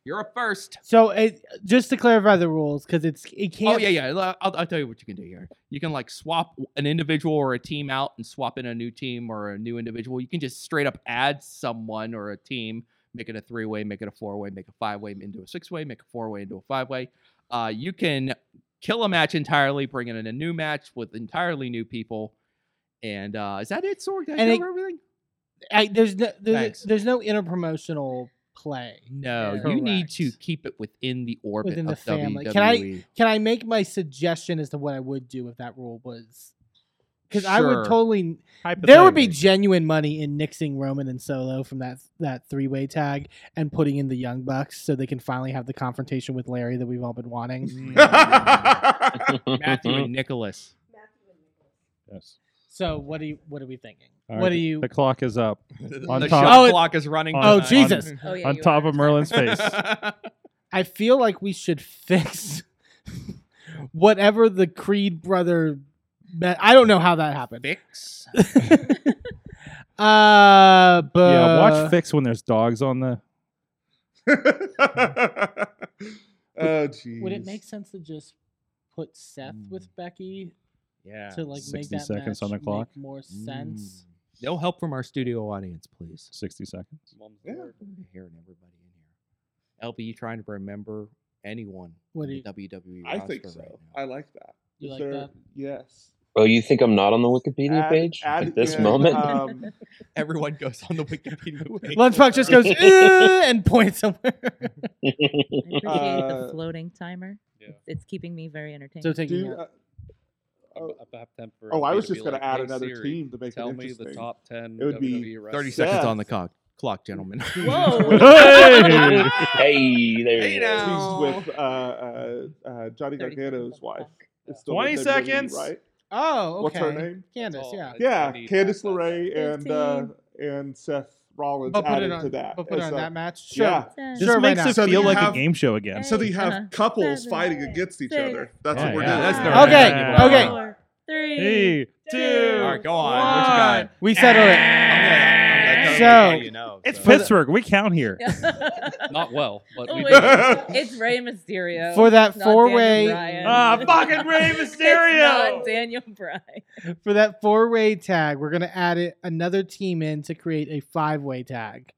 S5: You're up first.
S3: So it, just to clarify the rules, because it's it can't.
S5: Oh yeah, yeah. I'll, I'll tell you what you can do here. You can like swap an individual or a team out and swap in a new team or a new individual. You can just straight up add someone or a team, make it a three way, make it a four way, make a five way into a six way, make a four way into a five way. Uh, you can kill a match entirely, bring in a new match with entirely new people. And uh, is that it, Sorg? Did I
S3: And it-
S5: cover everything?
S3: I, there's no there's,
S5: Thanks.
S3: there's no interpromotional play.
S5: No, you need to keep it within the orbit
S3: within the
S5: of
S3: family.
S5: WWE.
S3: Can I can I make my suggestion as to what I would do if that rule was? Because I
S5: Sure.
S3: would totally. There would be genuine money in nixing Roman and Solo from that that three way tag and putting in the Young Bucks so they can finally have the confrontation with Larry that we've all been wanting.
S5: Mm. E. Matthew and Nicholas.
S2: Yes.
S3: So what do you what are we thinking?
S2: All
S3: What
S2: right,
S3: do you?
S2: The clock is up.
S5: The-
S2: On
S5: the
S2: top,
S5: shot Oh, it- clock is running
S2: On,
S3: oh,
S2: on-
S3: Jesus.
S2: On,
S3: Oh, yeah, you
S2: top of Merlin's face.
S3: I feel like we should fix whatever the Creed brother. Me- I don't know how that happened.
S5: Fix.
S3: uh, but
S2: yeah, watch Fix when there's dogs on the.
S7: Oh,
S3: Would it
S7: jeez.
S3: make sense to just put Seth with Becky?
S5: Hmm. Yeah.
S3: To like make
S2: 60
S3: that
S2: seconds
S3: match
S2: on the clock.
S3: Make more sense.
S5: Mm. No help from our studio audience, please.
S2: 60 seconds.
S8: Mom's
S5: yeah. Hearing everybody in here. LB, you trying to remember anyone
S3: What
S5: in
S3: do
S5: the WWE
S7: I
S5: roster
S7: think
S5: right
S7: so. I like that.
S3: You
S7: Is
S3: like
S7: there-
S3: that?
S7: Yes.
S6: Oh, you think I'm not on the Wikipedia
S7: Add-
S6: page
S7: add-
S6: at this
S7: yeah,
S6: moment?
S7: um,
S5: Everyone goes on the Wikipedia page.
S3: Lunchbox just goes "Eh," and points somewhere.
S4: I appreciate the
S3: Uh,
S4: floating timer. It's, it's keeping me very entertained.
S3: So taking Do-
S7: out-
S8: Oh, I, have time for
S7: uh, Oh, I
S8: me
S7: was
S8: to
S7: just
S8: be
S7: gonna
S8: like,
S7: add
S8: "Hey,
S7: another
S8: Siri,
S7: team to make it
S8: Tell me the
S7: interesting."
S8: top ten.
S7: It would be
S8: WWE
S5: 30
S8: wrestlers.
S5: seconds on the clock, clock gentlemen.
S7: Whoa.
S6: hey, there
S7: Hey
S6: you go.
S7: He's with uh, uh, uh, Johnny Gargano's wife. It's still
S2: 20
S7: with WWE,
S2: seconds.
S7: right?
S3: Oh,
S7: What's
S3: okay.
S7: her name?
S3: Candace. Yeah.
S7: Yeah, Candice LeRae and uh,
S3: 15.
S7: and Seth Rollins
S3: We'll put it
S7: added
S3: on-
S7: to that.
S3: we'll put it
S7: as
S3: on
S7: a-
S3: that match. Sure.
S7: Yeah,
S3: Ten.
S2: This Sure, why makes it not?
S7: that
S2: feel
S7: you
S2: like a game show again.
S7: So that you have
S2: Uh-huh.
S7: couples
S2: Seven,
S7: fighting against each
S2: six,
S7: other. That's
S2: Yeah,
S7: what we're
S2: yeah,
S7: doing.
S2: that's never Okay, happened
S3: okay.
S4: Four,
S2: Three, two,
S5: All right, go on. What you got?
S2: one.
S3: We settled it.
S5: I'm gonna tell
S3: so
S5: you what you know,
S2: It's
S5: so-
S2: Pittsburgh. We count here.
S8: Not well, but we
S4: Oh, it's, it's Rey Mysterio.
S3: For that
S4: It's not Daniel
S3: four-way-
S4: Bryan.
S3: Ah, fucking Rey
S4: It's
S3: Mysterio!
S4: not Daniel Bryan.
S3: for that four way tag, we're gonna add it another team in to create a five way tag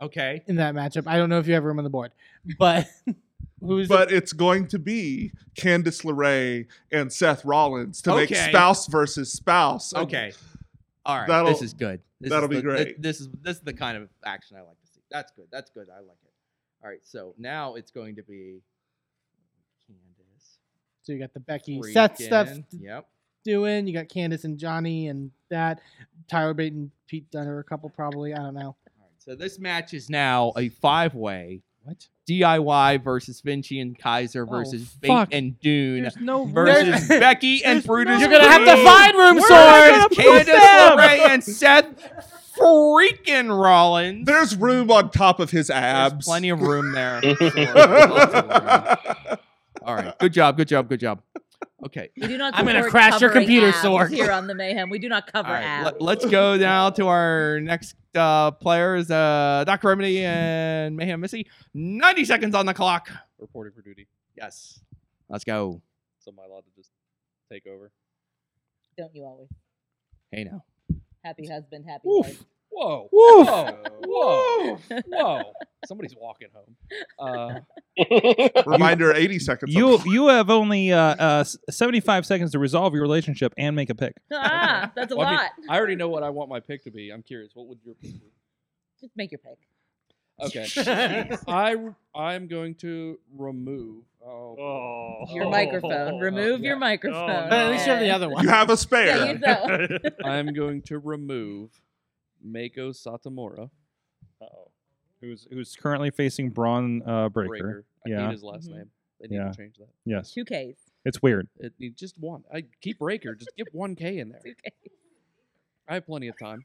S5: Okay.
S3: in that matchup. I don't know if you have room on the board, but who's
S7: but it's going to be Candice LeRae and Seth Rollins to make
S5: Okay.
S7: spouse versus spouse. Um,
S5: Okay. All right.
S7: that'll-
S5: this is good. This
S7: that'll
S5: is
S7: be
S5: the- thi-
S7: great.
S5: This, is this is the kind of action I like to see. That's good. That's good. I like it. All right. So now it's going to be Candace.
S3: so you got the Becky
S5: Freakin',
S3: Seth stuff
S5: yep.
S3: doing, you got Candace and Johnny and that. Tyler Bate and Pete Dunner a couple probably. I don't know.
S5: So this match is now a five way. What? DIY versus Vinci and
S3: Oh,
S5: Kaiser versus Bate
S2: fuck.
S5: and Dune
S2: There's no
S5: versus
S2: room.
S5: Becky and Brutus.
S3: You're gonna have to
S5: Creed
S3: find room,
S5: versus
S3: Sorg.
S5: Candace
S3: Put them.
S5: LeRae and Seth freaking Rollins.
S7: There's room on top of his abs.
S5: plenty of room there. Sorg. All right. Good job. Good job. Good job. Okay.
S4: We do not
S3: I'm gonna
S4: support
S3: crash your
S4: covering
S3: computer,
S4: abs
S3: Sorg.
S4: Here on the Mayhem, we do not cover
S5: All right,
S4: abs.
S5: let- let's go now to our next uh, players, uh, Doc Remedy and Mayhem Missy. 90 seconds on the clock.
S8: reporting for duty.
S5: Yes. Let's go.
S8: So am I allowed to just take over?
S4: Don't you always?
S5: Hey now.
S4: Happy husband, happy wife.
S8: Whoa.
S4: Woof.
S8: Oh, Whoa. Whoa. Whoa. Somebody's walking home. Uh,
S7: Reminder: eighty seconds.
S2: You you have only uh, uh, s- 75 seconds to resolve your relationship and make a pick.
S4: ah, that's a
S8: well, I mean,
S4: lot.
S8: I already know what I want my pick to be. I'm curious. What would your pick be?
S4: Just make your pick.
S8: Okay. I I'm going to remove. Oh.
S4: Your microphone. Remove your microphone.
S3: But at least you have the other one.
S7: Oh, You have a
S4: Yeah,
S7: spare.
S4: use that one.
S8: I'm going to remove Mako Satomura. Oh.
S2: Who's who's currently facing Braun uh, Breaker?
S8: Breaker. I need
S2: Yeah.
S8: his last name. They need to change that.
S2: Yes.
S4: Mm-hmm. Two Ks.
S2: It's weird.
S8: It, you just one. I keep breaker. Just get one K in there.
S4: Two Ks.
S8: I have plenty of time.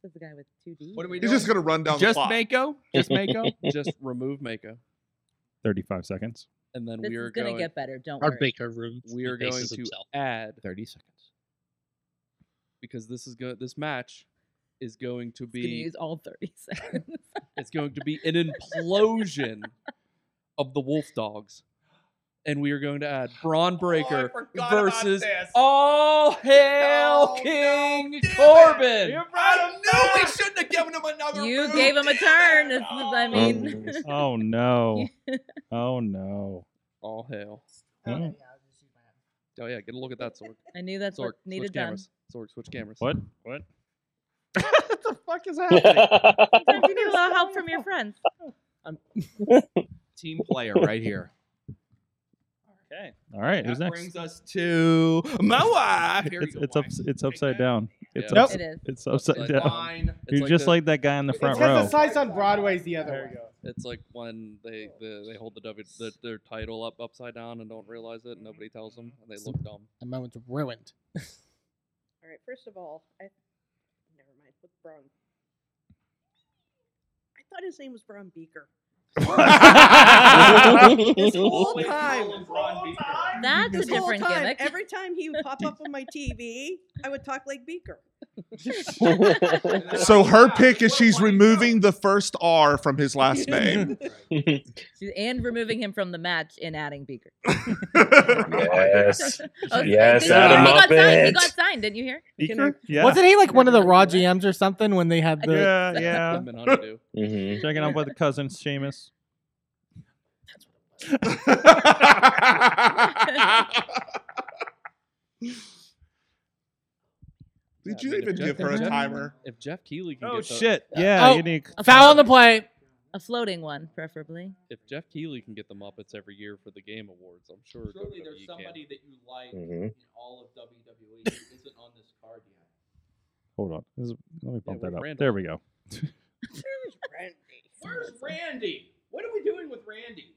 S4: So was the guy with two D's.
S19: What are we
S7: He's just gonna run down the
S19: Just
S7: clock.
S19: Mako? Just Mako?
S8: Just remove Mako.
S2: 35 seconds.
S8: And then
S4: This
S8: we are
S4: is gonna
S8: going,
S4: get better, don't
S8: Our
S4: worry.
S8: Baker room. We are going
S18: bases
S8: to
S18: himself.
S8: add
S5: 30 seconds
S8: because this is going. This match is going to
S4: He's gonna
S8: be.
S4: use all thirty seconds.
S8: It's going to be an implosion of the Wolf Dogs, and we are going to add
S7: Oh,
S8: Braun Breaker versus All Hail King Corbin.
S19: No, we shouldn't have given him another.
S4: You gave him a turn. This is, I mean,
S2: oh no. Oh no.
S8: All hail.
S2: Oh.
S8: Oh yeah, get a look at that sword.
S4: I knew that's what
S8: sword.
S4: needed
S8: switch
S4: done.
S8: cameras. Sword, switch cameras.
S2: What? What?
S8: what the fuck is
S4: Sometimes you need a little help from your friends.
S1: Um,
S5: Team player right here.
S2: Okay. All right, who's next?
S5: brings us to Moa. Here
S2: it's it's, ups, it's upside down. It's
S3: Yep.
S2: ups-
S3: It is.
S2: It's upside,
S8: Upside
S2: down.
S8: down.
S2: You're
S8: It's like
S2: just
S8: the-
S2: like that guy in the front
S3: it's because
S2: row.
S3: the size on Broadway's the other way.
S8: It's like when they the, they hold the, w, the their title up upside down and don't realize it, and nobody tells them, and they look dumb.
S3: The moment's ruined.
S20: All right. First of all, I never mind. What's Brown? I thought his name was Brown Beaker.
S9: This whole
S20: time.
S4: That's a
S20: This whole
S4: different
S20: time,
S4: gimmick.
S20: Every time he would pop up on my TV, I would talk like Beaker.
S7: So her pick is she's removing the first R from his last name.
S4: and removing him from the match and adding Beaker.
S7: yes.
S4: Oh,
S7: Yes,
S4: did you-
S7: add him
S4: he,
S7: up
S4: got signed. he
S7: it.
S4: got signed, didn't you hear?
S2: Yeah.
S3: Wasn't he like one of the Raw GMs or something when they had the?
S2: yeah, yeah.
S6: Mhm.
S2: Checking up with the cousin Seamus.
S7: Did
S8: I
S7: you
S8: mean,
S7: even
S8: if Jeff-
S7: give her
S8: if
S7: a
S8: Jeff-
S7: timer?
S8: If Jeff Keeley can
S2: Oh
S8: get the-
S2: shit! Yeah,
S3: Oh,
S2: you need
S3: a foul on the play.
S4: A floating one, preferably.
S8: If Jeff Keeley can get the Muppets every year for the Game Awards, I'm sure.
S5: Surely
S8: WWE
S5: there's somebody
S8: can. that you Mm-hmm. like
S5: Mhm.
S2: Mm-hmm.
S8: all of
S5: E
S8: WWE that isn't on this card yet.
S2: Hold on. This is- let me bump
S8: where's
S2: that up.
S8: Randall?
S2: There we go.
S5: Where's Randy? What are we doing with Randy?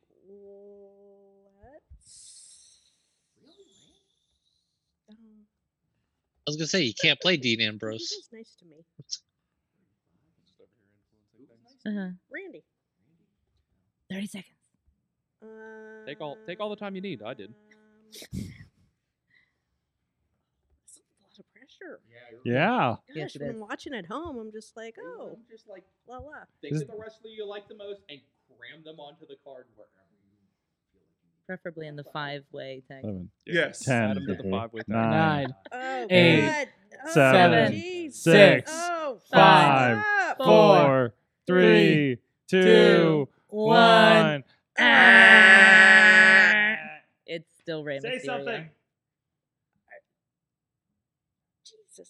S18: I was gonna say you can't play Dean Ambrose.
S20: He's nice to me.
S4: Uh-huh.
S20: Randy.
S4: Thirty seconds.
S20: uh,
S8: Take all take all the time you need. I did.
S20: It's a lot of pressure.
S2: Yeah.
S20: Gosh,
S8: Yes, it
S20: when
S8: is.
S20: I'm watching at home, I'm just like,
S5: Yeah,
S20: oh,
S5: I'm just like,
S20: la la.
S5: Think of the wrestler you like the most and cram them onto the card wherever you
S4: Preferably in the five way tag.
S2: Seven.
S7: Yes.
S2: Ten.
S8: Add him to the five-way tie.
S2: Nine.
S8: Nine. Oh,
S2: eight,
S8: God.
S20: Oh,
S2: seven,
S20: jeez.
S2: six,
S20: Oh,
S2: five,
S20: five,
S2: four, three, two, one.
S4: Ah. It's still Rey
S20: Say
S4: Mysterio.
S20: something. Jesus.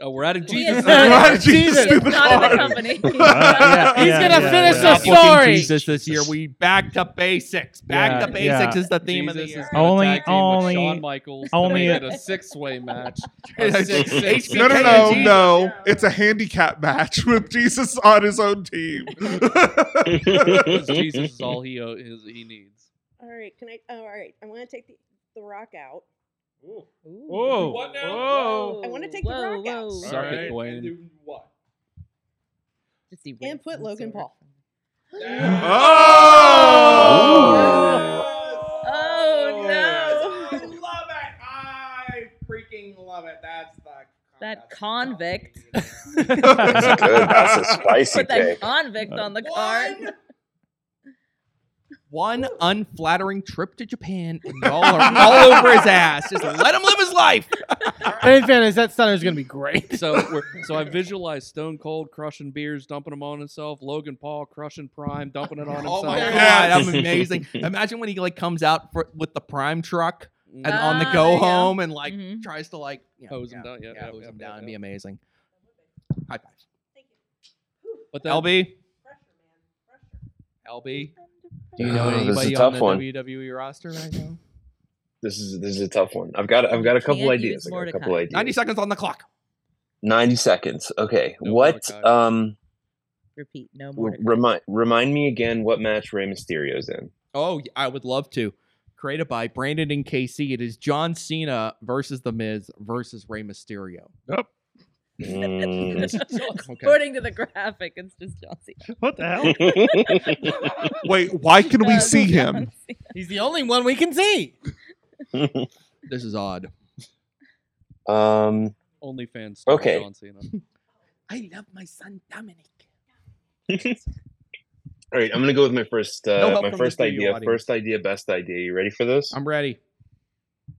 S8: Oh, we're adding
S4: He
S8: Jesus.
S4: is not- We're adding Jesus he to is the not in the card. company. He's not- He's yeah, gonna yeah, finish yeah. the
S5: Stop looking
S4: story.
S5: Jesus this year. We back to basics. Back to basics is the theme of the year.
S2: Only, only,
S8: Shawn Michaels.
S2: only
S8: Only a six-way match.
S7: no,
S8: A six, six,
S7: no, no, no. It's a handicap match with Jesus on his own team.
S8: Because Jesus is all he o- is, he needs.
S20: All right, can I? Oh, all right, I want to take the, the rock out. Ooh.
S8: Whoa. What now?
S20: I want to take the
S4: Whoa,
S20: rock out.
S4: whoa.
S8: Suck it,
S4: Alright,
S8: Dwayne.
S20: And put Logan Paul.
S4: Oh no!
S5: I love it. I freaking love it. That's the.
S4: That convict.
S5: That's good. That's a spicy
S4: Put that
S5: pick.
S4: convict on the card.
S5: One unflattering trip to Japan, and y'all are all over his ass. Just let him live his life.
S3: In fairness, that stunner's gonna be great.
S8: So we're, so I visualize Stone Cold crushing beers, dumping them on himself. Logan Paul crushing Prime, dumping it on himself.
S5: Oh my god, I'm amazing. Imagine when he like comes out for, with the prime truck and on the
S8: Ah,
S5: go
S8: yeah.
S5: home and like
S4: Mm-hmm.
S5: tries to like you know,
S8: Hose him down, yeah, yeah,
S5: hose
S8: yeah,
S5: him
S8: yeah,
S5: down. It'd
S8: yeah.
S5: be amazing. High five.
S8: But then,
S5: LB. LB. Do you know
S6: Oh, this is
S5: anybody
S6: a
S5: on
S6: tough
S5: the
S6: one.
S5: WWE roster right now?
S6: This is this is a tough one. I've got I've got a couple
S5: Can't
S6: ideas.
S5: use
S6: I got a
S5: Mordecai.
S6: couple ideas.
S5: 90 seconds on the clock.
S6: 90 seconds. Okay. what
S4: Mordecai.
S6: um
S4: Repeat. No
S5: Oh
S4: more.
S6: r- remind remind me again what match Rey Mysterio's in.
S5: Oh, yeah, I would love to. Created by Brandon and KC. It is John Cena versus The Miz versus Rey Mysterio.
S2: Yep.
S5: Mm.
S6: Mm.
S4: Just According to the graphic, it's just John Cena.
S2: What the
S4: hell?
S7: Wait, why can we see him?
S3: He's the only one we can see.
S9: this is odd.
S6: Um,
S8: Only fans.
S6: Okay.
S8: John Cena.
S5: I love my son Dominic.
S6: All right, I'm gonna go with my first
S5: No
S6: uh,
S5: help
S6: my
S5: from
S6: first
S5: the studio
S6: idea.
S5: audience.
S6: First idea, best idea. You ready for this?
S5: I'm ready.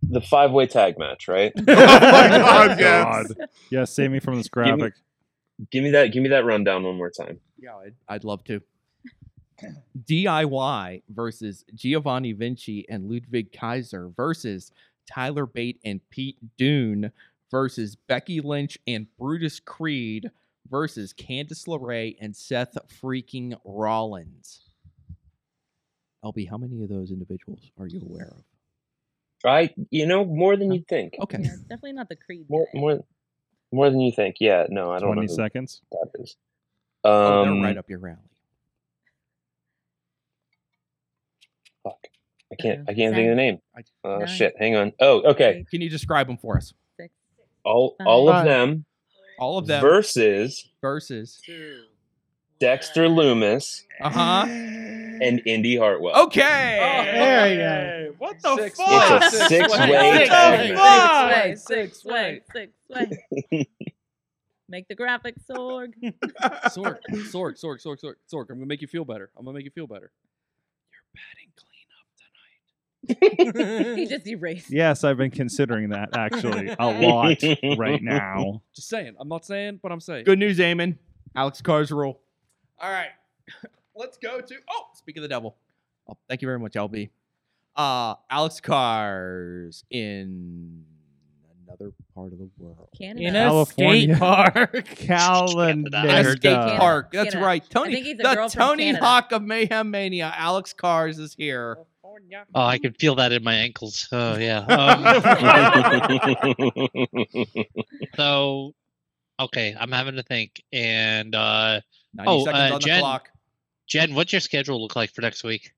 S6: The five way tag match, right? oh my
S2: God, yes. God. Yeah, save me from this graphic.
S6: Give me that. Give me that rundown one more time.
S9: Yeah, I'd,
S5: I'd love to. DIY versus Giovanni Vinci and Ludwig Kaiser versus Tyler Bate and Pete Dune versus Becky Lynch and Brutus Creed versus Candice LeRae and Seth freaking Rollins. LB, how many of those individuals are you aware of?
S6: I, you know, more than you think.
S5: Okay.
S4: It's definitely not the Creed.
S6: More, more, more than you think. Yeah. No, I don't.
S2: 20
S6: know who
S2: seconds?
S6: That is. Um,
S5: Oh, they're right up your alley.
S6: I can't. I can't think of the
S5: Seven,
S6: name.
S5: I-
S6: Oh
S5: nine,
S6: shit! Hang on. Oh, okay.
S5: Can you describe them for us?
S6: All, all of
S5: Five.
S6: them.
S5: All of them.
S6: versus
S5: Versus.
S6: Dexter Loomis.
S5: Uh huh.
S6: And Indy Hartwell.
S1: Oh.
S2: Oh,
S5: Okay.
S3: There you go.
S5: What the
S9: Six
S6: fuck? It's a six-way tag
S4: way,
S9: match.
S4: six way, six way. Make the graphic Sorg.
S8: Sork, Sork, Sork, Sork, Sork, Sork. I'm gonna make you feel better. I'm gonna make you feel better.
S4: he just erased.
S2: Yes, I've been considering that actually a lot right now.
S8: Just saying. I'm not saying, but I'm saying.
S5: Good news, Eamon. Alex Carr's rule.
S9: All right, let's go to. Oh,
S5: Speak of the devil. Oh, thank you very much, LB. Uh, Alex Carr's in another part of the world.
S4: Canada.
S5: In
S4: In
S5: a
S4: a
S5: California.
S4: skate park.
S2: Calinda.
S5: A skate
S2: Canada.
S5: park. That's
S4: Canada.
S5: right.
S4: I
S5: Tony,
S4: think he's a
S5: the
S4: girl from
S5: Tony
S4: Canada.
S5: Hawk of Mayhem Mania. Alex Carr's is here.
S18: Oh, I can feel that in my ankles. Oh yeah.
S6: Um,
S18: so, okay, I'm having to think. And uh,
S5: 90
S18: oh,
S5: seconds
S18: uh,
S5: on the
S18: Jen,
S5: clock.
S18: Jen, what's your schedule look like for next week?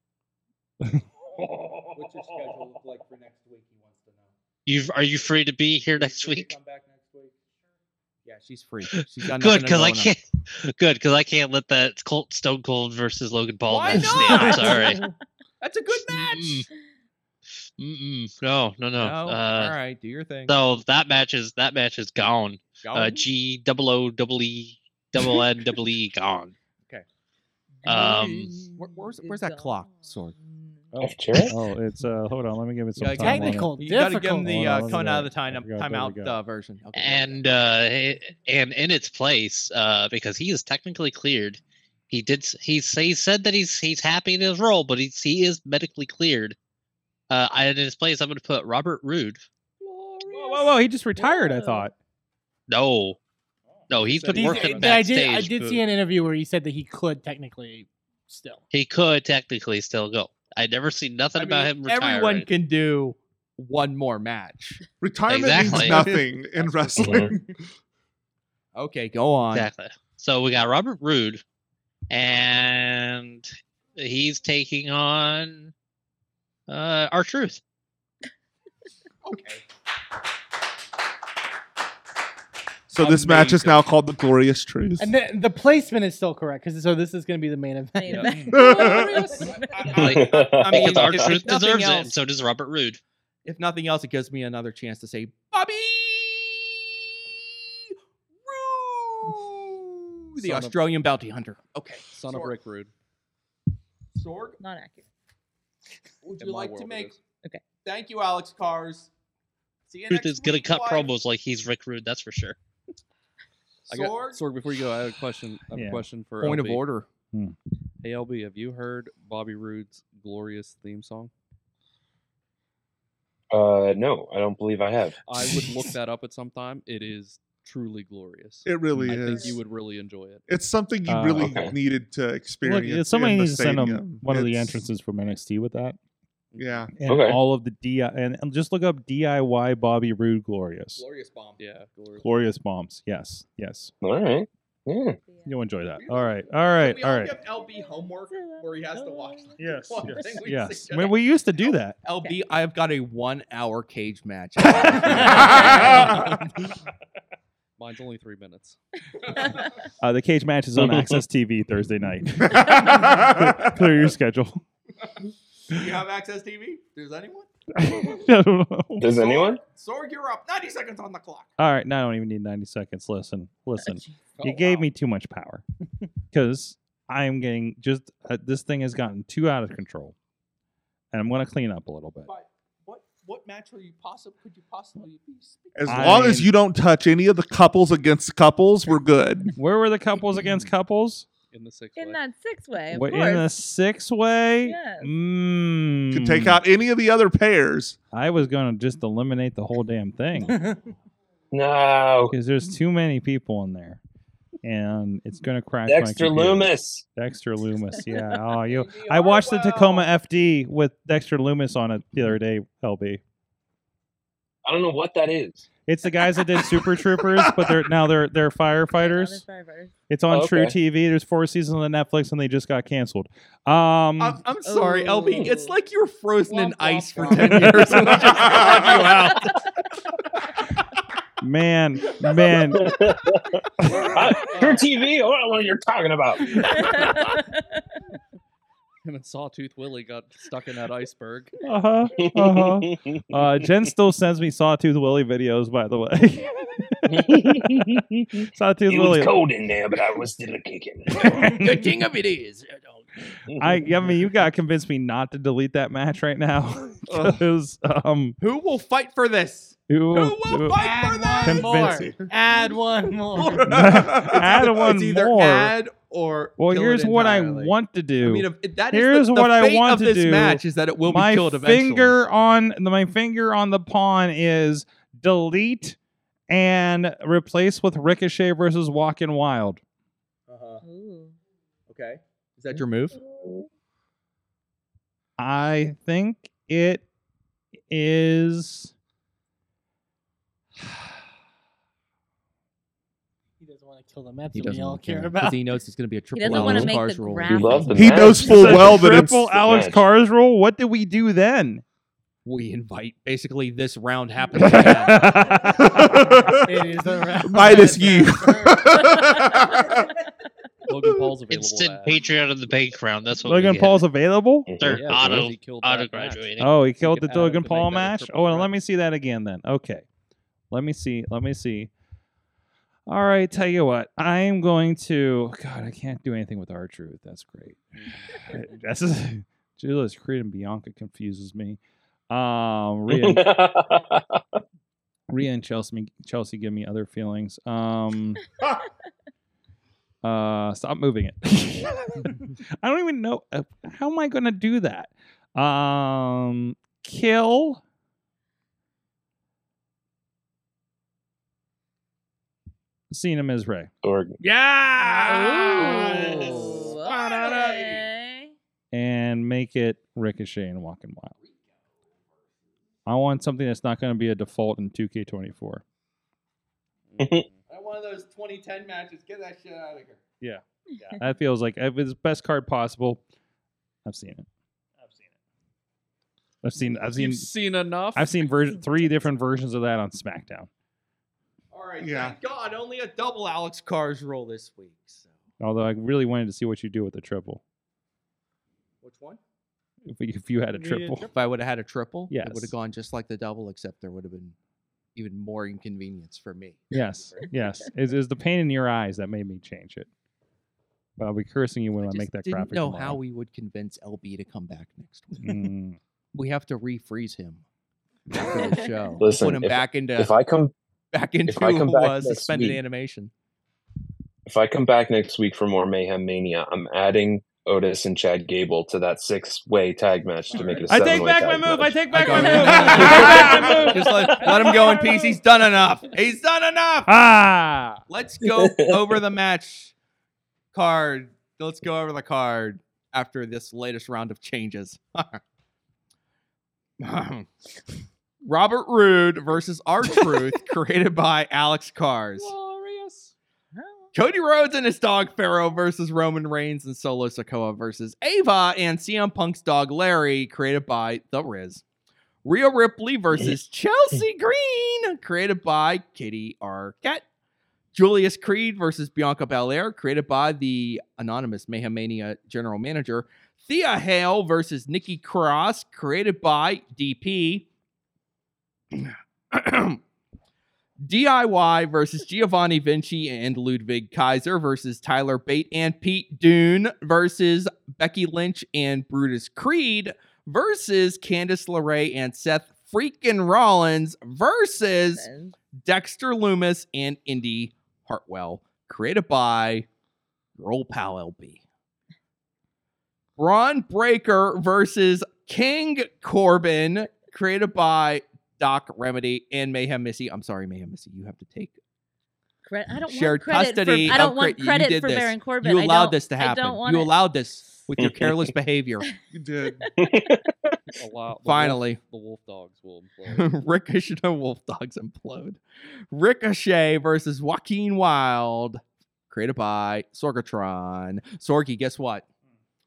S8: What's your schedule look like for next week? He wants to know.
S18: You are you free to be here next week?
S8: Come back next week.
S5: Yeah, she's free. She's got nothing
S18: Good, because I
S5: going on.
S18: can't. Good, because I can't let that Colt Stone Cold versus Logan Paul
S5: Why
S18: match stand.
S5: not?
S18: Oh, Sorry.
S5: That's a good match.
S18: Mm-mm. No, no, no.
S5: No?
S18: Uh,
S5: All right, do your thing.
S18: So that match is that match is gone. Uh,
S5: Gone?
S18: G double O double E double N double E gone.
S5: Okay.
S18: Um.
S5: Where, where's where's that clock, Sword?
S2: Oh, oh, it's uh, hold on. Let me give it some
S5: gotta
S2: time.
S5: give him- You gotta give him the
S2: Hold on,
S5: uh,
S2: let me
S5: coming
S2: do
S5: out of
S2: it.
S5: the time
S2: I forgot, there we
S5: timeout
S2: go.
S5: uh, version. Okay.
S18: and uh, it- and in its place, uh, because he is technically cleared, he did s- he s- he said that he's he's happy in his role, but he's he is medically cleared. Uh, I- and in his place, I'm going to put Robert Roode.
S2: Whoa, whoa, whoa! He just retired. I thought.
S18: No, no, he's been
S3: He's-
S18: working
S3: but I
S18: backstage.
S3: did, I did
S18: but
S3: see an interview where he said that he could technically still.
S18: he could technically still go. I never seen
S5: I
S18: nothing about
S5: mean,
S18: him retiring.
S5: everyone can do one more match.
S7: Retirement
S18: Exactly.
S7: means nothing in wrestling.
S5: Okay, go on.
S18: Exactly. So we got Robert Roode, and he's taking on uh our truth.
S7: so this match is now called the Glorious Truth.
S3: And the, the placement is still correct because so this is going to be the main event.
S4: Main event.
S5: Like, I mean,
S18: because our
S5: if-
S18: truth
S5: if nothing
S18: deserves it,
S5: else-
S18: and so does Robert Roode.
S5: If nothing else, it gives me another chance to say Bobby Roode, the
S8: Son of-
S5: Australian bounty hunter. Okay,
S8: Son of Rick Rude.
S5: Sorg,
S4: Not accurate.
S5: would
S8: In
S5: you
S8: my
S5: like to
S8: world, it
S5: make?
S4: Okay.
S5: Thank you, Alex Cars. See you
S18: Truth
S5: next
S18: is gonna
S5: week,
S18: cut
S5: wife.
S18: promos like he's Rick Rude, that's for sure.
S8: I got,
S5: Sorg?
S8: Sorg, before you go, I have a question. I have
S5: Yeah.
S8: a question for
S5: Point of
S8: LB.
S5: order. Hmm.
S8: Hey LB, have you heard Bobby Roode's glorious theme song?
S6: Uh, no, I don't believe I have.
S8: I would look that up at some time. It is truly glorious.
S7: It really
S8: I think
S7: is.
S8: you would really enjoy it.
S7: It's something you
S2: Uh,
S7: really
S2: okay.
S7: needed to
S2: Look,
S7: experience.
S2: yeah, somebody
S7: in the
S2: needs to send him
S7: stadium.
S2: one of the
S7: It's-
S2: entrances from NXT with that.
S7: Yeah.
S2: And all of the DI and and just look up DIY Bobby Roode Glorious.
S5: Glorious bomb.
S8: Yeah, glorious.
S2: Glorious bombs. Yes. Yes.
S6: All right. Yeah.
S2: You'll enjoy that. All right. All right.
S5: We
S2: All
S5: all
S2: right.
S5: give LB homework where he has to watch. like,
S2: Yes,
S5: one
S2: yes,
S5: thing we
S2: Yes.
S5: suggest.
S2: Well, we used to do that.
S5: LB, I have got a one-hour cage match.
S8: Mine's only three minutes.
S2: Uh, the cage match is on Access TV Thursday night. Clear- Clear your schedule.
S5: Do you have Access TV? Does anyone?
S2: I don't know. Does anyone?
S5: Sorg, you're up. 90 seconds on the clock.
S2: All right, now I don't even need 90 seconds. Listen, listen. you gave me too much power because I am getting just uh, this thing has gotten too out of control, and I'm going to clean up a little bit.
S5: What what match are you possibly could you possibly be?
S7: As
S2: I
S7: long as
S2: mean-
S7: you don't touch any of the couples against couples, we're good.
S2: Where were the couples against couples?
S8: In the six.
S4: in that six way, of
S2: What,
S4: course.
S2: in the six way?
S4: Yes.
S2: Mm.
S7: Could take out any of the other pairs.
S2: I was going to just eliminate the whole damn thing.
S6: no.
S2: Because there's too many people in there. And it's going to crash. my
S6: Dexter
S2: computer.
S6: Loomis.
S2: Dexter Loomis. Yeah. Oh, you. I watched the Tacoma FD with Dexter Loomis on it the other day, LB.
S6: I don't know what that is.
S2: It's the guys that did Super Troopers, but they're now they're they're firefighters. It's on
S6: Oh,
S2: True
S6: okay.
S2: TV. There's four seasons on Netflix, and they just got canceled. Um,
S5: I'm, I'm sorry, LB. It's
S2: Oh.
S5: like you were frozen in ice for
S2: womp.
S5: 10 years and we just thawed you out.
S2: man, man,
S6: I, your TV? I don't know what you're talking about.
S8: And then Sawtooth Willie got stuck in that iceberg.
S2: Uh-huh. Uh-huh. Uh, Jen still sends me Sawtooth Willie videos, by the way. Sawtooth
S6: it
S2: Willie.
S6: was cold in there, but I was still kicking.
S2: The
S9: king of it is.
S2: I, I mean, you got to convince me not to delete that match right now. 'cause, um,
S5: Who will fight for this?
S2: who, who-
S3: Add
S2: convince
S3: one
S2: me.
S3: more. Add one more.
S2: add one
S5: it's either
S2: more.
S5: add or
S2: well,
S5: kill
S2: here's
S5: it
S2: what I
S5: entirely.
S2: want to do.
S5: I mean, if- if that is the-
S2: here's
S5: the
S2: what I
S5: fate
S2: want
S5: of
S2: to
S5: this
S2: do.
S5: match is that it will be
S2: my
S5: killed eventually.
S2: finger on the, my finger on the pawn is delete and replace with Ricochet versus Walking Wild.
S5: Uh-huh. Okay. Is that
S9: your move?
S2: I think it is.
S3: He doesn't want to kill the Mets
S9: He
S3: that we
S9: doesn't
S3: all
S9: wanna kill
S3: care
S9: him,
S3: about.
S9: 'cause he knows it's gonna be a He triple doesn't L wanna Alex make Cars the rule. graphic.
S3: He
S9: Love the
S2: He
S9: match.
S2: knows full
S9: Such a
S2: well that it's
S9: triple
S2: Alex
S9: match.
S2: Cars rule. What do we do then?
S9: We invite basically this round happens. right now.
S3: It is a round.
S7: Midas you.
S8: Logan Paul's available.
S18: Instant Patriot of the bank round. That's what
S2: Logan
S18: we
S2: Paul's available.
S18: Get. They're
S8: Yeah,
S18: auto,
S8: he killed that
S18: auto
S8: match.
S18: graduating.
S2: Oh, he killed the
S8: add up
S2: Logan
S8: to make
S2: Paul
S8: that a
S2: match.
S8: triple
S2: Oh, and let me see that again then. Okay, let me see. Let me see. All right, tell you what, I am going to. God, I can't do anything with our truth. That's great. That's Julius Creed and Bianca confuses me. Um, Rhea, Rhea and Chelsea, Chelsea give me other feelings. Um, uh, stop moving it. I don't even know uh, how am I going to do that. Um, kill. Cena Ms. Ray.
S5: Yeah.
S2: and make it Ricochet and Walking Wild. I want something that's not going to be a default in 2K24.
S5: One of those 2010 matches. Get that shit out of here.
S2: Yeah. that feels like if it's best card possible. I've seen it. I've seen it. I've seen. I've seen.
S8: You've seen enough.
S2: I've seen ver- three different versions of that on SmackDown.
S5: All right.
S8: Yeah.
S5: Thank God, only a double Alex Cars roll this week.
S2: Although I really wanted to see what you do with the triple.
S5: Which one?
S2: If, we- if you had a
S5: We need a
S2: triple,
S9: If I would have had a triple, it would
S2: Yes.
S9: have gone just like the double, except there would have been even more inconvenience for me.
S2: yes, yes, it is the pain in your eyes that made me change it. But I'll be cursing you when I,
S9: Just
S2: make that
S9: didn't
S2: graphic.
S9: know
S2: tomorrow.
S9: how we would convince LB to come back next week.
S2: Mm.
S9: We have to refreeze him. after the show.
S6: Listen,
S9: put him
S6: if-
S9: back into
S6: if I come-
S9: back
S6: if
S9: into
S6: I come back
S9: uh,
S6: next
S9: suspended
S6: week-
S9: animation.
S6: If I come back next week for more Mayhem Mania, I'm adding Otis and Chad Gable to that six way tag match to make it a
S2: I
S6: seven way
S2: take back my move. I take back my move.
S5: Just let, let him go in peace. He's done enough. He's done enough.
S2: Ah.
S5: Let's go over the match card. Let's go over the card after this latest round of changes. Robert Roode versus R Truth, created by Alex Cars.
S8: Glorious.
S5: Cody Rhodes and his dog Pharaoh versus Roman Reigns and Solo Sokoa versus Ava and CM Punk's dog Larry, created by The Riz. Rhea Ripley versus Chelsea Green, created by Kitty Arquette. Julius Creed versus Bianca Belair, created by the anonymous Mayhem Mania general manager. Thea Hale versus Nikki Cross, created by DP. DIY versus Giovanni Vinci and Ludwig Kaiser versus Tyler Bate and Pete Dune versus Becky Lynch and Brutus Creed versus Candice LeRae and Seth freaking Rollins versus Dexter Loomis and Indy Hartwell, created by Roll Pal LB. Braun Breaker versus King Corbin, created by Doc Remedy and Mayhem Missy. I'm sorry, Mayhem Missy, you have to take
S4: Cre- I don't
S5: shared
S4: want credit
S5: custody.
S4: for I don't
S5: of
S4: want
S5: Cre- you
S4: credit
S5: did
S4: for
S5: this.
S4: Baron Corbin.
S5: You
S4: I
S5: allowed
S4: don't-
S5: this to
S4: I
S5: happen.
S4: don't want
S5: you
S4: it.
S5: allowed this with your careless behavior. You
S17: did.
S8: Allow- the
S5: Finally.
S8: wolf, the wolf dogs will implode.
S5: Ricochet no, Wolf Dogs implode. Ricochet versus Joaquin Wild, created by Sorgatron. Sorky, guess what?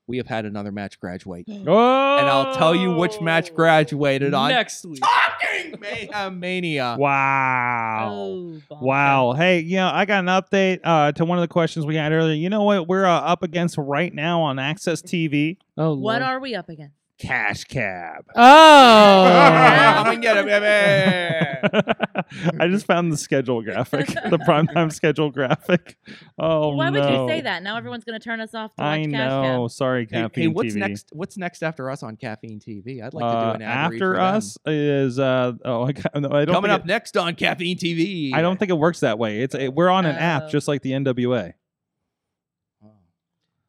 S5: We have had another match graduate. And I'll tell you which match graduated on
S8: Oh! Next week.
S5: Fucking Mayhem Mania.
S2: Wow.
S4: Oh,
S2: wow. Hey, you know, I got an update uh, to one of the questions we had earlier. You know what we're uh, up against right now on Access TV? Oh,
S4: What are we up against?
S2: Cash Cab.
S4: Oh.
S5: Come and get 'em,
S2: I just found the schedule graphic, the primetime schedule graphic. Oh,
S4: Why would
S2: no.
S4: you say that? Now everyone's going to turn us off to watch
S2: I
S4: Cash Cab.
S2: know. Oh, Sorry,
S5: Hey,
S2: Caffeine
S5: hey, what's
S2: TV.
S5: next? What's next after us on Caffeine TV? I'd like to
S2: Uh,
S5: do an ad read
S2: after
S5: for them.
S2: us is uh oh I, got- no, I don't
S5: Coming
S2: think
S5: up next on Caffeine TV.
S2: it, I don't think it works that way. It's it, we're on an
S4: Oh.
S2: app just like the NWA.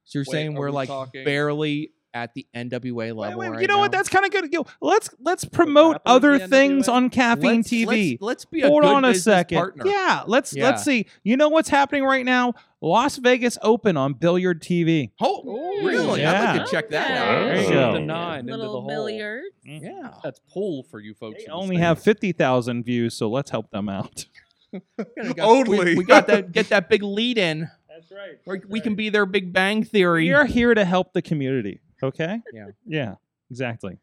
S5: So you're
S2: Wait,
S5: saying
S2: are
S5: we're
S2: we
S5: like
S2: talking-
S5: barely at the NWA level right
S2: you know what? That's kind of good. Yo, let's let's promote other things on caffeine
S5: Let's-
S2: TV.
S5: let's- let's be a
S2: Hold
S5: good
S2: on a
S5: business
S2: second.
S5: partner.
S2: Yeah, let's
S5: Yeah.
S2: let's see. You know what's happening right now? Las Vegas Open on Billiard TV.
S5: Oh, really?
S2: Yeah.
S5: I'd like to check that out.
S2: There you
S8: Shoot
S2: go. Mm.
S8: The nine into the
S4: Little
S8: hole.
S4: billiards.
S5: Yeah.
S8: That's pull for you folks. in the
S2: Only have fifty thousand views, so let's help them out.
S5: We got- We, we got that. Get that big lead in. That's right. we can be their Big Bang Theory.
S2: We are here to help the community. Okay.
S5: Yeah.
S2: Yeah. Exactly.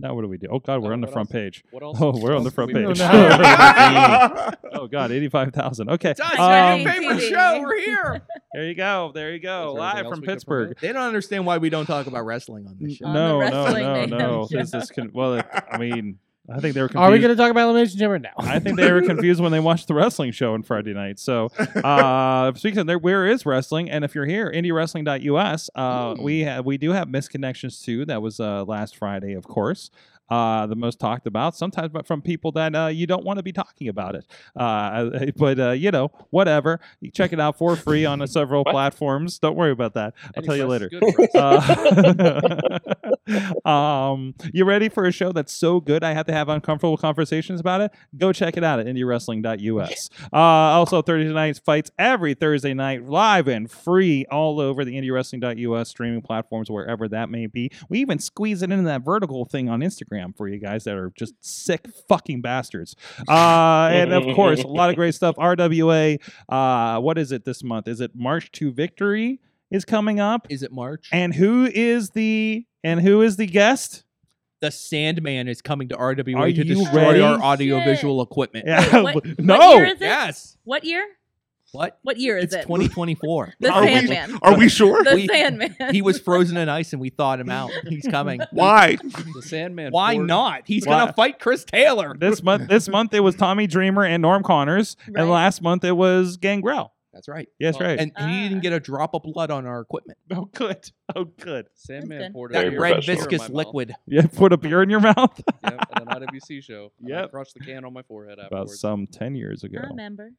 S2: Now what do we do? Oh God, we're on the
S5: Uh, what
S2: front
S5: else-
S2: page.
S5: what else-
S2: Oh, we're
S5: what
S2: on the
S5: else
S2: front
S5: do we do
S2: page.
S5: now?
S2: oh God, eighty-five thousand. Okay.
S5: Josh,
S2: um,
S5: your favorite show. We're here.
S2: There you go. There you go. Live from Pittsburgh.
S5: They don't understand why we don't talk about wrestling on this show.
S2: No, no, no, no. This is con- well. it- I mean, I think they were. Confused.
S3: Are we going to talk about Elimination Chamber now?
S2: I think they were confused when they watched the wrestling show on Friday night. So, uh, speaking of there, where is wrestling? And if you're here, indiewrestling.us, uh, we
S5: Mm.
S2: have we do have misconnections too. That was uh, last Friday, of course. Uh, the most talked about, sometimes, but from people that uh, you don't want to be talking about it. Uh, but uh, you know, whatever. You check it out for free on uh, several platforms. Don't worry about that. I'll
S5: Any
S2: tell you
S5: press
S2: later.
S5: is good press.
S2: Uh, um, you ready for a show that's so good I have to have uncomfortable conversations about it? Go check it out at indiewrestling.us. Uh, also, Thursday nights fights every Thursday night, live and free all over the indiewrestling.us streaming platforms, wherever that may be. We even squeeze it into that vertical thing on Instagram for you guys that are just sick fucking bastards. Uh, and of course, a lot of great stuff. RWA, uh, what is it this month? Is it March to Victory? Is coming up.
S5: Is it March?
S2: And who is the and who is the guest?
S5: The Sandman is coming to RWA
S2: Are
S5: to
S2: you
S5: destroy
S2: ready?
S5: our audiovisual equipment.
S2: Yeah.
S4: What, what
S5: no.
S4: year is it?
S5: Yes.
S4: What year?
S5: What?
S4: What year is
S5: It's
S4: it?
S5: 2024.
S4: The Are we- Sandman.
S17: are we sure?
S4: The
S5: We-
S4: Sandman.
S5: He was frozen in ice, and we thawed him out. He's coming.
S17: Why?
S8: The Sandman.
S5: Why
S8: poured-
S5: not? He's
S2: Why-
S5: gonna fight Chris Taylor.
S2: This month this month it was Tommy Dreamer and Norm Connors. And last month it was Gangrel.
S5: That's right.
S2: Yes, right.
S5: And he
S4: Ah.
S5: didn't get a drop of blood on our equipment.
S2: Oh, good. Oh, good.
S8: Sandman poured
S5: That
S8: a beer-
S5: red
S8: beer in my
S5: viscous
S8: mouth.
S5: liquid.
S2: Yeah, put a beer in your mouth.
S8: Yep, at an IWC show. and I
S5: Yep.
S8: crushed the can on my forehead
S2: About
S8: afterwards.
S2: some ten years ago.
S4: I remember.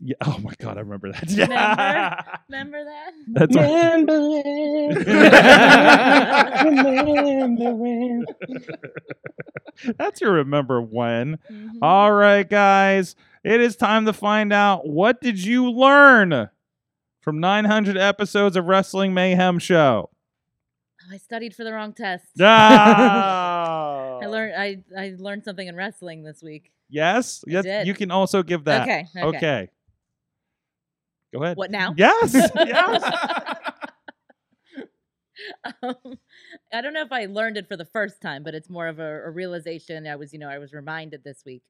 S2: Yeah. Oh my god, I remember that.
S4: Remember? remember that?
S2: That's all- That's your remember when.
S4: Mm-hmm.
S2: All right, guys. It is time to find out what did you learn from 900 episodes of Wrestling Mayhem Show.
S4: Oh, I studied for the wrong test.
S2: Ah!
S4: I learned I, I learned something in wrestling this week.
S2: Yes,
S4: I
S2: yes.
S4: did.
S2: You can also give that.
S4: Okay, okay.
S2: Go ahead.
S4: What now?
S2: Yes. yes.
S4: um, I don't know if I learned it for the first time, but it's more of a, a realization. I was, you know, I was reminded this week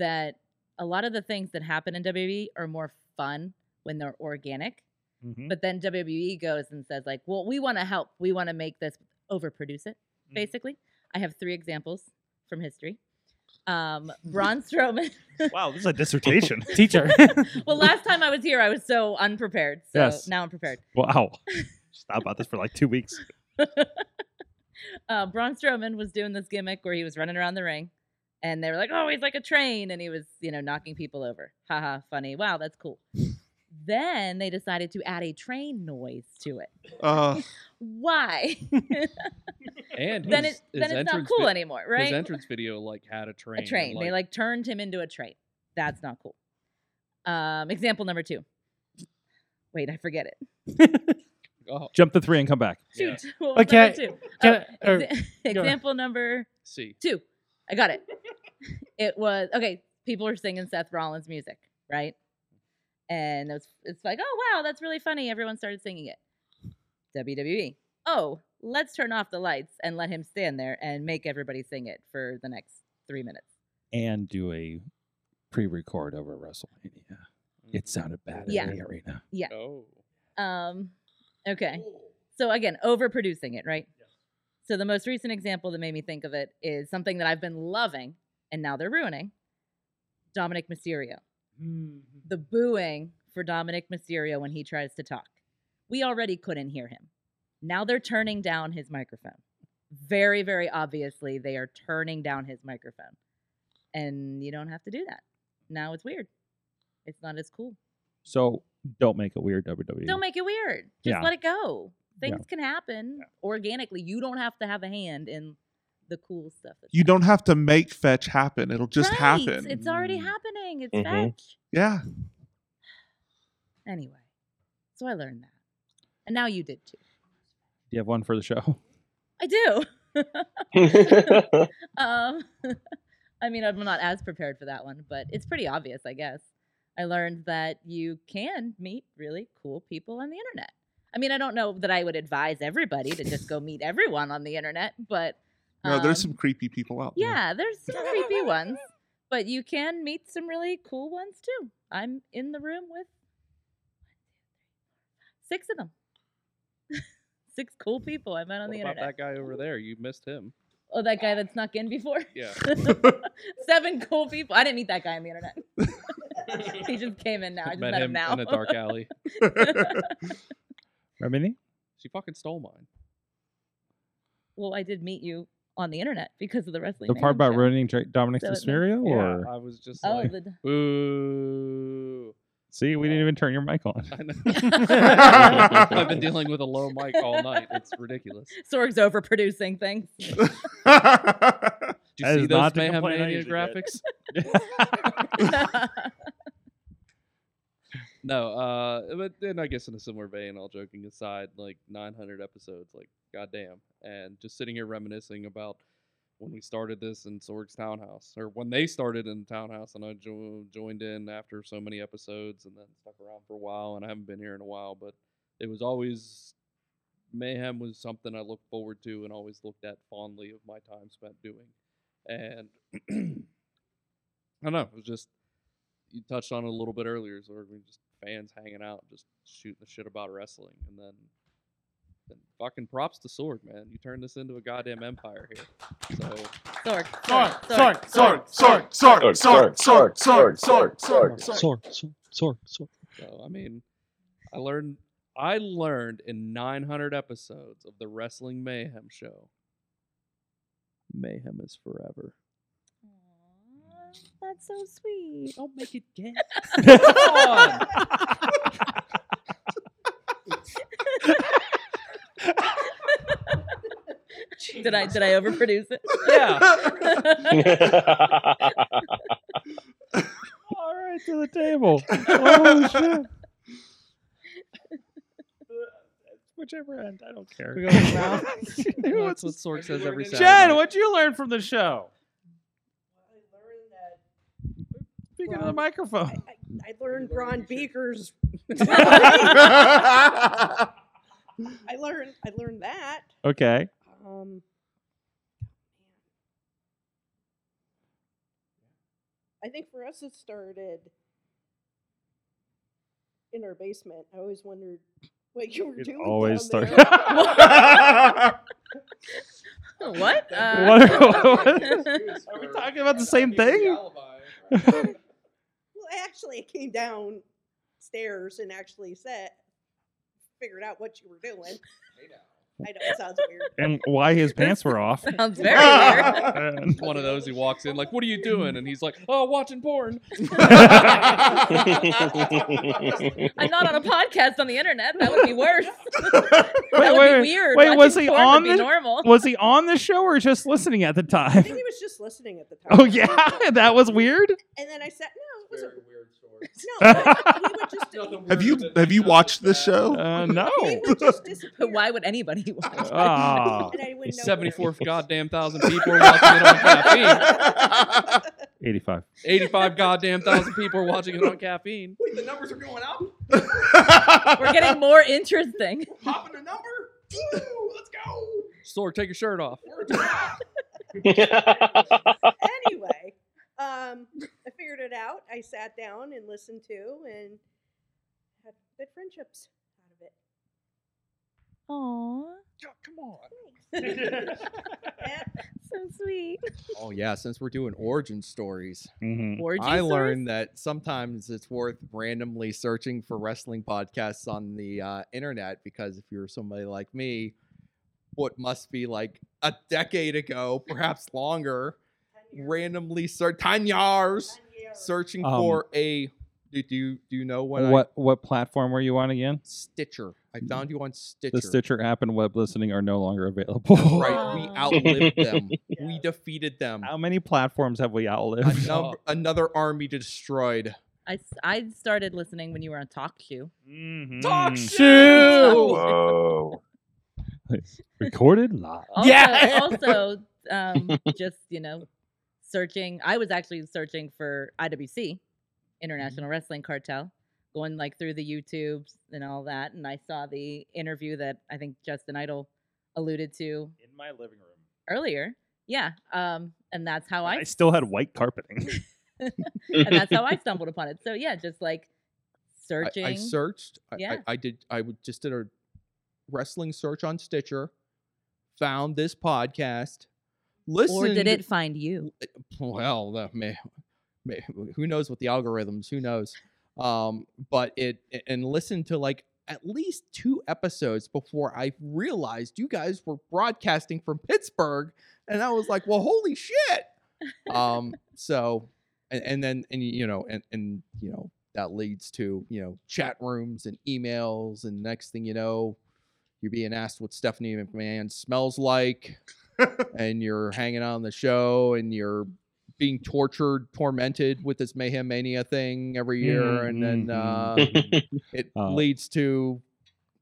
S4: that a lot of the things that happen in WWE are more fun when they're organic.
S2: Mhm.
S4: But then WWE goes and says, like, well, we want to help. We want to make this overproduce it,
S2: Mhm.
S4: basically. I have three examples from history. Um, Braun Strowman.
S2: Wow, this is a dissertation.
S3: Teacher.
S4: well, last time I was here, I was so unprepared. So
S2: yes.
S4: now I'm prepared.
S2: Wow. Stop about this for like two weeks.
S4: uh, Braun Strowman was doing this gimmick where he was running around the ring, and they were like, "Oh, he's like a train," and he was, you know, knocking people over. Haha, funny. Wow, that's cool. then they decided to add a train noise to it.
S7: Uh,
S4: Why?
S8: And
S4: Then
S8: his-
S4: it- then
S8: his
S4: it's not
S8: entrance
S4: cool anymore,
S8: His
S4: right?
S8: entrance video like had a train.
S4: a
S8: and,
S4: train. they like turned him into a train. That's not cool. Um, example number two. Wait, I forget it.
S2: Jump the three and come back.
S4: Shoot. What was
S2: Okay,
S4: number two?
S2: can I-
S4: Oh,
S2: or-
S4: exa-
S2: go ahead.
S4: example number
S8: C.
S4: two. I got it. it was okay. People are singing Seth Rollins music, right? And it was, it's like, oh wow, that's really funny. Everyone started singing it. WWE. Oh, let's turn off the lights and let him stand there and make everybody sing it for the next three minutes.
S2: And do a pre record over WrestleMania.
S8: Mm.
S2: It sounded bad
S4: Yeah.
S2: in the arena.
S4: Yeah. Um, okay. So again, overproducing it, right? So the most recent example that made me think of it is something that I've been loving and now they're ruining. Dominic Mysterio. The booing for Dominic Mysterio when he tries to talk. We already couldn't hear him. Now they're turning down his microphone. Very, very obviously, they are turning down his microphone. And you don't have to do that. Now it's weird. It's not as cool.
S2: So don't make it weird, E. WWE.
S4: Don't make it weird. Just
S2: Yeah.
S4: let it go.
S2: Yeah.
S4: Things can happen organically. You don't have to have a hand in the cool stuff. That's
S7: you don't have to make fetch happen. It'll just
S4: Right,
S7: happen.
S4: It's already
S2: Mm-hmm.
S4: happening. It's
S7: Mhm.
S4: fetch.
S7: Yeah.
S4: Anyway, so I learned that. And now you did too.
S2: Do you have one for the show?
S4: I do. um, I mean, I'm not as prepared for that one, but it's pretty obvious, I guess. I learned that you can meet really cool people on the internet. I mean, I don't know that I would advise everybody to just go meet everyone on the internet, but
S7: No, there's
S4: um,
S7: some creepy people out there.
S4: Yeah, there's some creepy ones, but you can meet some really cool ones too. I'm in the room with six of them. six cool people I met on
S8: What
S4: the
S8: about
S4: internet.
S8: that guy over there? You missed him.
S4: Oh, that guy that snuck in before?
S8: Yeah.
S4: Seven cool people. I didn't meet that guy on the internet. he just came in now. I just met, him, now.
S8: in a dark alley.
S2: Remini?
S8: she fucking stole mine.
S4: well, I did meet you on the internet because of the wrestling.
S2: The part
S4: Mayhem
S2: about
S4: show.
S2: ruining Dra- Dominic
S4: So it makes-
S2: Mysterio? or
S8: I was just
S4: Oh,
S8: like,
S4: the-
S8: Uh, ooh.
S2: See, we didn't even turn your mic on.
S8: I've been dealing with a low mic all night. It's ridiculous.
S4: Sorg's overproducing things.
S8: Do you
S2: That
S8: see
S2: is
S8: those
S2: not the
S8: Mayhem
S2: complaint I
S8: Mania graphics?
S2: usually
S8: no, uh, but then I guess in a similar vein, all joking aside, like 900 episodes, like goddamn, and just sitting here reminiscing about when we started this in Sorg's townhouse, or when they started in the townhouse, and I jo- joined in after so many episodes, and then stuck around for a while, and I haven't been here in a while, but it was always mayhem was something I looked forward to and always looked at fondly of my time spent doing, and I don't know, it was just you touched on it a little bit earlier, so we just fans hanging out, just shooting the shit about wrestling, and then, then fucking props to Sorg, man. You turned this into a goddamn empire here. So
S4: Sorg,
S1: Sorg, Sorg, Sorg, Sorg, Sorg, Sorg, Sorg, Sorg, Sorg, Sorg, Sorg.
S8: Sorg, Sorg. So I mean, I learned I learned in 900 episodes of the Wrestling Mayhem show. Mayhem is forever.
S4: That's so sweet.
S8: Don't make it gay.
S4: did I did I overproduce it?
S2: All right, to the table. Oh, shit. Whichever end, I don't care.
S8: That's what Sorg says every Saturday.
S2: Jen, what'd you learn from the show? Speaking of the microphone.
S20: I learned Braun Beaker's. I
S1: I
S20: learned. I learned that.
S2: Okay.
S20: Um, I think for us, it started in our basement. I always wondered what you were
S2: It
S20: doing.
S2: always
S20: down
S2: started-
S20: there.
S4: What? Uh,
S2: What are- what? Are we talking about the same thing?
S20: Well, actually, it came downstairs and actually said, figured out what you were doing. I know it sounds weird.
S2: and why his pants were off.
S20: Sounds
S4: very
S8: It's one of those. He walks in like, "What are you doing?" And he's like, "Oh, watching porn."
S4: I'm not on a podcast on the internet. That would be worse.
S2: Wait,
S4: that would
S2: wait,
S4: be weird.
S2: Wait, was
S4: Watching
S2: he
S4: porn would
S2: on
S4: be
S2: the
S4: normal?
S2: was he on the show or just listening at the
S20: I
S2: time?
S20: think he was just listening at the time.
S2: Oh yeah, that was weird.
S20: And then I said, no, it was a weird story.
S21: Have you have you watched this show?
S2: Uh, no.
S4: But why would anybody watch?
S2: Ah.
S8: His seventy-fourth goddamn thousand people are watching it on caffeine.
S2: 85.
S8: Eighty-five goddamn thousand people are watching it on caffeine.
S9: Wait, the numbers are going up.
S4: We're getting more interesting.
S9: Popping a number. Woo, let's go.
S8: Sorg, take your shirt off.
S20: anyway, um, I figured it out. I sat down and listened to and had good friendships out of it.
S4: Aww.
S20: come on.
S4: so sweet.
S5: Oh yeah, since we're doing origin stories,
S2: Mhm.
S4: Origin
S5: I
S4: stories?
S5: learned that sometimes it's worth randomly searching for wrestling podcasts on the uh, internet because if you're somebody like me, what must be like a decade ago, perhaps longer, randomly search ten years searching
S2: Um,
S5: for a. Do, do you do you know what? I-
S2: What what platform were you on again?
S5: Stitcher. I found you on Stitcher.
S2: The Stitcher app and web listening are no longer available.
S5: Right,
S4: Um,
S5: we outlived them. We defeated them.
S2: How many platforms have we outlived?
S5: Another, another army destroyed.
S4: I, s- I started listening when you were on Talk Shoe.
S5: Talk
S2: Mm.
S5: Whoa.
S2: Recorded live.
S4: Also, also um, just, you know, searching. I was actually searching for IWC,
S5: Mm-hmm.
S4: International Wrestling Cartel, going like through the YouTubes and all that. And I saw the interview that I think Justin Idol alluded to
S2: in my living room
S4: earlier. Yeah. Um, and that's how I,
S2: I still had white carpeting.
S4: and that's how I stumbled upon it. So yeah, just like searching.
S5: I, I searched. I,
S4: Yeah.
S5: I, I did. I would just did a wrestling search on Stitcher. Found this podcast. Listened.
S4: or did it find you?
S5: Well, that may, may, who knows what the algorithms? Who knows? Um, but it and listened to like at least two episodes before I realized you guys were broadcasting from Pittsburgh, and I was like, well, holy shit. um so and, and then and you know and and you know that leads to you know chat rooms and emails and next thing you know you're being asked what stephanie mcmahon smells like and you're hanging out on the show and you're being tortured tormented with this mayhem mania thing every year and then uh, it
S2: Uh,
S5: leads to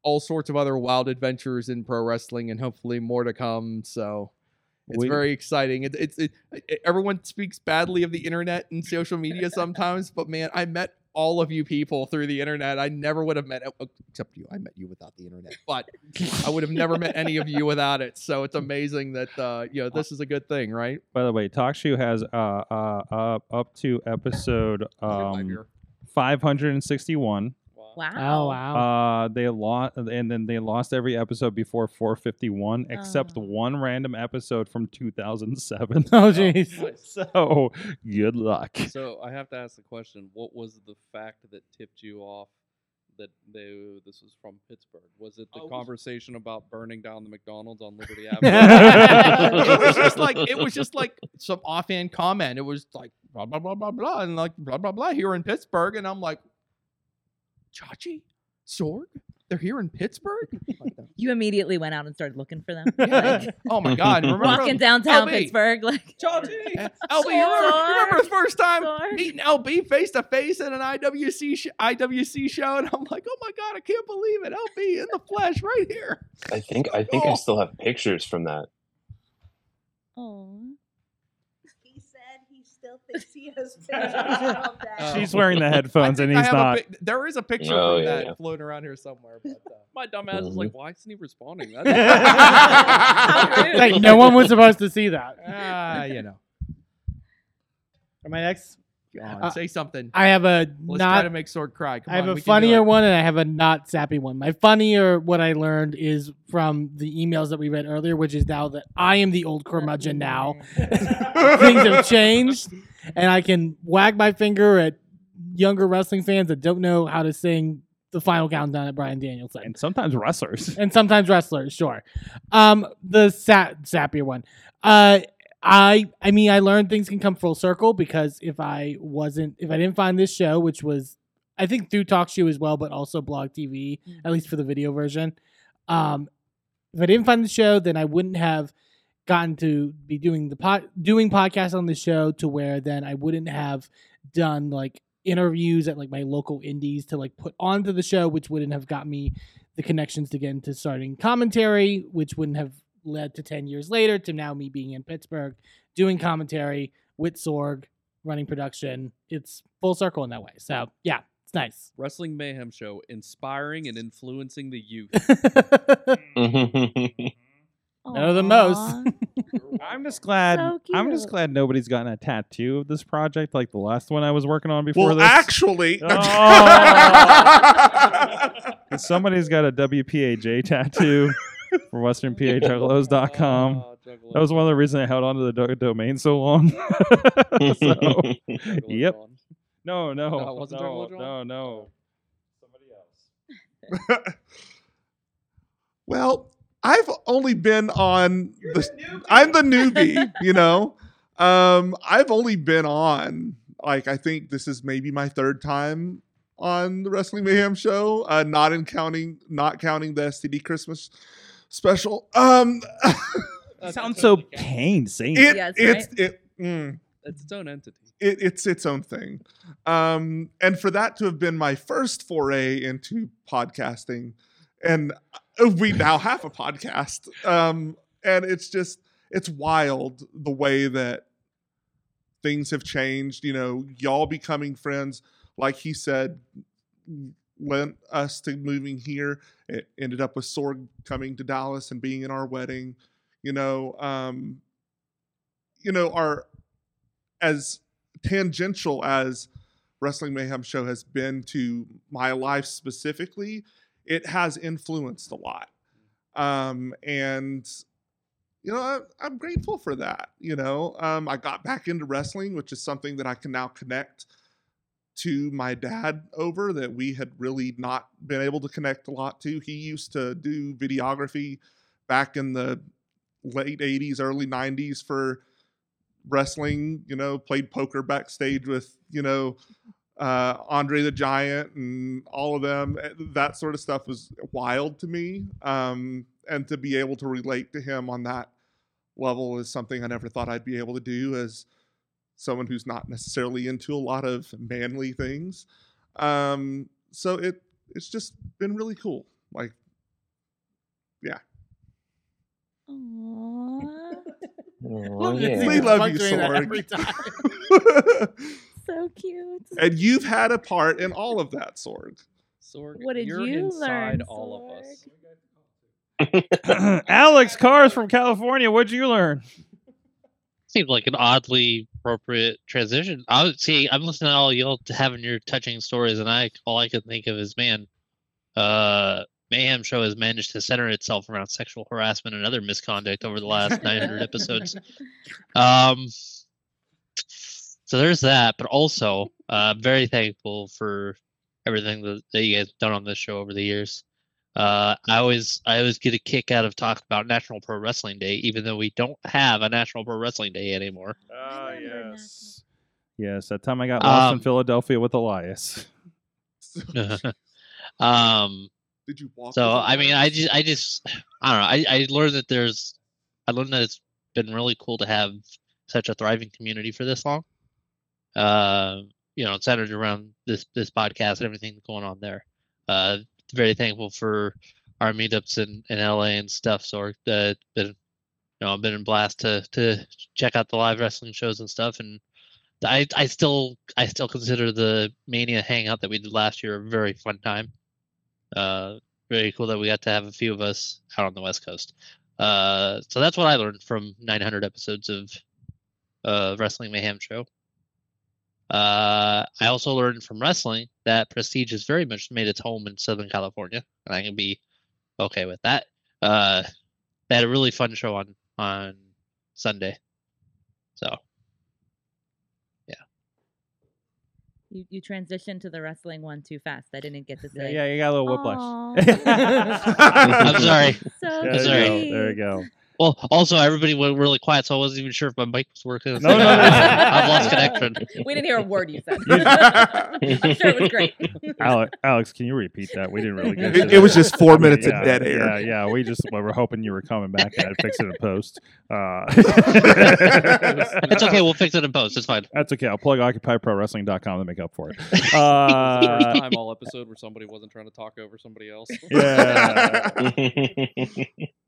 S5: all sorts of other wild adventures in pro wrestling and hopefully more to come so it's
S2: We-
S5: very exciting. It, it's it, it- everyone speaks badly of the internet and social media sometimes, but man, I met all of you people through the internet. I never would have met oh, except you. I met you without the internet, but I would have never met any of you without it. So it's amazing that uh, you know this is a good thing, right?
S2: By the way, TalkShoe has uh, uh, uh, up to episode um, 561.
S4: Wow.
S3: Oh, wow.
S2: Uh, they lost, and then they lost every episode before 451, except one random episode from 2007.
S3: Oh, jeez.
S8: nice.
S2: So good luck.
S8: So I have to ask the question: What was the fact that tipped you off that they this was from Pittsburgh? Was it the
S9: Oh,
S8: conversation about burning down the McDonald's on Liberty Avenue?
S5: it was just like it was just like some offhand comment. It was like blah blah blah blah blah and like blah blah blah here in Pittsburgh, and I'm like, Chachi, Sorg, they're here in Pittsburgh.
S4: You immediately went out and started looking for them. like,
S5: oh my God! Remember
S4: walking downtown
S5: LB.
S4: Pittsburgh, like
S5: LB, you remember, you remember the first time meeting LB face to face at an IWC sh- IWC show, and I'm like, oh my God, I can't believe it, LB in the flesh right here.
S6: I think I think
S8: Oh.
S6: I still have pictures from that.
S2: Uh,
S20: He said he still thinks he has pictures of that.
S2: She's wearing the headphones and
S5: I
S2: he's
S5: have a
S2: not.
S5: pic- there is a picture
S2: Oh,
S5: from
S2: yeah,
S5: that
S2: yeah.
S5: floating around here somewhere. But, uh,
S8: My dumbass is like, why isn't he responding? That's-
S3: like no one was supposed to see that.
S5: Ah, you know.
S3: My next
S9: God,
S3: Uh,
S9: say something.
S3: I have a
S9: Let's
S3: not
S9: try to make Sword cry. Come
S3: I have
S9: on,
S3: a
S9: we can do
S3: funnier
S9: it.
S3: one and I have a not sappy one. My funnier what I learned is from the emails that we read earlier, which is now that I am the old curmudgeon now. Things have changed, and I can wag my finger at younger wrestling fans that don't know how to sing the final countdown at Brian Danielson. And
S2: sometimes wrestlers.
S3: And sometimes wrestlers, sure. Um, the sa- sappier one. Uh, I I mean I learned things can come full circle because if I wasn't if I didn't find this show, which was I think through Talk Show as well, but also Blog TV, at least for the video version. Um, if I didn't find the show, then I wouldn't have gotten to be doing the pod doing podcasts on the show to where then I wouldn't have done like interviews at like my local indies to like put onto the show, which wouldn't have got me the connections to get into starting commentary, which wouldn't have led to ten years later to now me being in Pittsburgh doing commentary with Sorg running production. It's full circle in that way. So yeah, it's nice.
S8: Wrestling Mayhem Show, inspiring and influencing the youth.
S7: Mm-hmm.
S3: Better than most.
S2: I'm just glad.
S3: So
S2: I'm just
S3: cute.
S2: glad nobody's gotten a tattoo of this project, like the last one I was working on before
S7: well,
S2: this.
S7: actually,
S2: And somebody's got a WPAJ tattoo for WesternPAJuggalos.com. that was one of the reasons I held on to the do- domain so long. so, yep. No, no,
S8: No, Oh, it wasn't
S2: no,
S8: Juggalo
S2: no, no.
S7: Well, I've only been on the, I'm the newbie, you know. Um, I've only been on like I think this is maybe my third time on the Wrestling Mayhem show, uh, not in counting not counting the STD Christmas special. Um,
S2: Sounds so pained saying
S7: it,
S8: Yes,
S7: it's
S8: right?
S7: it. mm
S8: It's its own entity.
S7: it, it's its own thing. Um, and for that to have been my first foray into podcasting, and uh, we now have a podcast. Um, and it's just, it's wild the way that things have changed. You know, y'all becoming friends, like he said, lent us to moving here. It ended up with Sorg coming to Dallas and being in our wedding. You know, um, you know, our as tangential as Wrestling Mayhem Show has been to my life specifically, it has influenced a lot. Um, and you know, I, I'm grateful for that. You know, um, I got back into wrestling, which is something that I can now connect to my dad over that we had really not been able to connect a lot to. He used to do videography back in the late 80s, early 90s for wrestling, you know, played poker backstage with, you know, uh, Andre the Giant and all of them. Eh, That sort of stuff was wild to me. Um, and to be able to relate to him on that level is something I never thought I'd be able to do as someone who's not necessarily into a lot of manly things. Um, so it it's just been really cool. Like, yeah.
S1: Love
S7: yeah.
S1: it.
S7: We love you,
S1: Punctuate that
S7: Sorg.
S1: every time.
S4: so cute.
S7: And you've had a part in all of that, Sorg.
S8: Sorg,
S4: What did
S8: you're
S4: you
S8: inside
S4: learn,
S8: all of us.
S2: Alex Cars from California. What'd you learn?
S18: Seems like an oddly appropriate transition. I would see. I'm listening to all y'all t- having your touching stories, and I all I could think of is, man, uh, Mayhem Show has managed to center itself around sexual harassment and other misconduct over the last 900 episodes. Um, so there's that, but also uh, very thankful for everything that, that you guys have done on this show over the years. Uh, I always I always get a kick out of talking about National Pro Wrestling Day, even though we don't have a National Pro Wrestling Day anymore.
S2: Ah, yes. Yes, that time I got lost
S18: Um, Uh-huh.
S2: in Philadelphia with Elias.
S18: um,
S7: Did you walk?
S18: So
S7: with
S18: I mean, I just I just I don't know. I I learned that there's I learned that it's been really cool to have such a thriving community for this long. Uh, you know, centered around this this podcast and everything going on there. Uh, very thankful for our meetups in, in LA and stuff. So uh, it's been, you know, I've been a blast to to check out the live wrestling shows and stuff. And I I still I still consider the Mania hangout that we did last year a very fun time. Uh, very cool that we got to have a few of us out on the West Coast. Uh, so that's what I learned from 900 episodes of uh, Wrestling Mayhem Show. Uh, I also learned from wrestling that Prestige is very much made its home in Southern California, and I can be okay with that. Uh, they had a really fun show on on Sunday, so
S4: You, you transitioned to the wrestling one too fast. I didn't get to
S2: Yeah,
S4: say.
S2: yeah, you got a little whiplash.
S18: I'm sorry.
S4: So
S2: There
S18: I'm
S2: you
S18: sorry.
S2: go, there you go.
S18: Well, also everybody went really quiet, so I wasn't even sure if my mic was working.
S2: No, no, no.
S18: I've lost connection.
S4: We didn't hear a word you said.
S2: I'm
S4: sure it was great.
S2: Ale- Alex, can you repeat that? We didn't really get
S7: It-
S2: to
S7: it was
S2: that.
S7: just four minutes of
S2: Yeah,
S7: dead air.
S2: Yeah, yeah. We just we were hoping you were coming back and I'd fix it in post. Uh,
S18: It's okay, we'll fix it in post. It's fine.
S2: That's okay. I'll plug occupyprowrestling.com to make up for it.
S8: First
S2: Uh,
S8: time all episode where somebody wasn't trying to talk over somebody else.
S2: Yeah.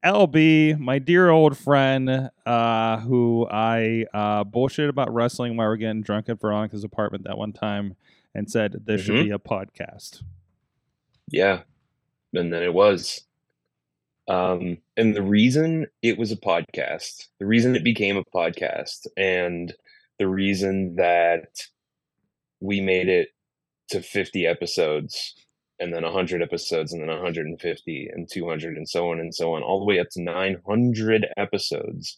S2: LB, my dear old friend, uh, who I uh, bullshit about wrestling while we are getting drunk at Veronica's apartment that one time and said, This should
S6: Mhm.
S2: be a podcast.
S6: Yeah. And then it was. Um, and the reason it was a podcast, the reason it became a podcast, and the reason that we made it to 50 episodes and then 100 episodes and then 150 and 200 and so on and so on, all the way up to 900 episodes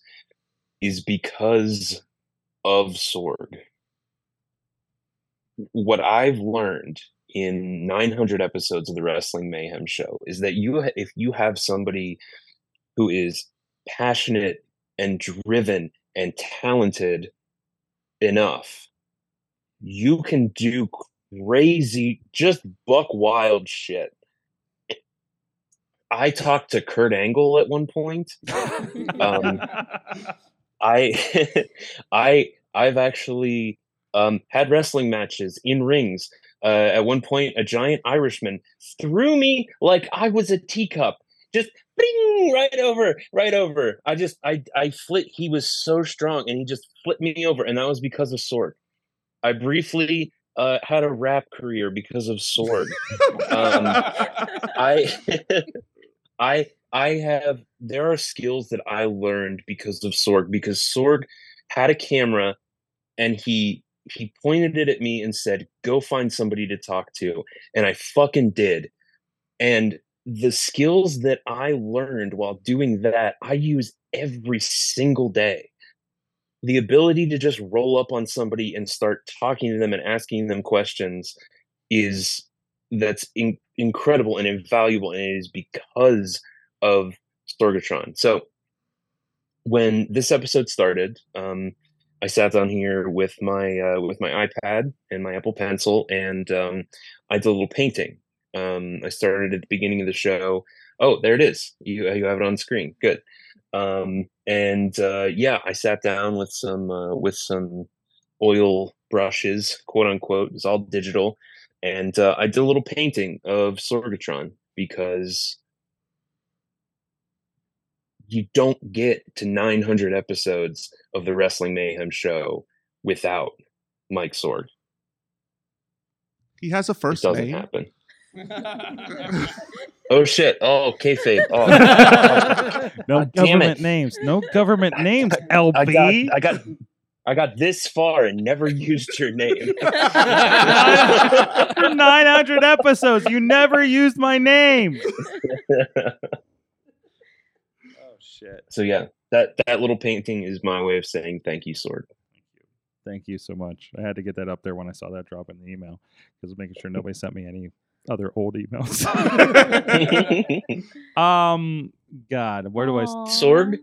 S6: is because of Sorg what I've learned in 900 episodes of the Wrestling Mayhem show is that you ha- if you have somebody who is passionate and driven and talented enough you can do crazy just buck wild shit I talked to Kurt Angle at one point um, I I I've actually um, had wrestling matches in rings. Uh, at one point, a giant Irishman threw me like I was a teacup. Just bing right over, right over. I just I I flit. He was so strong, and he just flipped me over, and that was because of Sword. I briefly uh, had a rap career because of Sword. um, I I I have there are skills that I learned because of Sorg because Sorg had a camera and he he pointed it at me and said go find somebody to talk to and I fucking did and the skills that I learned while doing that I use every single day the ability to just roll up on somebody and start talking to them and asking them questions is that's in, incredible and invaluable, and it is because of Storgatron. So when this episode started, um, I sat down here with my uh, with my iPad and my Apple Pencil, and um, I did a little painting. Um, I started at the beginning of the show. Oh, there it is. You you have it on screen. Good. Um, and uh, yeah, I sat down with some uh, with some oil brushes, quote unquote. It's all digital, and uh, I did a little painting of Sorgatron because you don't get to 900 episodes of the Wrestling Mayhem show without Mike Sorg.
S7: He has a first
S6: doesn't
S7: name.
S6: happen. Oh shit! Oh kayfabe. Oh.
S2: No
S6: God damn it.
S2: government names. No government names, LB.
S6: I got, I got, I got this far and never used your name.
S2: For 900 episodes, you never used my name.
S6: shit. So yeah, that that little painting is my way of saying thank you, Sword.
S2: Thank you so much. I had to get that up there when I saw that drop in the email because making sure nobody sent me any other old emails. um, God, where do I? s-
S6: Sorg,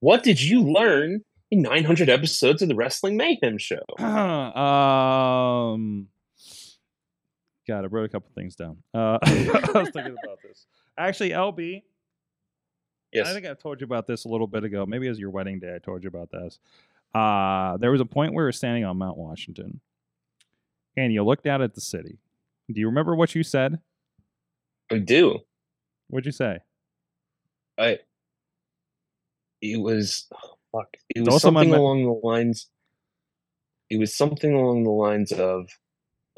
S6: what did you learn in 900 episodes of the Wrestling Mayhem show?
S2: um, God, I wrote a couple things down. Uh, I was thinking about this. Actually, LB.
S6: Yes.
S2: I think I told you about this a little bit ago. Maybe it was your wedding day. I told you about this. Uh, there was a point where we were standing on Mount Washington and you looked out at the city. Do you remember what you said?
S6: I do.
S2: What'd you say?
S6: I. It was oh, fuck. It was
S2: Don't someone
S6: something
S2: ma-
S6: along the lines. It was something along the lines of,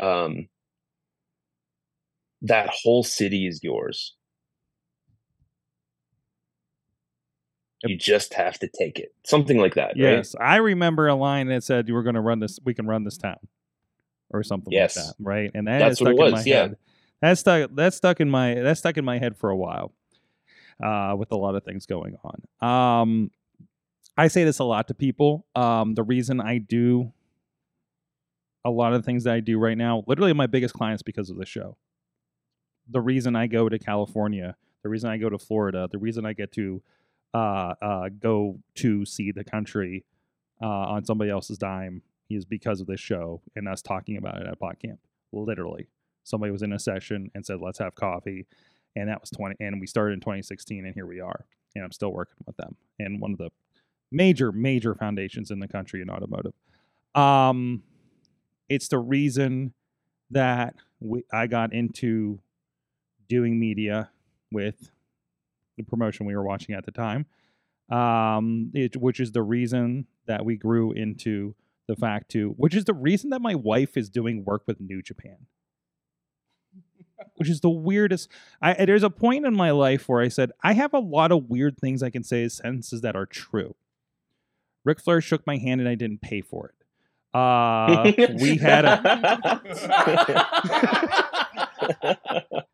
S6: um. That whole city is yours. You just have to take it. Something like that.
S2: Yes, I remember a line that said you were going to run this. We can run this town. or something
S6: Yes.
S2: like that, right? And that
S6: That's
S2: is
S6: what it
S2: stuck in my
S6: was, yeah.
S2: head. That stuck that stuck in my that stuck in my head for a while, uh, with a lot of things going on. Um, I say this a lot to people. Um, the reason I do a lot of the things that I do right now, literally my biggest clients because of the show. The reason I go to California, the reason I go to Florida, the reason I get to uh, uh, go to see the country uh, on somebody else's dime is because of this show and us talking about it at Bot Camp. Literally, somebody was in a session and said, "Let's have coffee," and that was twenty. And we started in 2016, and here we are. And I'm still working with them and one of the major, major foundations in the country in automotive. Um, it's the reason that we, I got into doing media with the promotion we were watching at the time, um, it, which is the reason that we grew into the fact to, which is the reason that my wife is doing work with New Japan which is the weirdest. I I- there's a point in my life where I said I have a lot of weird things I can say as sentences that are true. Ric Flair shook my hand and I didn't pay for it. Uh, we had a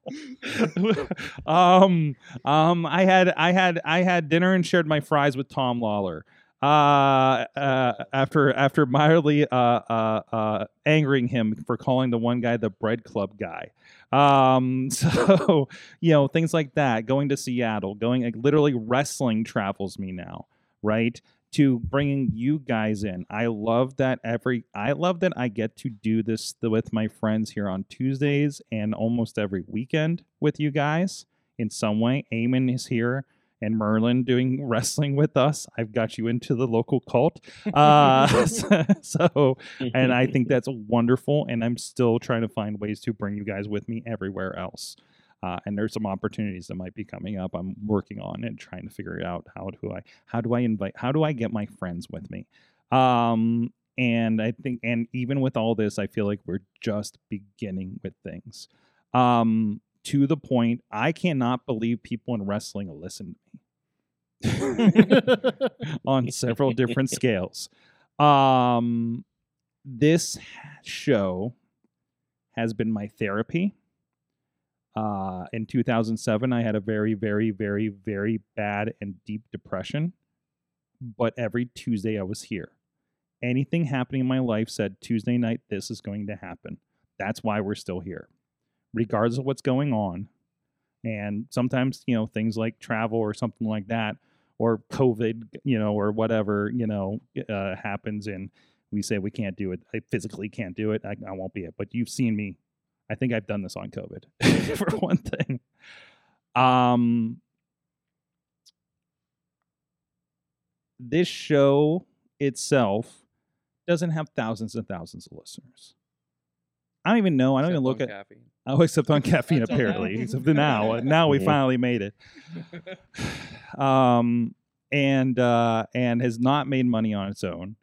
S2: um um I had I had I had dinner and shared my fries with Tom Lawler. Uh, uh, after after mildly uh, uh, uh, angering him for calling the one guy the bread club guy. Um, so you know things like that. Going to Seattle, going like literally wrestling travels me now, right? To bringing you guys in. I love that every. I love that I get to do this th- with my friends here on Tuesdays and almost every weekend with you guys in some way. Eamon is here. And Merlin doing wrestling with us. I've got you into the local cult. Uh, so, and I think that's wonderful. And I'm still trying to find ways to bring you guys with me everywhere else. Uh, and there's some opportunities that might be coming up. I'm working on it, trying to figure it out how do I how do I invite how do I get my friends with me. Um, and I think and even with all this, I feel like we're just beginning with things. Um, to the point, I cannot believe people in wrestling listen to me on several different scales. Um, this ha- show has been my therapy. Uh, in 2007, I had a very, very, very, very bad and deep depression, but every Tuesday I was here. Anything happening in my life said Tuesday night, this is going to happen. That's why we're still here, regardless of what's going on. And sometimes, you know, things like travel or something like that, or COVID, you know, or whatever, you know, uh, happens and we say we can't do it. I physically can't do it. I, I won't be it. But you've seen me. I think I've done this on COVID for one thing. Um, this show itself doesn't have thousands and thousands of listeners. I don't even know. I don't even look at.
S8: caffeine.
S2: Oh, except on caffeine,
S8: That's all now.
S2: apparently. except for now, now we
S8: Mhm.
S2: finally made it. Um, and uh, and has not made money on its own,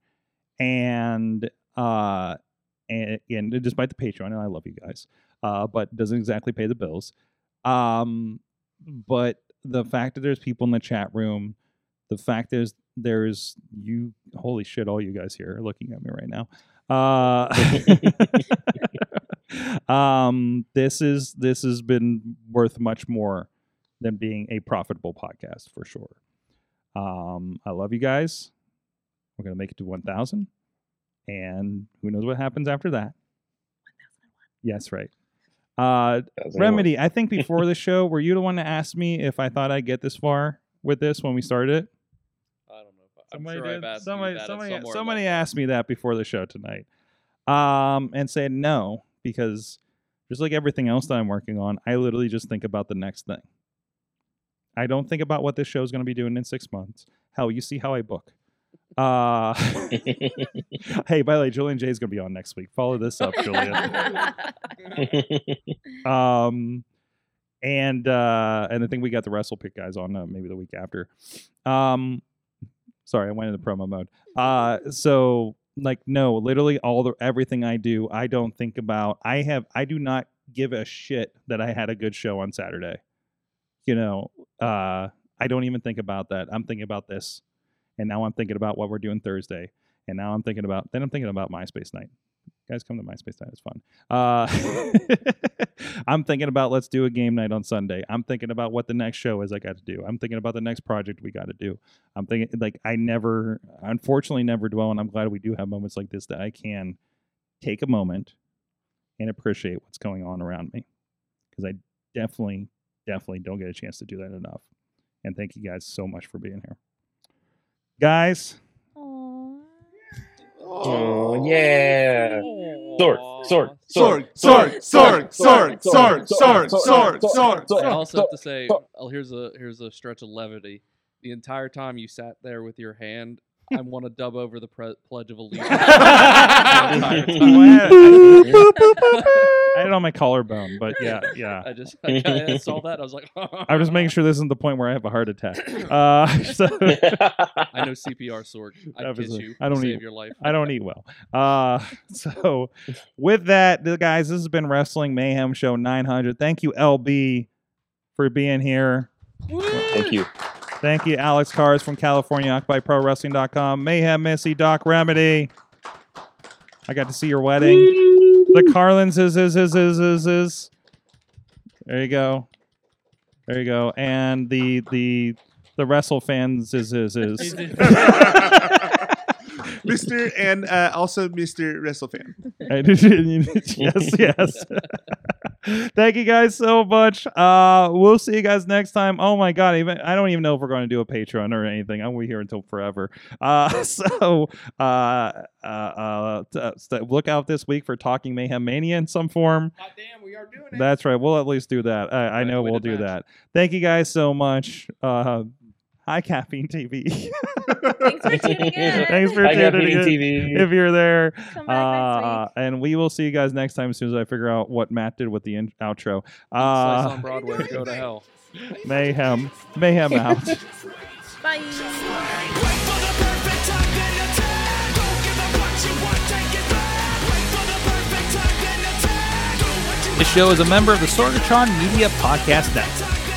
S2: and uh, and, and despite the Patreon, and I love you guys, uh, but doesn't exactly pay the bills. Um, but the fact that there's people in the chat room, the fact is there's you. Holy shit! All you guys here are looking at me right now. Uh, um, this is this has been worth much more than being a profitable podcast for sure. Um, I love you guys. We're gonna make it to one thousand, and who knows what happens after that. Yes, right. Uh,
S6: Thousand and one.
S2: Remedy, I think before the show, were you the one that asked me if I thought I'd get this far with this when we started it?
S8: I'm sure I've asked you
S2: somebody,
S8: that at
S2: somebody,
S8: some more
S2: somebody asked me that before the show tonight, um, and said no because just like everything else that I'm working on, I literally just think about the next thing. I don't think about what this show is going to be doing in six months. Hell, you see how I book. Uh, hey, by the way, Julian Jay's going to be on next week. Follow this up, Julian. um, and uh, and I think we got the wrestle pick guys on uh, maybe the week after. Um, sorry, I went into promo mode. Uh, so like no, literally all the everything I do, I don't think about. I have I do not give a shit that I had a good show on Saturday. You know, uh, I don't even think about that. I'm thinking about this, and now I'm thinking about what we're doing Thursday, and now I'm thinking about then I'm thinking about MySpace night Guys, come to MySpace night. It's fun. Uh, I'm thinking about let's do a game night on Sunday. I'm thinking about what the next show is I got to do. I'm thinking about the next project we got to do. I'm thinking like I never, unfortunately, never dwell, and I'm glad we do have moments like this that I can take a moment and appreciate what's going on around me because I definitely, definitely don't get a chance to do that enough. And thank you guys so much for being here, guys.
S6: Oh yeah. Sword, sword,
S7: Sword, sword, sword, sword, sword, sword, sword, sword,
S8: I
S7: sword.
S8: also have to say, oh, here's a here's a stretch of levity. The entire time you sat there with your hand, I want to dub over the pre- Pledge of Allegiance. The entire time.
S2: I had it on my collarbone, but yeah, yeah.
S8: I just I, I saw that. I was like,
S2: I'm just making sure this isn't the point where I have a heart attack. Uh, so
S8: I know CPR, Sorg. I
S2: That was
S8: kiss
S2: a-
S8: you.
S2: I don't
S8: Save
S2: eat.
S8: your life.
S2: I don't eat well. Uh, so with that, the guys, this has been Wrestling Mayhem Show 900. Thank you, LB, for being here.
S6: Thank you.
S2: Thank you, Alex Cars from California, OccupyProWrestling.com, Mayhem Missy, Doc Remedy. I got to see your wedding. The Carlins is is is is is is. There you go. There you go. And the the the wrestle fans is is is.
S7: Mr. and uh, also Mr. WrestleFan.
S2: yes, yes. Thank you guys so much. Uh, we'll see you guys next time. Oh my god, even I don't even know if we're going to do a Patreon or anything. I'm here until forever. Uh, so uh, uh, uh, t- uh, st- look out this week for Talking Mayhem Mania in some form. God damn, we are doing it. That's right. We'll at least do that. I, I know we'll do that. Thank you guys so much. Uh, hi, Caffeine TV. Thanks for tuning in. Thanks for
S6: Hi,
S2: tuning
S6: Caffeine
S2: in.
S6: TV.
S2: If you're there,
S6: Come
S2: uh, and we will see you guys next time as soon as I figure out what Matt did with the in- outro.
S8: Slice
S2: Uh,
S8: on Broadway, go to hell.
S2: mayhem, mayhem out.
S4: Bye.
S22: This show is a member of the Sorgatron Media Podcast Network.